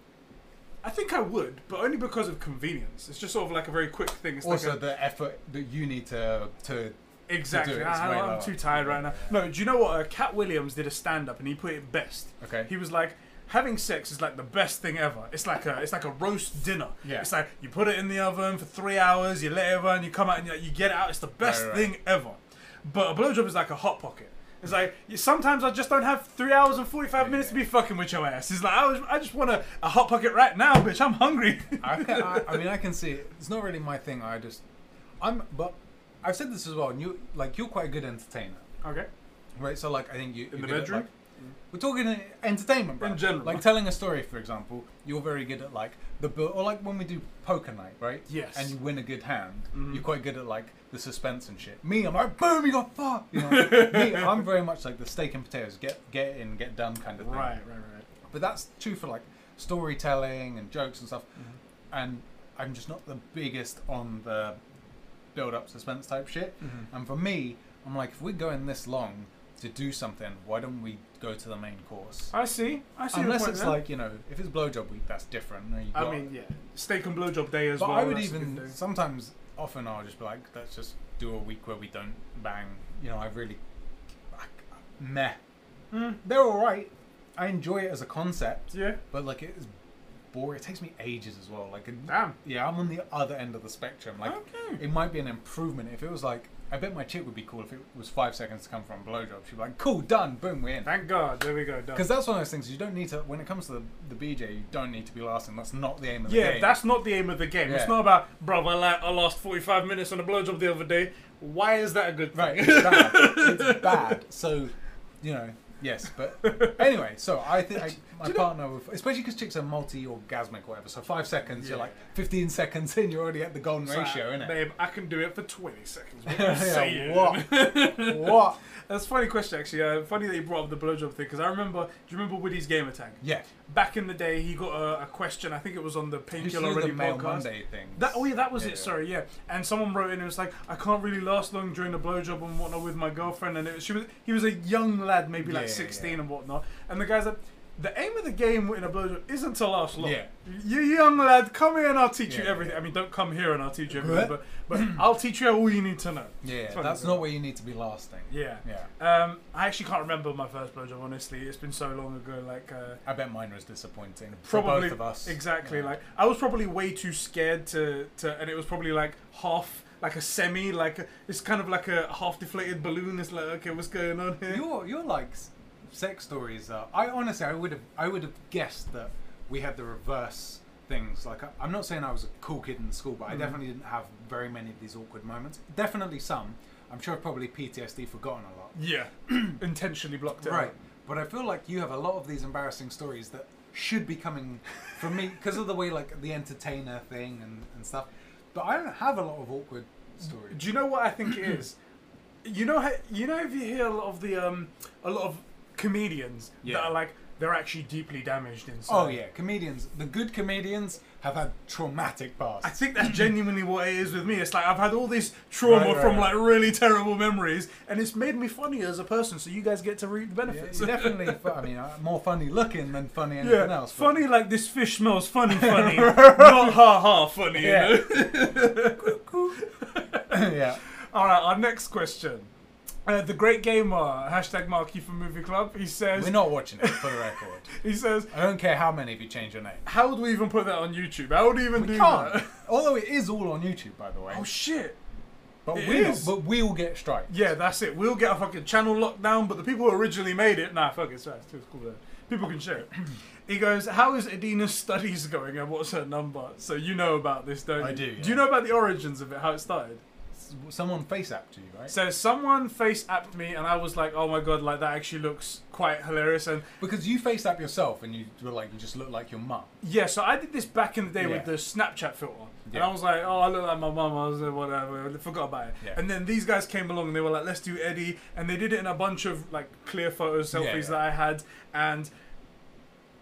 A: I think I would, but only because of convenience. It's just sort of like a very quick thing. It's
B: also,
A: like a,
B: the effort that you need to to
A: exactly.
B: to do it, it's
A: I,
B: way
A: am
B: lower.
A: too tired right now. No, do you know what? Uh, Cat Williams did a stand up and he put it best.
B: Okay.
A: He was like, having sex is like the best thing ever. It's like a it's like a roast dinner.
B: Yeah.
A: It's like you put it in the oven for three hours, you let it run, you come out and you, you get it out. It's the best
B: right.
A: thing ever. But a blowjob is like a hot pocket. It's like you- sometimes I just don't have three hours and forty five minutes to be fucking with your ass. It's like I, was, I just want a, a hot pocket right now, bitch. I'm hungry.
B: I, can, I, I mean, I can see it. It's not really my thing. I just, I'm, but I've said this as well. And you, like, you're quite a good entertainer,
A: okay.
B: right? So, like, I think you
A: In
B: you're
A: the
B: good at,
A: bedroom?
B: like- we're talking in entertainment, bro.
A: In general.
B: like telling a story, for example. You're very good at like the bu- or like when we do poker night, right?
A: Yes. Mm-hmm.
B: And you win a good hand. You're quite good at like the suspense and shit. Me, I'm like, boom, you got fucked. You know, me, I'm very much like the steak and potatoes, get get in, get done kind of thing.
A: Right, right, right.
B: But that's true for like storytelling and jokes and stuff.
A: Mm-hmm.
B: And I'm just not the biggest on the build up suspense type shit.
A: Mm-hmm.
B: And for me, I'm like, if we're going this long to do something, why don't we go to the main course?
A: I see. I see. your
B: Unless
A: point
B: it's
A: there.
B: like, you know, if it's blowjob week, that's different. No, you
A: I
B: got-
A: mean, yeah, steak and blowjob day as
B: but
A: well.
B: I would
A: that's a good
B: even
A: thing.
B: sometimes, often I'll just be like, let's just do a week where we don't bang. You know, I really, I, meh. They're all right. I enjoy it as a concept.
A: Mm. yeah.
B: But like it is boring. It takes me ages as well. Like and-
A: Damn.
B: yeah, I'm on the other end of the spectrum. Like
A: Okay.
B: it might be an improvement if it was like I bet my chick would be cool if it was five seconds to come from a blowjob. She'd be like, cool, done, boom, we're in.
A: Thank God. There we go. Done.
B: Because that's one of those things you don't need to. When it comes to the, the BJ, you don't need to be lasting. That's not the aim of the
A: Yeah,
B: game.
A: that's not the aim of the game. It's
B: Yeah.
A: not about, bro, I, la- I lost 45 minutes on a blowjob the other day. Why is that a good thing?
B: right. It's bad. it's bad. So, you know, yes, but anyway. So I think I, my partner, would, especially because chicks are multi-orgasmic, or whatever. So five seconds, you're
A: Yeah.
B: like 15 seconds in, you're already at the golden
A: It's like,
B: ratio, innit?
A: Babe, I can do it for 20 seconds. What
B: Yeah,
A: I'm saying.
B: what? what?
A: That's a funny question, actually. Uh, funny that you brought up the blowjob thing, because I remember, do you remember Woody's Gamer Tag?
B: Yeah.
A: back in the day, he got a, a question. I think it was on the
B: You
A: Painkiller
B: saw the
A: Ready
B: Mail
A: podcast.
B: Monday thing.
A: That, oh yeah, that was
B: Yeah,
A: it.
B: yeah.
A: Sorry, yeah. And someone wrote in and was like, "I can't really last long during the blowjob and whatnot with my girlfriend." And it, she was, he was a young lad, maybe like
B: Yeah, yeah,
A: sixteen
B: yeah.
A: and whatnot. And the guy's like, "The aim of the game in a blowjob isn't to last long.
B: Yeah.
A: You young lad, come here and I'll teach
B: Yeah,
A: you
B: yeah,
A: everything.
B: yeah.
A: I mean, don't come here and I'll teach you everything,
B: What?
A: but but I'll teach you all you need to know."
B: Yeah,
A: what
B: that's
A: it is.
B: not where you need to be lasting.
A: Yeah.
B: Yeah.
A: Um, I actually can't remember my first blowjob. Honestly, it's been so long ago. Like. Uh,
B: I bet mine was disappointing for
A: probably
B: both of us.
A: exactly
B: Yeah.
A: like i was probably way too scared to to and it was probably like half like a semi like it's kind of like a half deflated balloon it's like okay what's going on here
B: your your like s- sex stories are. I honestly, I would have, I would have guessed that we had the reverse things. Like, I, I'm not saying I was a cool kid in school, but I
A: Mhm.
B: definitely didn't have very many of these awkward moments. Definitely some. I'm sure I've probably PTSD forgotten a lot.
A: yeah intentionally blocked it
B: Right,
A: out.
B: but I feel like you have a lot of these embarrassing stories that should be coming from me because of the way like the entertainer thing and, and stuff. But I don't have a lot of awkward stories.
A: do you know what i think it is you know how you know if you hear a lot of the um a lot of comedians
B: Yeah.
A: that are like they're actually deeply damaged inside
B: Oh yeah, comedians. The good comedians have had traumatic pasts.
A: I think that's genuinely what it is with me. It's like I've had all this trauma
B: Right, right,
A: from
B: right.
A: like really terrible memories, and it's made me funnier as a person. So you guys get to reap the
B: Yeah,
A: benefits.
B: you're definitely. fu- I mean, uh, more funny looking than funny anything
A: Yeah,
B: else. but-
A: funny like this fish smells funny, funny, not ha ha funny. You
B: Yeah.
A: know?
B: yeah.
A: All right, our next question. Uh, the great gamer hashtag Marky from Movie Club. He
B: We're
A: says
B: not watching it for the record.
A: he says
B: I don't care how many of you change your name.
A: how do we even put that on YouTube? How do we even
B: We
A: do
B: can't.
A: that?
B: Although it is all on YouTube, by the way.
A: Oh shit!
B: but
A: it
B: we
A: is.
B: but we will get strikes.
A: Yeah, that's it. We'll get a fucking channel lockdown, but the people who originally made it, nah, fuck it, it's fine. It's cool though. People can share it. He goes, How is Adina's studies going and what's her number? So you know about this, don't you?
B: I do, yeah.
A: Do you know about the origins of it, how it started?
B: S- Someone face app to you, right?
A: So someone face apped me and I was like, Oh my god, like that actually looks quite hilarious and
B: Because you face app yourself and you were like, you just look like your mum.
A: Yeah, so I did this back in the day
B: Yeah.
A: with the Snapchat filter. And
B: Yeah.
A: I was like, oh, I look like my mum. I was like, whatever, I forgot about it.
B: Yeah.
A: And then these guys came along and they were like, let's do Eddie. And they did it in a bunch of like clear photos, selfies
B: Yeah, yeah.
A: that I had. And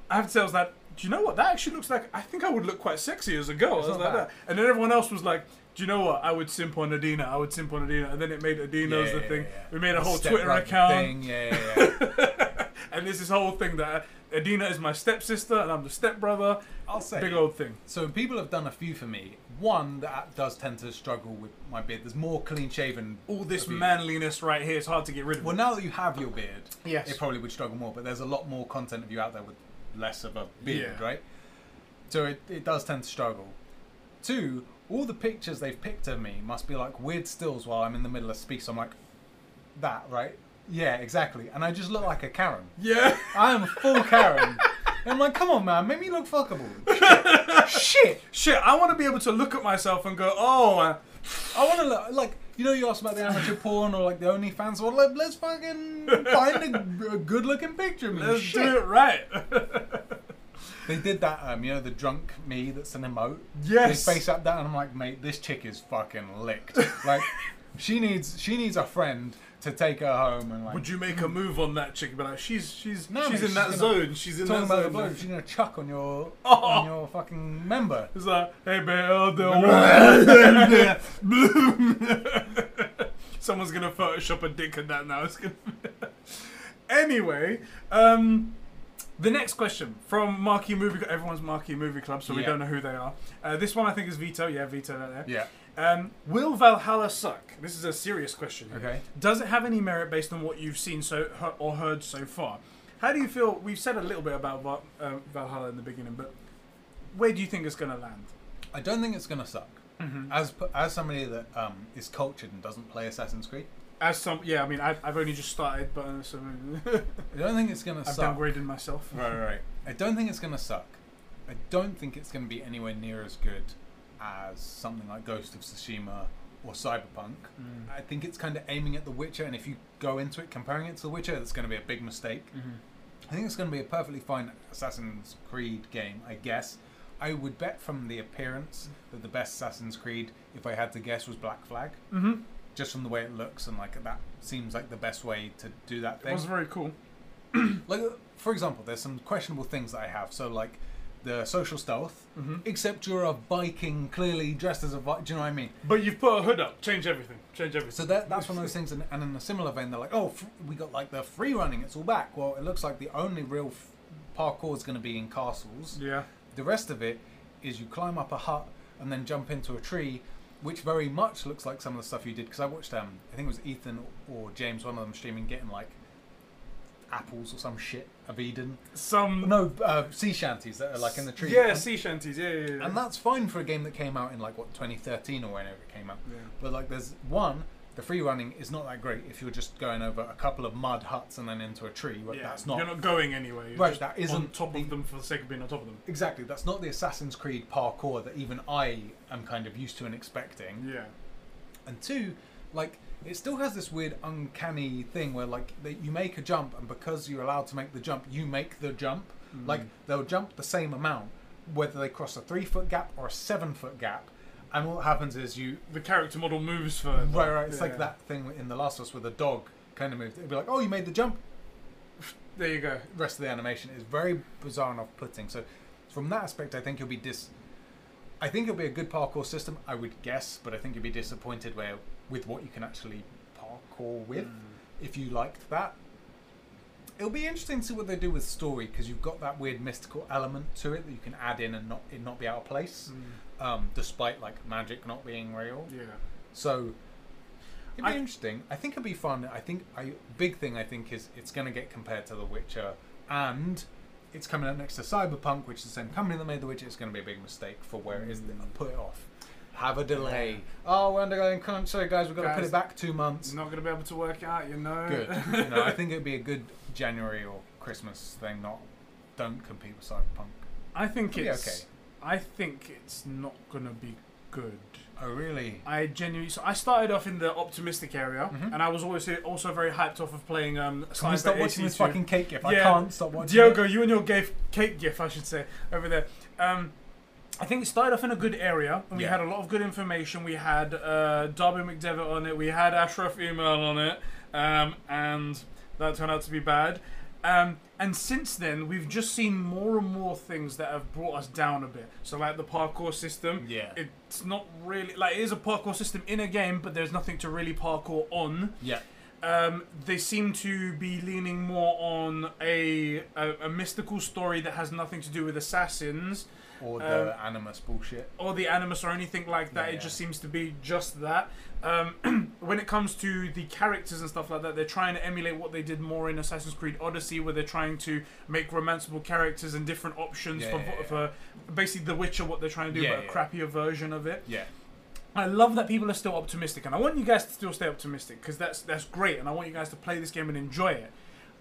A: I have to say, I was like, do you know what? That actually looks like, I think I would look quite sexy as a girl.
B: It's
A: I was
B: not
A: like
B: bad.
A: that. And then everyone else was like, do you know what? I would simp on Adina. I would simp on Adina. And then it made Adina's the thing. We made a
B: The
A: whole
B: step
A: Twitter
B: brother
A: account.
B: Thing. Yeah, yeah, yeah.
A: And there's this whole thing that Adina is my stepsister and I'm the stepbrother.
B: I'll say.
A: Big old thing.
B: So people have done a few for me. One that does tend to struggle with my beard. There's more clean shaven.
A: all this
B: of you.
A: manliness right here, it's hard to get rid of.
B: Well, now that you have your beard,
A: Yes.
B: it probably would struggle more. But there's a lot more content of you out there with less of a beard,
A: Yeah.
B: right? So it, it does tend to struggle. Two, all the pictures they've picked of me must be like weird stills while I'm in the middle of speech. So I'm like, that right? Yeah, exactly. And I just look like a Karen.
A: yeah.
B: I am a full Karen. And I'm like, come on, man, make me look fuckable. Shit. Shit.
A: Shit, I want to be able to look at myself and go, oh, uh,
B: I want to look like you know you asked about the amateur porn or like the OnlyFans. Well, let, let's fucking find a, good looking picture of me.
A: let's
B: Shit.
A: do it right.
B: They did that. Um, you know the drunk me that's an emote.
A: Yes.
B: They face up that, and I'm like, mate, this chick is fucking licked. Like, she needs she needs a friend to take her home and like.
A: Would you make a move on that chick? But like, she's she's
B: No,
A: she's
B: mate,
A: in that
B: she's gonna-
A: zone. She's in
B: Talking
A: that
B: about the
A: zone.
B: bloke, she's gonna chuck on your
A: Oh.
B: on your fucking member.
A: It's like, hey man, I'll do Someone's gonna Photoshop a dick in that now. It's gonna. anyway, um, the next question from Marquee Movie. Club. Everyone's Marquee Movie Club, so we
B: Yeah.
A: don't know who they are. Uh, this one I think is Vito. Yeah, Vito out there.
B: Yeah.
A: Um, will Valhalla suck? This is a serious question. here.
B: Okay.
A: Does it have any merit based on what you've seen so he- or heard so far? How do you feel? We've said a little bit about Va- um, Valhalla in the beginning, but where do you think it's going to land?
B: I don't think it's gonna suck. As p- as somebody that um, is cultured and doesn't play Assassin's Creed,
A: As some, yeah, I mean, I've, I've only just started, but uh, so
B: I don't think it's gonna
A: I've
B: suck.
A: downgraded myself.
B: Right, right, right. I don't think it's gonna suck. I don't think it's gonna be anywhere near as good as something like Ghost of Tsushima or Cyberpunk.
A: Mm.
B: I think it's kind of aiming at The Witcher, and if you go into it comparing it to The Witcher, that's gonna be a big mistake. I think it's going to be a perfectly fine Assassin's Creed game, I guess. I would bet from the appearance that the best Assassin's Creed, if I had to guess, was Black Flag.
A: hmm
B: Just from the way it looks and like that seems like the best way to do that
A: It
B: thing.
A: was very cool.
B: like uh, for example, there's some questionable things that I have. So like the social stealth, except you're a Viking, clearly dressed as a Viking. Do you know what I mean?
A: But you've put a hood up. Change everything. Change everything.
B: So that that's one of those things, and, and in a similar vein, they're like, oh, f- we got like the free running, it's all back. Well, it looks like the only real f- parkour is going to be in castles.
A: yeah.
B: The rest of it is you climb up a hut and then jump into a tree, which very much looks like some of the stuff you did. Because I watched, um, I think it was Ethan or James, one of them streaming, getting like apples or some shit of Eden.
A: Some
B: No, uh, sea shanties that are like in the tree.
A: Yeah,
B: And-
A: sea shanties. Yeah, yeah. yeah.
B: and that's fine for a game that came out in like what 2013 or whenever it came out.
A: Yeah.
B: But like, there's one. The free running is not that great if you're just going over a couple of mud huts and then into a tree. Right?
A: yeah.
B: That's not,
A: You're not going anywhere. You're
B: Right,
A: Just
B: that
A: on
B: isn't
A: top
B: the-
A: of them for the sake of being on top of them.
B: exactly. That's not the Assassin's Creed parkour that even I am kind of used to and expecting.
A: Yeah.
B: and two, like it still has this weird uncanny thing where like that you make a jump and because you're allowed to make the jump, you make the jump. Like they'll jump the same amount, whether they cross a three foot gap or a seven foot gap, and what happens is you
A: The character model moves further.
B: right, right. It's
A: Yeah.
B: like that thing in The Last of Us with the dog kind of moved. It'd be like, oh, you made the jump.
A: There you go.
B: rest of the animation is very bizarre and off-putting. So from that aspect, I think you'll be dis. I think it'll be a good parkour system, I would guess, but I think you'll be disappointed where with what you can actually parkour with if you liked that. It'll be interesting to see what they do with story because you've got that weird mystical element to it that you can add in and not it not be out of place, um, despite like magic not being real.
A: Yeah.
B: So it'd be
A: I-
B: interesting. I think it'd be fun. I think I big thing I think is it's going to get compared to The Witcher, and it's coming out next to Cyberpunk, which is the same company that made The Witcher. It's going to be a big mistake for where it is. Put it off. Have a delay. Oh, we're undergoing. con- Sorry, guys, we've got to put
A: Guys,
B: it back two months.
A: Not gonna be able to work out, you know.
B: Good. no, I think it'd be a good January or Christmas thing. Not don't compete with Cyberpunk.
A: I think
B: It'll be
A: it's.
B: okay.
A: I think it's not gonna be good.
B: Oh really?
A: I genuinely. So I started off in the optimistic area, and I was always also very hyped off of playing. Um,
B: Mm-hmm. Can we
A: Cyber
B: stop watching this
A: 82.
B: fucking cake gif? I
A: Yeah.
B: can't stop watching.
A: Diogo,
B: it.
A: you and your gave cake gif, I should say, over there. Um, I think it started off in a good area, and we
B: Yeah.
A: had a lot of good information. We had uh, Darby McDevitt on it, we had Ashraf Iman on it, um, and that turned out to be bad. Um, and since then, we've just seen more and more things that have brought us down a bit. So, like the parkour system,
B: Yeah.
A: it's not really like it is a parkour system in a game, but there's nothing to really parkour on
B: Yeah.
A: um, they seem to be leaning more on a, a a mystical story that has nothing to do with assassins
B: Or the
A: Um,
B: Animus bullshit.
A: or the animus or anything like that.
B: Yeah,
A: It
B: yeah.
A: just seems to be just that. Um, when it comes to the characters and stuff like that, they're trying to emulate what they did more in Assassin's Creed Odyssey, where they're trying to make romanceable characters and different options
B: Yeah,
A: for,
B: yeah, yeah.
A: for basically The Witcher. What they're trying to do,
B: Yeah,
A: but a
B: yeah.
A: crappier version of it.
B: Yeah.
A: I love that people are still optimistic, and I want you guys to still stay optimistic because that's that's great, and I want you guys to play this game and enjoy it.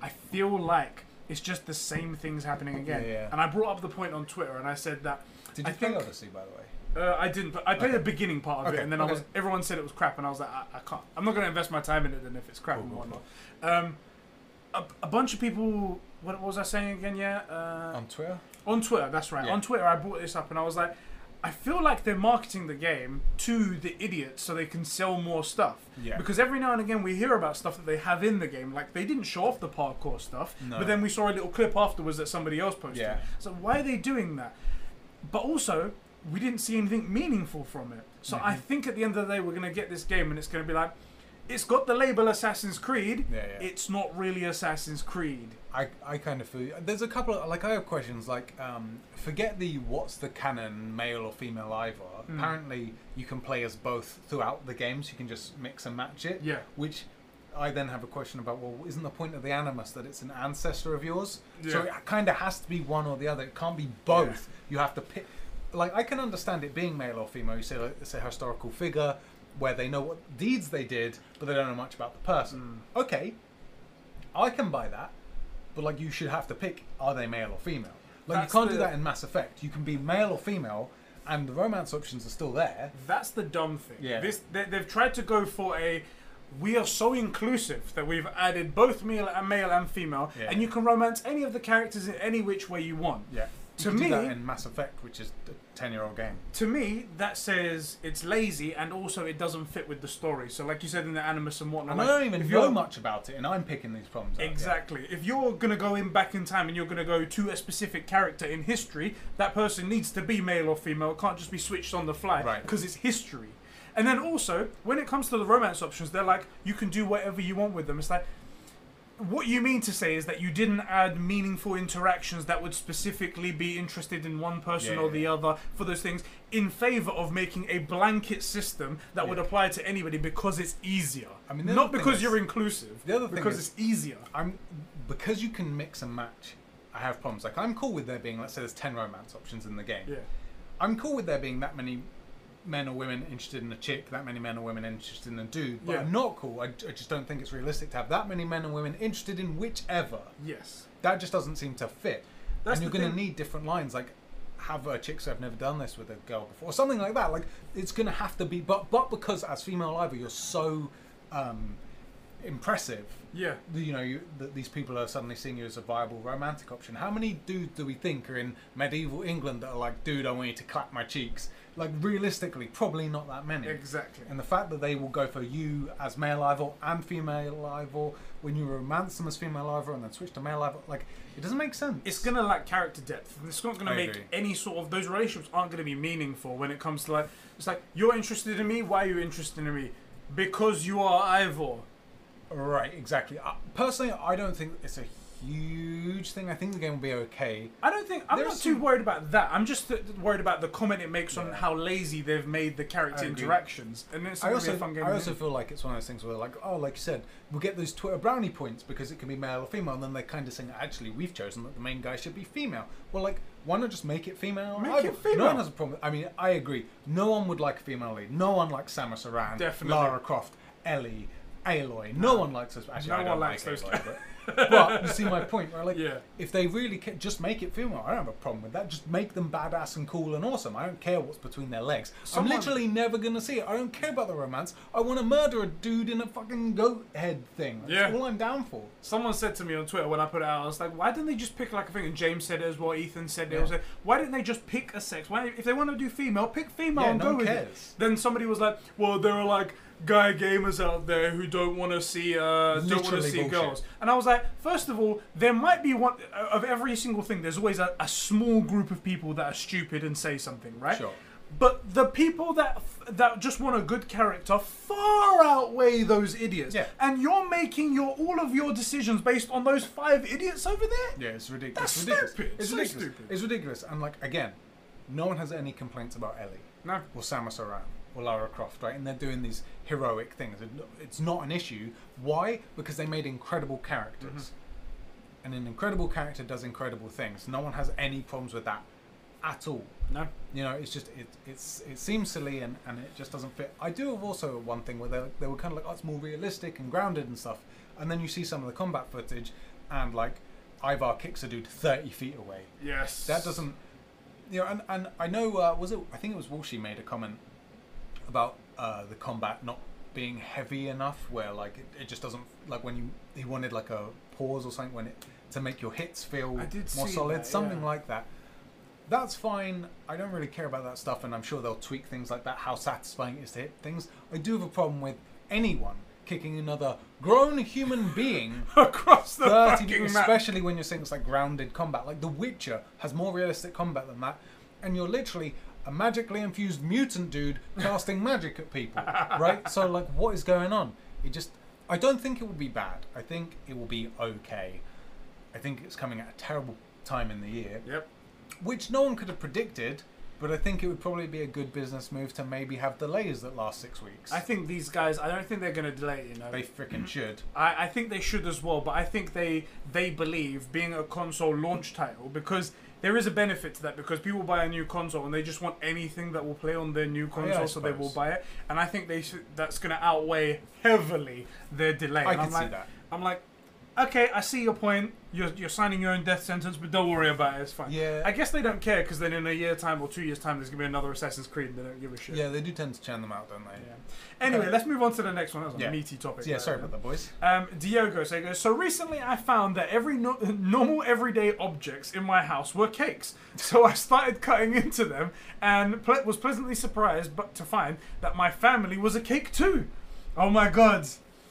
A: I feel like it's just the same things happening again.
B: Yeah, yeah.
A: And I brought up the point on Twitter, and I said that
B: Did
A: I
B: you play
A: think-
B: Odyssey, by the way?
A: uh, I didn't, but I played
B: Okay.
A: the beginning part of it,
B: Okay,
A: and then I
B: okay.
A: was everyone said it was crap, and I was like, I, I can't. I'm not going to invest my time in it then if it's crap
B: Cool,
A: and
B: cool,
A: whatnot. Um, a, a bunch of people. What, what was I saying again? Yeah. Uh,
B: On Twitter?
A: on Twitter, that's right.
B: Yeah.
A: On Twitter, I brought this up and I was like, I feel like they're marketing the game to the idiots so they can sell more stuff.
B: Yeah.
A: Because every now and again we hear about stuff that they have in the game. Like they didn't show off the parkour stuff,
B: No.
A: but then we saw a little clip afterwards that somebody else posted.
B: Yeah.
A: So why are they doing that? But also, we didn't see anything meaningful from it. So
B: Mm-hmm.
A: I think at the end of the day, we're going to get this game and it's going to be like, it's got the label Assassin's Creed.
B: Yeah, yeah.
A: It's not really Assassin's Creed.
B: I, I kind of feel there's a couple of like I have questions like um, forget the what's the canon male or female either.
A: Hmm.
B: Apparently you can play as both throughout the game, so you can just mix and match it.
A: Yeah.
B: Which I then have a question about. Well, isn't the point of the animus that it's an ancestor of yours? So
A: Yeah.
B: it kind of has to be one or the other. It can't be both. You have to pick. Like I can understand it being male or female. You say like, it's a historical figure where they know what deeds they did, but they don't know much about the person.
A: Hmm.
B: Okay, I can buy that, but like you should have to pick: are they male or female? Like
A: That's
B: you can't do
A: the-
B: that in Mass Effect. You can be male or female, and the romance options are still there.
A: That's the dumb thing.
B: Yeah.
A: This they, they've tried to go for a. We are so inclusive that we've added both male and male and female,
B: Yeah.
A: and you can romance any of the characters in any which way you want.
B: Yeah.
A: To
B: you can do that
A: me-
B: in Mass Effect, which is a ten-year-old game.
A: to me, that says it's lazy and also it doesn't fit with the story. So, like you said in the animus and whatnot,
B: And I
A: like,
B: don't even
A: if
B: know
A: you're-
B: much about it, and I'm picking these problems. out, yeah.
A: Exactly. If you're gonna go in back in time and you're gonna go to a specific character in history, that person needs to be male or female. It can't just be switched on the fly
B: Right.
A: because it's history. And then also, when it comes to the romance options, they're like you can do whatever you want with them. It's like what you mean to say is that you didn't add meaningful interactions that would specifically be interested in one person
B: Yeah,
A: or
B: yeah,
A: the
B: yeah.
A: other for those things in favor of making a blanket system that would
B: Yeah.
A: apply to anybody because it's easier.
B: I mean, the
A: not
B: other thing
A: because
B: is-
A: you're inclusive,
B: the other thing
A: because
B: is-
A: it's easier.
B: I'm because you can mix and match. I have problems. Like I'm cool with there being, let's say, there's ten romance options in the game.
A: Yeah.
B: I'm cool with there being that many men or women interested in a chick, that many men or women interested in a dude. But
A: Yeah.
B: I'm not cool. I, I just don't think it's realistic to have that many men and women interested in whichever.
A: Yes.
B: That just doesn't seem to fit.
A: That's
B: and you're
A: the
B: going to
A: thing.
B: need different lines, like have a chick so I've never done this with a girl before, or something like that. Like it's going to have to be, but but because as female either you're so um, impressive
A: Yeah.
B: you know you, that these people are suddenly seeing you as a viable romantic option. How many dudes do we think are in medieval England that are like, dude, I want you to clap my cheeks? Like realistically, probably not that many.
A: Exactly.
B: And the fact that they will go for you as male rival and female rival when you romance them as female rival and then switch to male rival, like it doesn't make sense.
A: it's gonna lack character depth. It's not gonna
B: I
A: make
B: agree.
A: any sort of those relationships aren't gonna be meaningful when it comes to like it's like you're interested in me. Why are you interested in me? Because you are Ivor.
B: right, exactly. Uh, personally, I don't think it's a huge thing. I think the game will be okay.
A: I don't think I'm
B: There's
A: not too
B: some-
A: worried about that. I'm just th- worried about the comment it makes on
B: Yeah.
A: how lazy they've made the character
B: I agree.
A: interactions. And it's not
B: I
A: gonna be
B: also,
A: a fun game.
B: I
A: to
B: also
A: do.
B: feel like it's one of those things where, like, oh, like you said, we'll get those Twitter brownie points because it can be male or female, and then they're kind of saying, actually, we've chosen that the main guy should be female. Well, like, why not just make it female?
A: Make
B: either?
A: it female.
B: No one has a problem. I mean, I agree. No one would like a female lead. No one likes Samus Aran,
A: Definitely.
B: Lara Croft, Ellie, Aloy. No one likes those. Actually,
A: No
B: I don't
A: one likes
B: like
A: those
B: Aloy, but, but you see my point, right? Like,
A: Yeah.
B: if they really ca- just make it female, I don't have a problem with that. Just make them badass and cool and awesome. I don't care what's between their legs.
A: Someone-
B: I'm literally never gonna see it. I don't care about the romance. I want to murder a dude in a fucking goat head thing. That's
A: Yeah.
B: all I'm down for.
A: Someone said to me on Twitter when I put it out, I was like, why didn't they just pick like a thing? And James said it as well, Ethan said it
B: Yeah.
A: also. Why didn't they just pick a sex? Why, if they want to do female, pick female
B: Yeah,
A: and
B: no
A: go
B: one
A: with it.
B: cares.
A: Then somebody was like, well, there are like guy gamers out there who don't want to see uh, don't want to
B: Literally
A: see
B: bullshit.
A: girls. And I was like, first of all, there might be one uh, of every single thing. There's always a, a small group of people that are stupid and say something, right?
B: Sure.
A: But the people that that just want a good character far outweigh those idiots.
B: Yeah.
A: And you're making your all of your decisions based on those five idiots over there.
B: Yeah, it's
A: That's
B: ridiculous. It's ridiculous.
A: stupid.
B: It's
A: So
B: ridiculous.
A: stupid.
B: It's ridiculous. And like again, no one has any complaints about Ellie.
A: No.
B: or Samus Aran or Lara Croft, right? And they're doing these heroic things. It's not an issue. Why? Because they made incredible characters. And an incredible character does incredible things. No one has any problems with that at all.
A: No.
B: You know, it's just it it's it seems silly and, and it just doesn't fit. I do have also one thing where they they were kind of like, oh, it's more realistic and grounded and stuff. And then you see some of the combat footage, and like Ivar kicks a dude thirty feet away.
A: Yes.
B: That doesn't, you know, and, and I know, uh, was it, I think it was Walshy made a comment about uh, the combat not being heavy enough, where like it, it just doesn't, like when you, he wanted like a pause or something when it, to make your hits feel
A: I did
B: more
A: see
B: solid,
A: that,
B: something
A: yeah.
B: like that. That's fine. I don't really care about that stuff, and I'm sure they'll tweak things like that, how satisfying it is to hit things. I do have a problem with anyone kicking another grown human being
A: across the
B: 30
A: fucking
B: people,
A: map.
B: especially when you're seeing it's like grounded combat. Like The Witcher has more realistic combat than that, and you're literally a magically infused mutant dude casting magic at people, right? So like, what is going on? It just, I don't think it will be bad. I think it will be okay. I think it's coming at a terrible time in the year,
A: Yep.
B: which no one could have predicted. But I think it would probably be a good business move to maybe have delays that last six weeks.
A: I think these guys. I don't think they're going to delay. it, You know.
B: they freaking should.
A: I, I think they should as well, but I think they they believe being a console launch title because there is a benefit to that because people buy a new console and they just want anything that will play on their new
B: Oh, yeah, I
A: console, so they will
B: suppose.
A: buy it. And I think they should, that's going to outweigh heavily their delay. and
B: I can
A: I'm like,
B: see that.
A: I'm like, okay, I see your point. You're, you're signing your own death sentence, but don't worry about it. It's fine.
B: Yeah.
A: I guess they don't care because then in a year time or two years time, there's gonna be another Assassin's Creed, and they don't give a shit.
B: Yeah, they do tend to churn them out, don't
A: Yeah.
B: they?
A: Anyway,
B: Okay.
A: let's move on to the next one. That was a
B: Um, Yeah.
A: meaty topic.
B: So, yeah,
A: right
B: sorry
A: there.
B: about that, boys.
A: Um, Diogo so he goes, so recently I found that every no- normal everyday objects in my house were cakes. So I started cutting into them and ple- was pleasantly surprised but to find that my family was a cake too. Oh my god.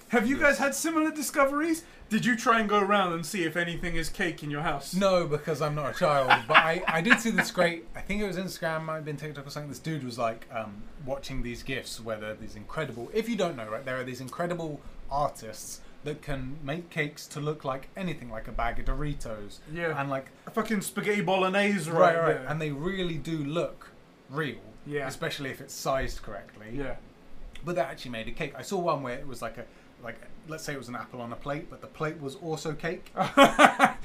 A: Have you guys had similar discoveries? Did you try and go around and see if anything is cake in your house?
B: No, because I'm not a child. But I, I did see this great. I think it was Instagram, might have been TikTok or something. This dude was like um, watching these gifts, where there are these incredible. If you don't know, right, there are these incredible artists that can make cakes to look like anything, like a bag of Doritos,
A: Yeah.
B: and like
A: A fucking spaghetti bolognese
B: right,
A: right,
B: right,
A: there.
B: and they really do look real.
A: Yeah.
B: especially if it's sized correctly.
A: yeah.
B: but that actually made a cake. I saw one where it was like a like let's say it was an apple on a plate, but the plate was also cake.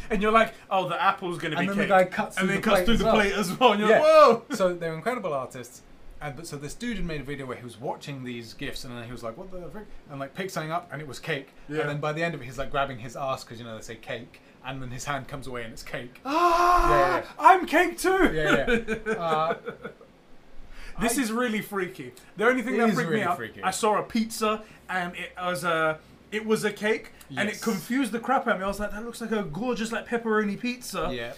A: and you're like, oh, the apple's going to be
B: And then the
A: cake.
B: guy cuts
A: and
B: through
A: then
B: the
A: cuts
B: plate
A: through
B: as
A: the
B: well.
A: plate as well. And you're like,
B: Yeah.
A: whoa!
B: so they're incredible artists. And but so this dude had made a video where he was watching these gifts, and then he was like, "What the frick?" and like picked something up, and it was cake.
A: Yeah.
B: And then by the end of it, he's like grabbing his ass because you know they say cake, and then his hand comes away and it's cake.
A: Ah,
B: Yeah, yeah.
A: I'm cake too.
B: Yeah, yeah. uh,
A: This is really freaky. The only thing
B: It
A: that
B: is
A: freaked me
B: really
A: out,
B: freaky.
A: I saw a pizza and it was a it was a cake and it
B: Yes.
A: confused the crap out of me. I was like, that looks like a gorgeous like pepperoni pizza.
B: yeah.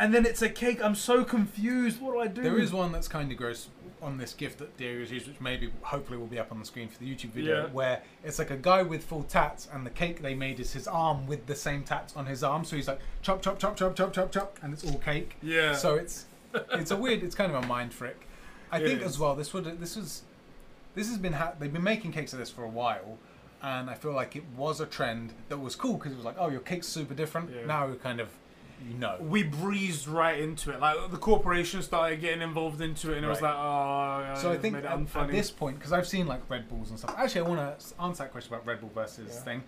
A: And then it's a cake. I'm so confused. What do I do?
B: There is one that's kind of gross on this gift that Diogo's used, which maybe hopefully will be up on the screen for the YouTube video,
A: Yeah.
B: where it's like a guy with full tats, and the cake they made is his arm with the same tats on his arm. So he's like chop, chop, chop, chop, chop, chop, chop, and it's all cake.
A: Yeah.
B: So it's it's a weird, it's kind of a mind trick. I
A: It
B: think
A: is.
B: as well, this would this was this has been ha- they've been making cakes of this for a while. And I feel like it was a trend that was cool because it was like, oh, your cake's super different.
A: Yeah.
B: Now we kind of, you know.
A: We breezed right into it. Like the corporation started getting involved into it, and it was
B: Right.
A: like, oh, yeah,
B: So I
A: it's
B: think
A: made
B: at,
A: it
B: at
A: unfunny.
B: this point, because I've seen like Red Bulls and stuff. Actually, I want to answer that question about Red Bull versus thing,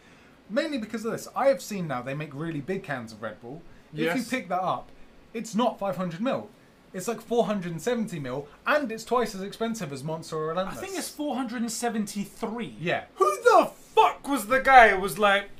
B: mainly because of this. I have seen now they make really big cans of Red Bull. If you
A: Yes.
B: pick that up, it's not 500 mil. It's like 470 mil, and it's twice as expensive as Monster or
A: I
B: Relentless.
A: think it's 473.
B: yeah.
A: Who the fuck was the guy who was like,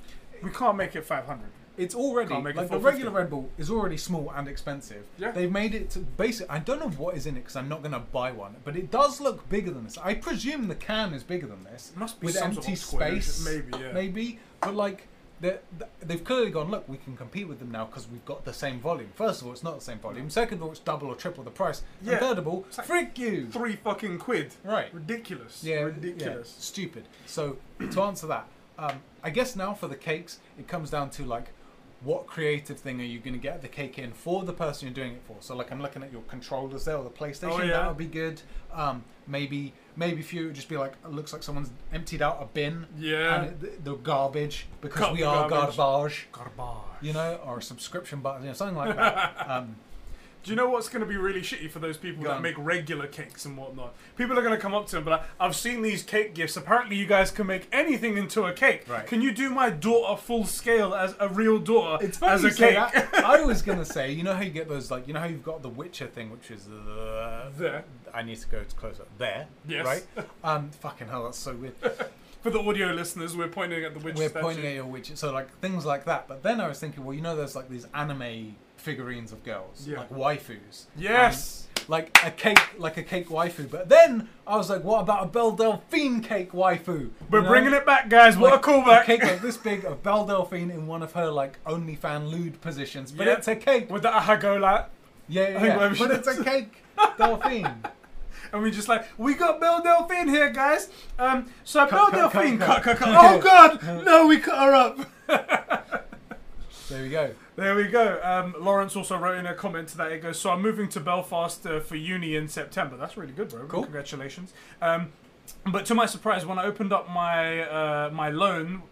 A: we can't make it 500?
B: It's already
A: Can't make
B: like
A: it
B: the
A: 450.
B: regular Red Bull is already small and expensive.
A: Yeah.
B: They've made it to basic. I don't know what is in it because I'm not going to buy one, but it does look bigger than this. I presume the can is bigger than this.
A: Must be
B: with
A: some
B: empty
A: sort of squidge,
B: space,
A: maybe, yeah.
B: maybe. But like, they're- th- they've clearly gone. Look, we can compete with them now because we've got the same volume. First of all, it's not the same volume. Second of all, it's double or triple the price.
A: Yeah.
B: And third of all,
A: like
B: freak you.
A: Three fucking quid.
B: right.
A: Ridiculous.
B: Yeah, yeah,
A: Ridiculous.
B: stupid. So to answer that, um, I guess now for the cakes, it comes down to like, what creative thing are you going to get the cake in for the person you're doing it for? So like, I'm looking at your controllers there or the PlayStation.
A: Oh, yeah.
B: That would be good. Um, maybe maybe if you would just be like, it looks like someone's emptied out a bin.
A: Yeah.
B: And it, the, the garbage because
A: Cut
B: we
A: the
B: are
A: garbage.
B: garbage.
A: Garbage.
B: You know, or a subscription button, you know, something like that. Um,
A: Do you know what's going to be really shitty for those people
B: Go
A: that
B: on.
A: make regular cakes and whatnot? People are going to come up to them, but like, I've seen these cake gifts. Apparently, you guys can make anything into a cake.
B: Right.
A: Can you do my daughter full scale as a real daughter
B: It's funny
A: as
B: you
A: a
B: say
A: cake?
B: that. I was gonna say, you know how you get those like, you know how you've got the Witcher thing, which is uh,
A: There.
B: I need to go to closer. There.
A: Yes.
B: Right. Um. Fucking hell, that's so weird.
A: For the audio listeners, we're pointing at the witch
B: We're
A: statue.
B: pointing at your Witcher, so like things like that. But then I was thinking, well, you know, there's like these anime figurines of girls,
A: Yeah.
B: like waifus.
A: Yes.
B: And, like a cake, like a cake waifu. But then I was like, what about a Belle Delphine cake waifu?
A: We're bringing it back, guys. What
B: like,
A: a callback!
B: cake like this big of Belle Delphine in one of her like only fan lewd positions, but
A: Yeah.
B: it's a cake.
A: With the ahago like,
B: Yeah, yeah,
A: think
B: yeah.
A: whatever she
B: but it's
A: does.
B: a cake, Delphine.
A: and we just like, we got Bill Delphine here, guys. Um, so Bill
B: Cut, cut,
A: Delphine,
B: cut,
A: cut, cut, cut. Oh
B: cut.
A: God, no, we cut her up.
B: There we go.
A: There we go. Um, Lawrence also wrote in a comment to that. It goes, "So I'm moving to Belfast uh, for uni in September. That's really good, bro.
B: Cool.
A: Congratulations." Um, but to my surprise, when I opened up my uh, my loan,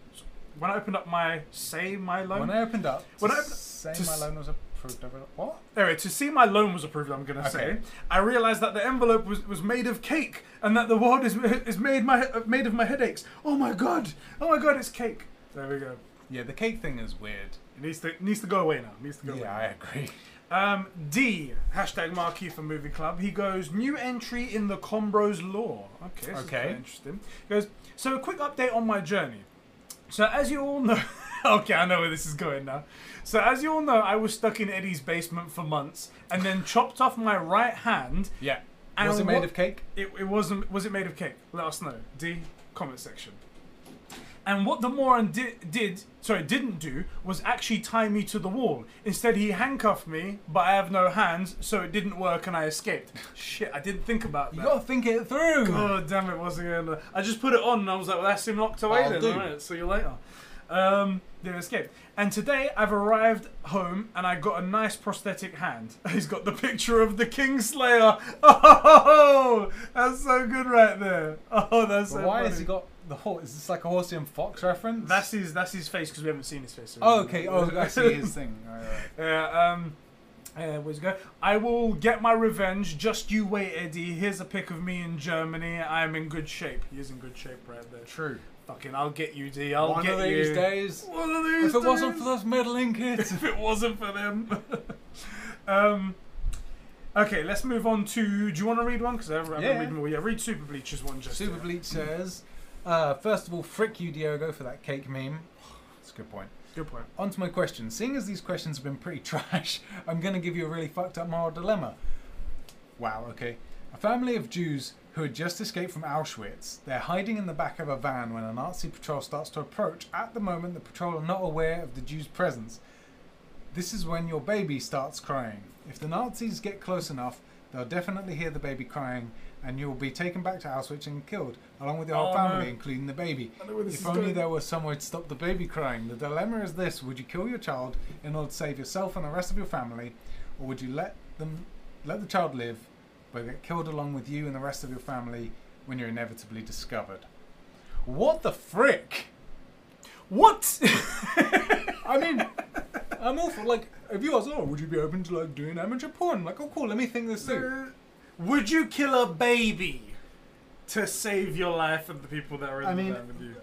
A: when I opened up my say my loan,
B: When I opened up,
A: When
B: when
A: I
B: I
A: opened-
B: say
A: to
B: my
A: s-
B: loan was approved, I was like, what?
A: Anyway, to see my loan was approved, I'm going to say,
B: Okay.
A: I realised that the envelope was, was made of cake and that the world is, is made, my, made of my headaches. Oh my god! Oh my god, it's cake. There we go.
B: Yeah, the cake thing is weird.
A: It needs to, it needs to go away now. It needs to go away.
B: Yeah, I agree.
A: Um, D, hashtag marquee for movie club. He goes, new entry in the Combros lore. Okay, this is
B: Okay.
A: quite interesting. He goes, so a quick update on my journey. So as you all know, okay, I know where this is going now. So, as you all know, I was stuck in Eddie's basement for months, and then chopped off my right hand.
B: Yeah.
A: And
B: was it
A: what-
B: made of cake?
A: It, it wasn't. Was it made of cake? Let us know. D comment section. And what the moron did, did sorry didn't do was actually tie me to the wall. Instead, he handcuffed me, but I have no hands, so it didn't work, and I escaped. Shit, I didn't think about
B: You
A: that.
B: gotta think it through.
A: Oh damn it! Wasn't gonna. I just put it on and I was like, "Well, that's him locked away
B: I'll
A: then."
B: do.
A: All right, see you later. Um, they've escaped. And today I've arrived home and I got a nice prosthetic hand. He's got the picture of the Kingslayer. Oh, that's so good right there. Oh, that's
B: But
A: so
B: why
A: funny.
B: has he got the horse? Is this like a horsey and fox reference?
A: That's his. That's his face because we haven't seen his face.
B: Oh, okay. Oh,
C: I see his thing. Alright, alright.
A: Yeah, um, uh, where's it go? I will get my revenge. Just you wait, Eddie. Here's a pic of me in Germany. I'm in good shape. He is in good shape right there.
B: True.
A: Fucking, I'll get you, D. I'll
B: One
A: get
B: of these
A: you.
B: days,
A: One of these
B: if it wasn't for
A: days.
B: those meddling kids.
A: if it wasn't for them. um, okay, let's move on to. Do you want to read one? Because I haven't
B: Yeah.
A: read them all. Yeah, read Super Bleachers one just.
B: Super
A: yet.
B: Bleach says, uh, first of all, frick you, Diogo, for that cake meme. That's a good point.
A: Good point.
B: On to my question. Seeing as these questions have been pretty trash, I'm going to give you a really fucked up moral dilemma. Wow, okay. A family of Jews who had just escaped from Auschwitz. They're hiding in the back of a van when a Nazi patrol starts to approach. At the moment, the patrol are not aware of the Jews' presence. This is when your baby starts crying. If the Nazis get close enough, they'll definitely hear the baby crying, and you will be taken back to Auschwitz and killed, along with your whole
A: Oh, no.
B: family, including the baby.
A: I know where this
B: If
A: is
B: only
A: going.
B: there was somewhere to stop the baby crying. The dilemma is this would you kill your child in order to save yourself and the rest of your family, or would you let them let the child live but get killed along with you and the rest of your family when you're inevitably discovered? What the frick?
A: What?
B: I mean I'm awful like if you ask, oh, would you be open to like doing amateur porn? Like, oh cool, let me think this through.
A: Uh, Would you kill a baby to save your life and the people that are in
B: I
A: the
B: mean-
A: van with you?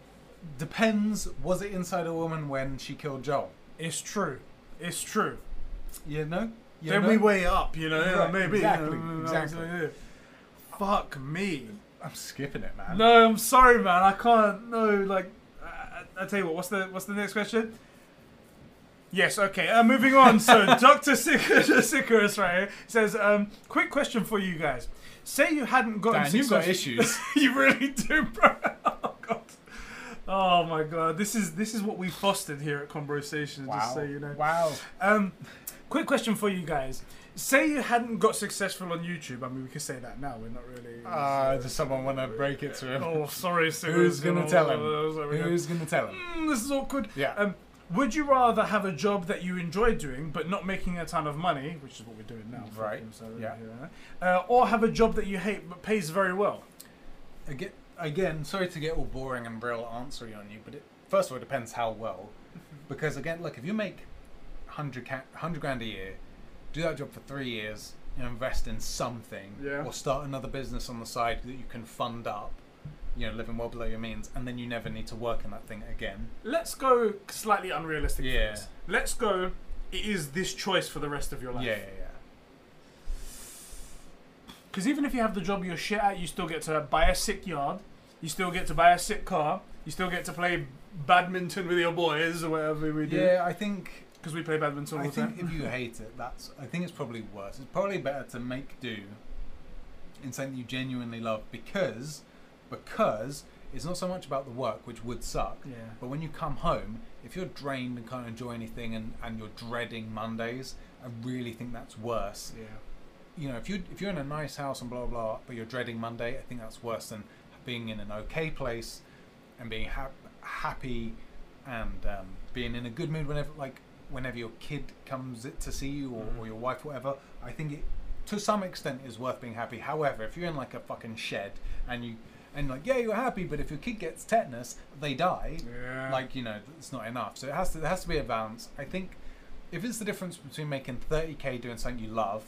B: Depends, was it inside a woman when she killed Joel?
A: It's true. It's true.
B: You know? You
A: then
B: know?
A: we weigh it up, you know.
B: Right,
A: maybe you
B: exactly,
A: know,
B: exactly.
A: yeah. Fuck me.
B: I'm skipping it, man.
A: No, I'm sorry, man. I can't. No, like, I, I I tell you what. What's the What's the next question? Yes. Okay. Uh, moving on. So, Doctor Sicarus, right here, says, um, "Quick question for you guys. Say you hadn't gotten
B: Dan, you've got
A: success-
B: issues.
A: you really do, bro. Oh god. Oh my god. This is this is what we fostered here at Conversations. Just so you know.
B: Wow.
A: Um, quick question for you guys. Say you hadn't got successful on YouTube. I mean, we could say that now. We're not really.
B: Uh, does someone want to break it to him?
A: Oh, sorry, Sue.
B: Who's gonna tell him?
A: Oh, sorry, we
B: Who's going to tell
A: go.
B: him?
A: Mm, this is awkward.
B: Yeah.
A: Um, would you rather have a job that you enjoy doing but not making a ton of money, which is what we're doing now, fuck
B: Right.
A: him, so,
B: Yeah.
A: uh, or have a job that you hate but pays very well?
B: Again, again, sorry to get all boring and real answery on you, but it, first of all, it depends how well. Because again, look, if you make 100, ca- 100 grand a year, do that job for three years, and invest in something,
A: Yeah.
B: or start another business on the side that you can fund up, you know, living well below your means, and then you never need to work in that thing again.
A: Let's go slightly unrealistic. for
B: Yeah.
A: this. Let's go. It is this choice for the rest of your life.
B: Yeah, yeah, yeah.
A: Because even if you have the job you're shit at, you still get to buy a sick yard, you still get to buy a sick car, you still get to play badminton with your boys or whatever we do.
B: Yeah, I think
A: Because we play badminton all
B: I
A: the time.
B: think if you hate it, that's. I think it's probably worse. It's probably better to make do in something you genuinely love because, because it's not so much about the work, which would suck.
A: Yeah.
B: But when you come home, if you're drained and can't enjoy anything, and, and you're dreading Mondays, I really think that's worse.
A: Yeah.
B: You know, if you if you're in a nice house and blah blah, blah, but you're dreading Monday, I think that's worse than being in an okay place and being hap happy and um, being in a good mood whenever like whenever your kid comes i- to see you or, or your wife whatever i think it to some extent is worth being happy however if you're in like a fucking shed and you and like yeah you're happy but if your kid gets tetanus they die
A: Yeah.
B: like you know it's not enough so it has to there has to be a balance i think if it's the difference between making 30k doing something you love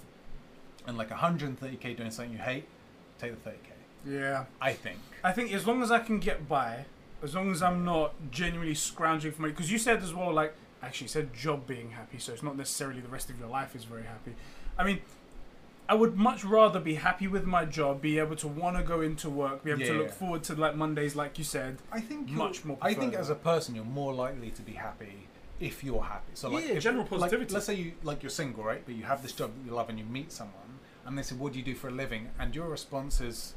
B: and like 130k doing something you hate take the 30k
A: Yeah.
B: i think
A: I think as long as I can get by, as long as I'm not genuinely scrounging for money, because you said as well, like, actually, you said job being happy, so it's not necessarily the rest of your life is very happy. I mean, I would much rather be happy with my job, be able to want to go into work, be able to
B: Yeah.
A: look forward to like Mondays, like you said.
B: I think you're-
A: Much more
B: I think
A: preferred.
B: as a person, you're more likely to be happy if you're happy. So like
A: Yeah,
B: if-
A: general
B: like,
A: positivity.
B: let's say you like you're single, right? But you have this job that you love, and you meet someone, and they say, "What do you do for a living?" And your response is,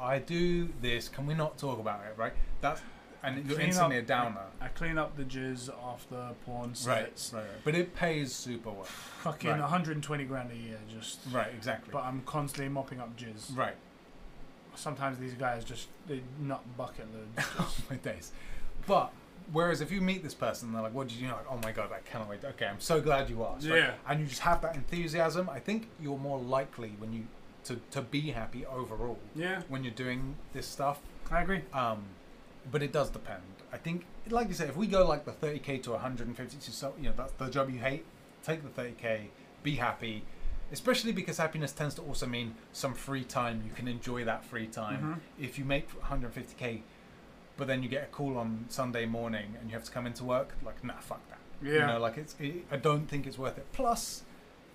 B: "I do this. Can we not talk about it?" Right? That's and you're
A: Clean
B: instantly
A: up-
B: a downer.
A: I clean up the jizz after porn
B: Right,
A: sets.
B: right, But it pays super well.
A: Fucking
B: Right.
A: 120 grand a year, just.
B: Right, exactly.
A: But I'm constantly mopping up jizz.
B: right.
A: Sometimes these guys just they nut bucket loads.
B: my days. But whereas if you meet this person, they're like, "What did you know?" Like, "Oh my god, I cannot wait." Okay, I'm so glad you asked. right?
A: Yeah.
B: And you just have that enthusiasm. I think you're more likely when you to to be happy overall
A: yeah,
B: when you're doing this stuff.
A: I agree.
B: Um, but it does depend. I think, like you said, if we go like the 30k to 150 to so you know that's the job you hate. Take the 30k, be happy. Especially because happiness tends to also mean some free time. You can enjoy that free time. If you make 150k, but then you get a call on Sunday morning and you have to come into work, like nah, fuck that. You
A: Yeah.
B: know, like it's. It, I don't think it's worth it. Plus,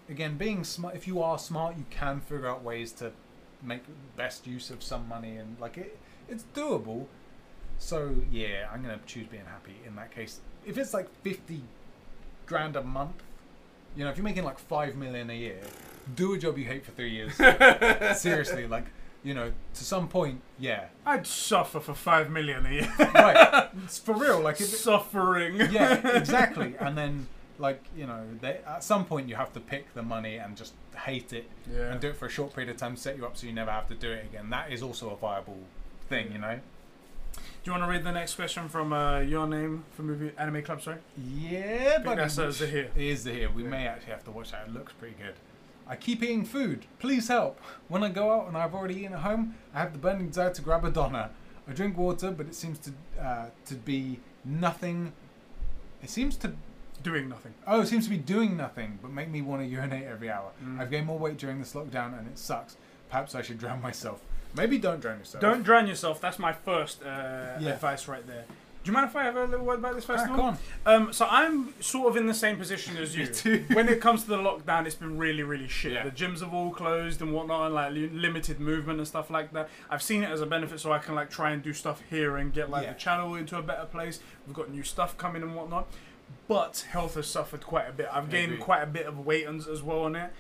B: again, being smart. If you are smart, you can figure out ways to make best use of some money and like it. It's doable. So yeah, I'm gonna choose being happy in that case. If it's like 50 grand a month, you know, if you're making like five million a year, do a job you hate for three years. Seriously, like. You know, to some point, yeah,
A: I'd suffer for five million a year.
B: right. It's for real. Like, if it,
A: Suffering.
B: yeah, exactly. And then, like, you know, they, at some point you have to pick the money and just hate it
A: Yeah.
B: and do it for a short period of time, set you up so you never have to do it again. That is also a viable thing, you know.
A: Do you want to read the next question from uh, your name for movie anime club? Sorry.
B: Yeah,
A: I think uh, that says it here.
B: It is the here. We may actually have to watch that. It looks pretty good. I keep eating food. Please help. When I go out and I've already eaten at home, I have the burning desire to grab a doner. I drink water, but it seems to uh, to be nothing. It seems to
A: Doing nothing.
B: Oh, it seems to be doing nothing but make me want to urinate every hour.
A: Mm.
B: I've gained more weight during this lockdown and it sucks. Perhaps I should drown myself. Maybe don't drown yourself.
A: Don't drown yourself. That's my first uh,
B: Uh, Yeah. Ah,
A: advice right there. Do you mind if I have a little word about this first
B: Crack
A: of all?
B: on.
A: Um, so I'm sort of in the same position as you.
B: too.
A: when it comes to the lockdown, it's been really, really shit.
B: Yeah.
A: The gyms have all closed and whatnot, and like li- limited movement and stuff like that. I've seen it as a benefit, so I can like try and do stuff here and get like
B: Yeah.
A: the channel into a better place. We've got new stuff coming and whatnot, but health has suffered quite a bit. I've gained
B: agree.
A: quite a bit of weight and- as well on it.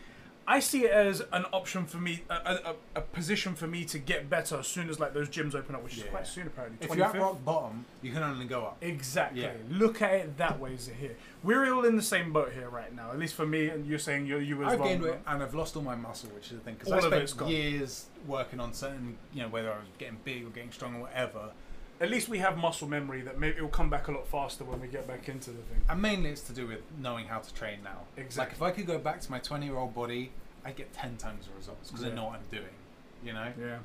A: I see it as an option for me, a, a, a- a position for me to get better as soon as like those gyms open up, which is
B: Yeah.
A: quite soon apparently.
B: If you're at
A: 25th.
B: rock bottom, you can only go up.
A: Exactly.
B: Yeah.
A: Look at it that way, Zahir. We're all in the same boat here right now. At least for me, and you're saying you're you as
B: I've
A: well.
B: gained weight and I've lost all my muscle, which is the thing. Because
A: All
B: I
A: of
B: spent
A: it's gone.
B: years working on certain, you know, whether I was getting big or getting strong or whatever.
A: At least we have muscle memory that maybe it'll come back a lot faster when we get back into the thing.
B: And mainly it's to do with knowing how to train now. Like
A: Exactly.
B: if I could go back to my 20 year old body, I'd get 10 times the results because
A: Yeah.
B: I know what I'm doing, you know?
A: Yeah.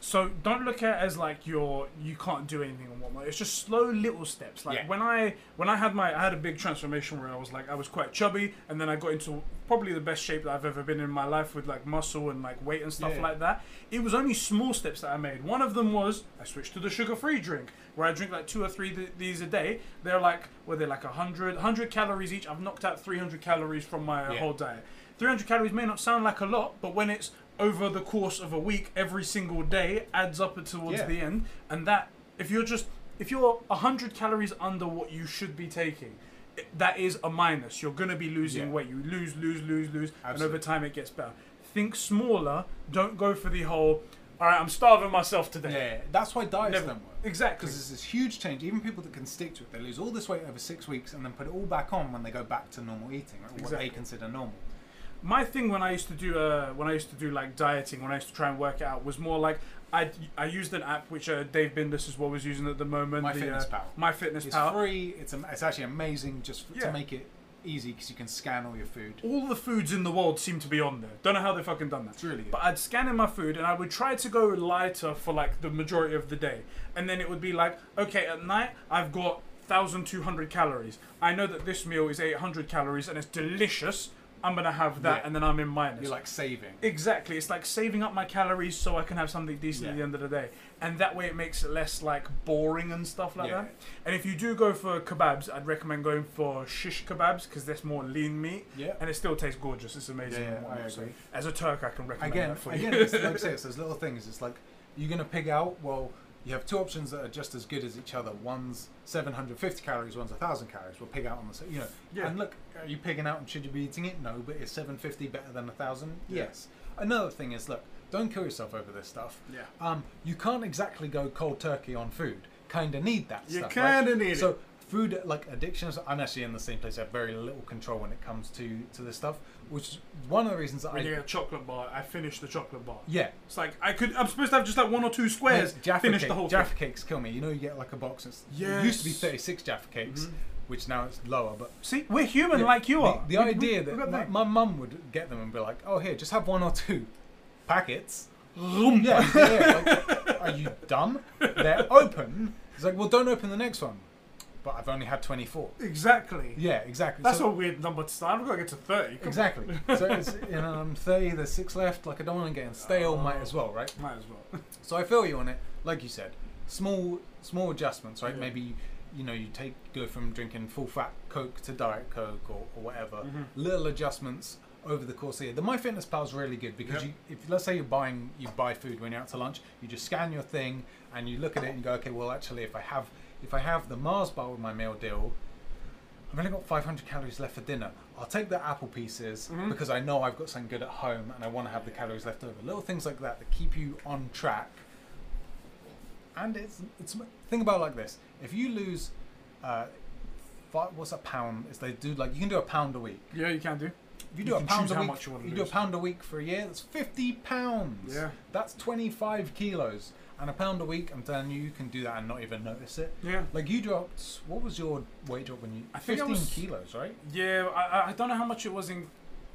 A: So don't look at it as like you're you can't do anything and whatnot. It's just slow little steps. Like
B: Yeah.
A: when I when I had my I had a big transformation where I was like I was quite chubby and then I got into probably the best shape that I've ever been in my life with like muscle and like weight and stuff
B: Yeah.
A: like that. It was only small steps that I made. One of them was I switched to the sugar free drink where I drink like two or three th- these a day. They're like were they like 100 100 calories each. I've knocked out 300 calories from my uh
B: Yeah.
A: whole diet. 300 calories may not sound like a lot, but when it's over the course of a week, every single day adds up towards
B: Yeah.
A: the end. And that, if you're just, if you're 100 calories under what you should be taking, i- that is a minus. You're going to be losing
B: Yeah.
A: weight. You lose, lose, lose, lose. And over
B: Absolutely.
A: time, it gets better. Think smaller. Don't go for the whole, all right, I'm starving myself today.
B: Yeah, that's why diets
A: Never-
B: don't work.
A: Exactly.
B: Because there's this huge change. Even people that can stick to it, they lose all this weight over six weeks and then put it all back on when they go back to normal eating, like what
A: Exactly.
B: they consider normal.
A: my thing when I used to do uh, when I used to do like dieting, when I used to try and work it out, was more like I I used an app which uh, Dave Bindus is what was using at the moment.
B: My
A: the,
B: Fitness
A: uh,
B: Pal.
A: My Fitness
B: It's
A: Pal.
B: free. It's am- it's actually amazing just f-
A: Yeah.
B: to make it easy because you can scan all your food.
A: All the foods in the world seem to be on there. Don't know how they fucking done that.
B: It's really good.
A: But I'd scan in my food and I would try to go lighter for like the majority of the day. And then it would be like, okay, at night I've got 1,200 calories. I know that this meal is 800 calories and it's delicious, I'm gonna have that,
B: Yeah.
A: and then I'm in minus.
B: You're like saving.
A: Exactly. It's like saving up my calories so I can have something decent at
B: Yeah.
A: the end of the day. And that way it makes it less like boring and stuff like
B: Yeah.
A: that. And if you do go for kebabs, I'd recommend going for shish kebabs because that's more lean meat
B: Yeah.
A: and it still tastes gorgeous. It's amazing.
B: Yeah,
A: and
B: I
A: whatnot. So
B: agree.
A: as a Turk, I can recommend
B: Again,
A: that for
B: again,
A: you.
B: it's like I say, it's those little things. It's like you're gonna pig out. Well, you have two options that are just as good as each other. One's 750 calories. One's 1,000 calories. We'll pig out on the same. You know.
A: Yeah.
B: And look, are you pigging out and should you be eating it? No. But is 750 better than 1,000?
A: Yeah.
B: Yes. Another thing is, look, don't kill yourself over this stuff.
C: Yeah.
B: Um, you can't exactly go cold turkey on food. Kind of need that
C: You
B: stuff.
C: kinda
B: right?
C: need it.
B: So food like addictions. I'm actually in the same place. I have very little control when it comes to to this stuff, which is one of the reasons that
A: When
B: I
A: you get a chocolate bar, I finished the chocolate bar.
B: yeah.
A: It's like I could. I'm supposed to have just like one or two squares.
B: Mate, Jaffa
A: finish
B: cake-
A: the whole
B: Jaffa
A: thing.
B: cakes kill me. You know, you get like a box. It's, It used to be
A: Yes.
B: 36 Jaffa cakes,
A: Mhm.
B: which now it's lower. But
A: See, we're human
B: Yeah,
A: like you
B: the-
A: are.
B: The,
A: We- we-
B: idea
A: we've
B: that
A: got
B: my,
A: that.
B: my mum would get them and be like, "Oh, here, just have one or two packets."
A: Vroom.
B: Yeah, yeah, like, are you dumb? They're open. It's like, well, don't open the next one. But I've only had 24.
A: exactly.
B: Yeah, exactly.
A: That's
B: So-
A: a weird number to start. I've got to get to thirty. Come
B: Exactly. so it's, you know, I'm 30. There's six left. Like I don't want to get
A: Oh.
B: stale. Might as well, right?
A: on. Might as well.
B: So I feel you on it. Like you said, small small adjustments, right?
A: Yeah.
B: Maybe you know you take go from drinking full fat Coke to Diet Coke or, or whatever.
A: Mhm.
B: Little adjustments over the course of the year. The MyFitnessPal is really good because
A: Yep.
B: you, if let's say you're buying you buy food when you're out to lunch, you just scan your thing and you look at it and you go, okay, well actually if I have if I have the Mars bar with my meal deal. I've only got 500 calories left for dinner. I'll take the apple pieces
A: Mhm.
B: because I know I've got something good at home and I want to have the calories left over. Little things like that that keep you on track and it's it's think about it like this: if you lose, uh, fi- what's a pound? Is they do like you can do a pound a week.
A: Yeah, you can do.
B: If
A: You
B: you do a
A: can
B: pound
A: choose
B: a
A: how
B: week,
A: much you wanna
B: do a
A: lose.
B: pound a week for a year. That's fifty pounds.
A: Yeah.
B: that's twenty-five kilos. And a pound a week, I'm telling you, you can do that and not even notice it.
A: Yeah.
B: Like you dropped, what was your weight drop when you?
A: I think I
B: Fifteen
A: was-
B: kilos, right?
A: Yeah, I, I- I don't know how much it was in.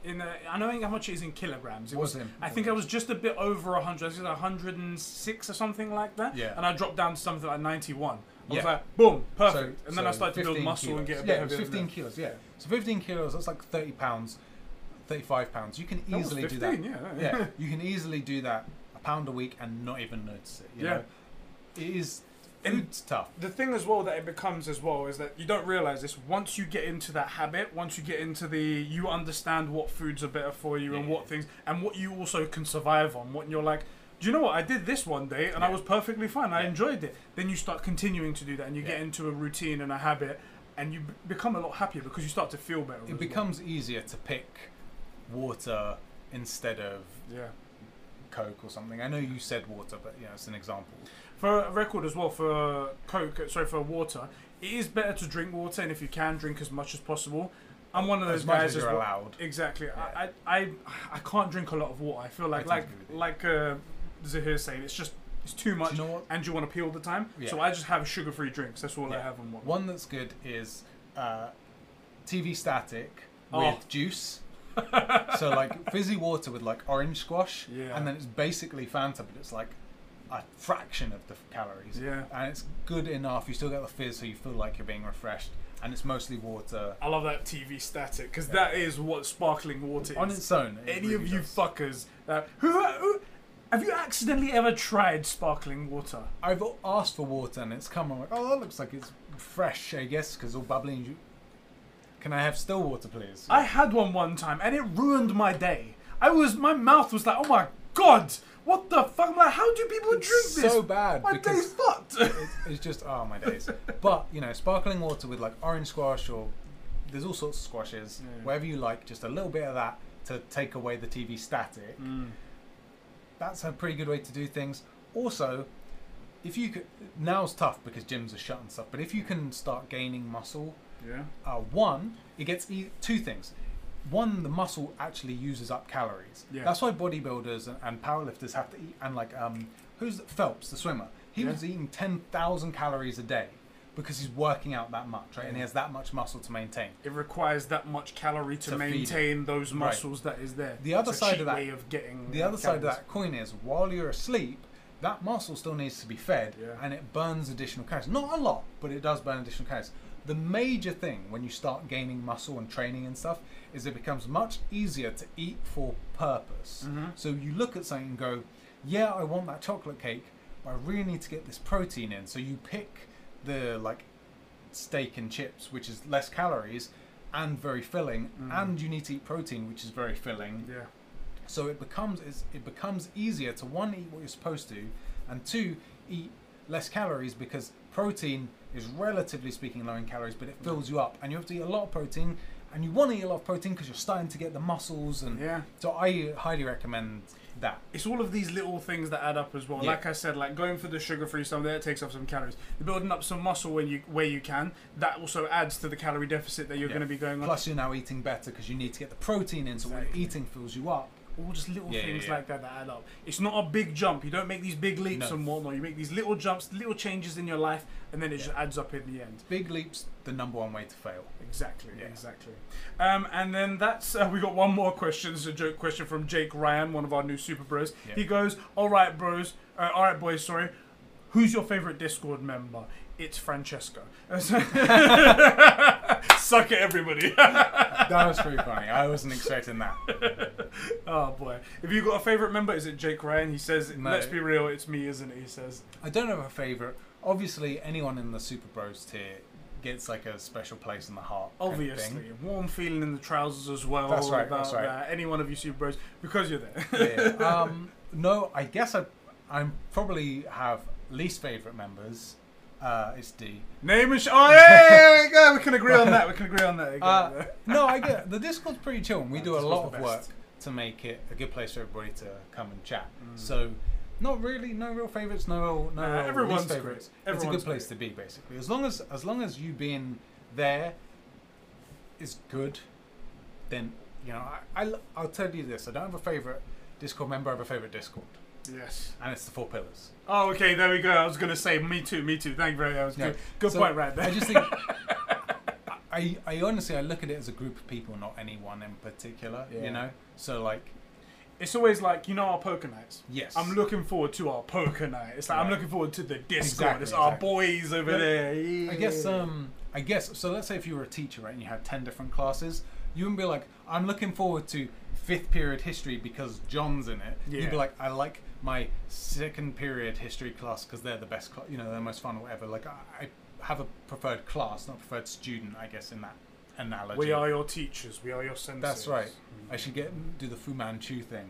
A: In uh, I know how much it is in kilograms. It was.
B: Wasn't.
A: I think I was just a bit over hundred. I was like hundred and six or something like that.
B: Yeah.
A: And I dropped down to something like ninety-one. I was
B: Yeah.
A: like, boom,
B: So-
A: perfect. and then I
B: so
A: started to build
B: 15
A: muscle and
B: kilos.
A: get a
B: yeah,
A: bit
B: it was
A: heavier than
B: fifteen kilos. Yeah, so fifteen kilos. That's like thirty pounds, thirty-five pounds. You can
A: that. That was
B: easily do
A: 15,
B: that.
A: Yeah.
B: yeah, you can easily do that a pound a week and not even notice it. You
A: Yeah.
B: know? it is
A: And-
B: food's tough.
A: the thing as well that it becomes as well is that you don't realize this once you get into that habit once you get into the you understand what foods are better for you and
B: Yeah.
A: what things and what you also can survive on what you're like do you know what i did this one day and i
B: Yeah.
A: was perfectly fine i
B: Yeah.
A: enjoyed it then you start continuing to do that and you get
B: Yeah.
A: into a routine and a habit and you b- become a lot happier because you start to feel better as well.
B: It becomes easier to pick water instead of
A: yeah
B: Coke or something. I know you said water, but yeah, it's an example.
A: for a record as well for coke sorry for water it is better to drink water and if you can drink as much as possible i'm one of those
B: As much
A: guys
B: as you're
A: well-
B: allowed.
A: Exactly.
B: Yeah.
A: I, I, I, I can't drink a lot of water. I feel like
B: I
A: like
B: tend to do
A: like uh, Zahir's saying, it's just it's too
B: Do
A: much,
B: you know what?
A: and you want to pee all the time. So
B: Yeah.
A: I just have sugar-free drinks. That's all I
B: Yeah.
A: have on one.
B: One that's good is uh, TV static
A: Oh.
B: with juice. so like fizzy water with like orange squash,
A: Yeah.
B: and then it's basically Fanta, but it's like a fraction of the f- calories.
A: Yeah.
B: and it's good enough. You still get the fizz, so you feel like you're being refreshed, and it's mostly water
A: I love that TV static because that is what sparkling water
B: on
A: is.
B: its own. it
A: Any
B: really
A: of you
B: does.
A: fuckers that who, who have you accidentally ever tried sparkling water?
B: I've a- asked for water and it's come. I'm like, oh, that looks like it's fresh, I guess, because all bubbling. You- Can I have still water, please?
A: I had one one time and it ruined my day. I was my mouth was like, oh my god, what the fuck? I'm like, how do people drink
B: It's
A: this?
B: so bad
A: My
B: because-
A: day's fucked.
B: It's just oh my days. but you know, sparkling water with like orange squash or there's all sorts of squashes,
A: Yeah.
B: whatever you like. Just a little bit of that to take away the TV static. That's a pretty good way to do things. Also, if you could, now's tough because gyms are shut and stuff. But if you can start gaining muscle,
A: Yeah.
B: uh, one, it gets e- two things. One, the muscle actually uses up calories.
A: Yeah.
B: That's why bodybuilders and, and powerlifters have to eat. And like, um, who's Phelps, the swimmer? He
A: Yeah.
B: was eating ten thousand calories a day because he's working out that much, right? And he has that much muscle to maintain.
A: it requires that much calorie to,
B: To feed it.
A: maintain those
B: Right.
A: muscles that is there.
B: The other
A: It's a
B: side
A: cheap
B: of that-
A: way of getting
B: The
A: uh,
B: other side of
A: calories.
B: that coin is while you're asleep, that muscle still needs to be fed
A: Yeah.
B: and it burns additional calories. Not a lot, but it does burn additional calories. The major thing when you start gaining muscle and training and stuff is it becomes much easier to eat for purpose. So you look at something and go, yeah, I want that chocolate cake, but I really need to get this protein in. So you pick the like steak and chips, which is less calories and very filling, and you need to eat protein, which is very filling.
A: Yeah.
B: So it becomes it's, it becomes easier to one eat what you're supposed to, and two eat less calories because protein is relatively speaking low in calories, but it fills you up, and you have to eat a lot of protein, and you want to eat a lot of protein because you're starting to get the muscles, and
A: Yeah.
B: so I highly recommend that.
A: It's all of these little things that add up as well.
B: Yeah.
A: Like I said, like going for the sugar-free stuff there it takes off some calories. You're building up some muscle when you where you can. That also adds to the calorie deficit that you're
B: Yeah.
A: going to be going on.
B: Plus, you're now eating better because you need to get the protein in, so what
A: Exactly.
B: you're eating fills you up.
A: all just little
B: Yeah, yeah,
A: things
B: yeah.
A: like that that add up. It's not a big jump. You don't make these big leaps
B: No.
A: and whatnot. You make these little jumps, little changes in your life, and then it just adds up in the end.
B: Big leaps, the number one way to fail.
A: Exactly,
B: Yeah.
A: exactly. Um, and then that's uh, we got one more question. It's a joke question from Jake Ryan, one of our new super bros.
B: Yeah.
A: He goes, "All right, bros. Uh, all right, boys. Sorry. Who's your favorite Discord member? It's Francesco. Suck it, everybody.
B: That was pretty funny. I wasn't expecting that.
A: oh boy. If you got a favorite member, is it Jake Ryan? He says,
B: No.
A: "Let's be real. It's me, isn't it?" He says.
B: I don't have a favorite. Obviously, anyone in the Super Bros tier gets like a special place in the heart. kind of thing.
A: Obviously, warm feeling in the trousers as well.
B: That's right,
A: About
B: that's right.
A: that. Any one of you super bros, because you're there.
B: Yeah. Um, no, I guess I, I'm probably have least favorite members. Uh, it's D.
A: Name and sh- oh yeah, yeah, yeah, yeah, we can agree on that. We can agree on that.
B: Uh, no, I get the Discord's pretty chill, and we
A: Yeah,
B: do a lot
A: Discord's
B: of
A: the
B: work
A: best.
B: to make it a good place for everybody to come and chat. So, not really, no real favorites, no real, no
A: Mm. Nah,
B: real
A: everyone's
B: least favorites.
A: great.
B: it's a
A: Everyone's
B: good place to be, basically. As long as as long as you being there is good, then you know I, I I'll tell you this: I don't have a favorite Discord member. I have a favorite Discord,
A: yes.
B: and it's the four pillars.
A: Oh, okay. There we go. I was gonna say, me too, me too. Thank you very much.
B: Yeah.
A: Good, good
B: So,
A: point, right there.
B: I just think. I, I honestly I look at it as a group of people, not any one in particular.
C: Yeah.
B: You know, so like
A: it's always like you know our poker nights.
B: yes,
A: I'm looking forward to our poker night. It's like I'm
B: Right.
A: looking forward to the Discord.
B: Exactly,
A: it's our
B: exactly.
A: boys over
B: Yeah.
A: there.
B: I guess
A: Yeah.
B: um I guess so. Let's say if you were a teacher, right, and you had ten different classes, you wouldn't be like, I'm looking forward to fifth period history because John's in it.
A: Yeah.
B: You'd be like, I like my second period history class because they're the best, cla you know, they're the most fun or whatever. Like I, I have a preferred class, not preferred student, I guess, in that analogy.
A: we are your teachers. We are your senses.
B: That's right. I should get do the Fu Manchu thing,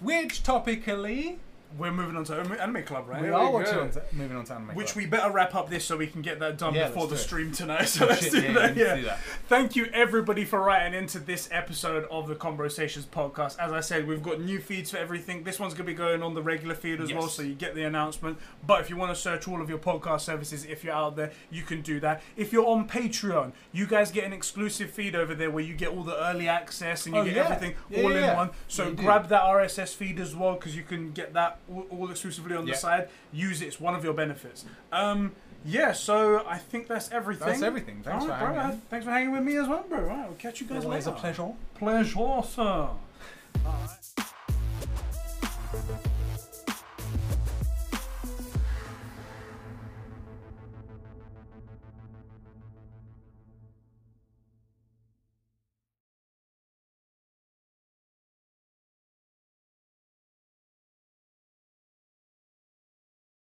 B: which topically
A: We're moving on to anime, anime club, right?
B: we
A: There go.
B: are watching on to, moving on to anime.
A: Which
B: Club.
A: we better wrap up this so we can get that done
B: Yeah,
A: before
B: let's
A: the
B: do
A: stream
B: it.
A: tonight. So let's
B: Oh, Shit,
A: do
B: yeah,
A: that.
B: we need to
A: Yeah.
B: do that.
A: Thank you everybody for writing into this episode of the Conversations podcast. As I said, we've got new feeds for everything. This one's going to be going on the regular feed as well,
B: Yes.
A: so you get the announcement. But if you want to search all of your podcast services, if you're out there, you can do that. If you're on Patreon, you guys get an exclusive feed over there where you get all the early access and you
B: Oh,
A: get
B: yeah.
A: everything
B: Yeah,
A: all
B: yeah,
A: in
B: yeah.
A: one. So
B: Yeah, you do.
A: grab that RSS feed as well because you can get that all, all exclusively on
B: Yeah.
A: the side. Use it; it's one of your benefits. Um, yeah, so I think that's everything.
B: That's everything. Thanks
A: All right,
B: for
A: bro.
B: having me.
A: Thanks for hanging with me as well, bro. All right, we'll catch you guys
B: Always a
A: later.
B: pleasure.
A: Pleasure, sir.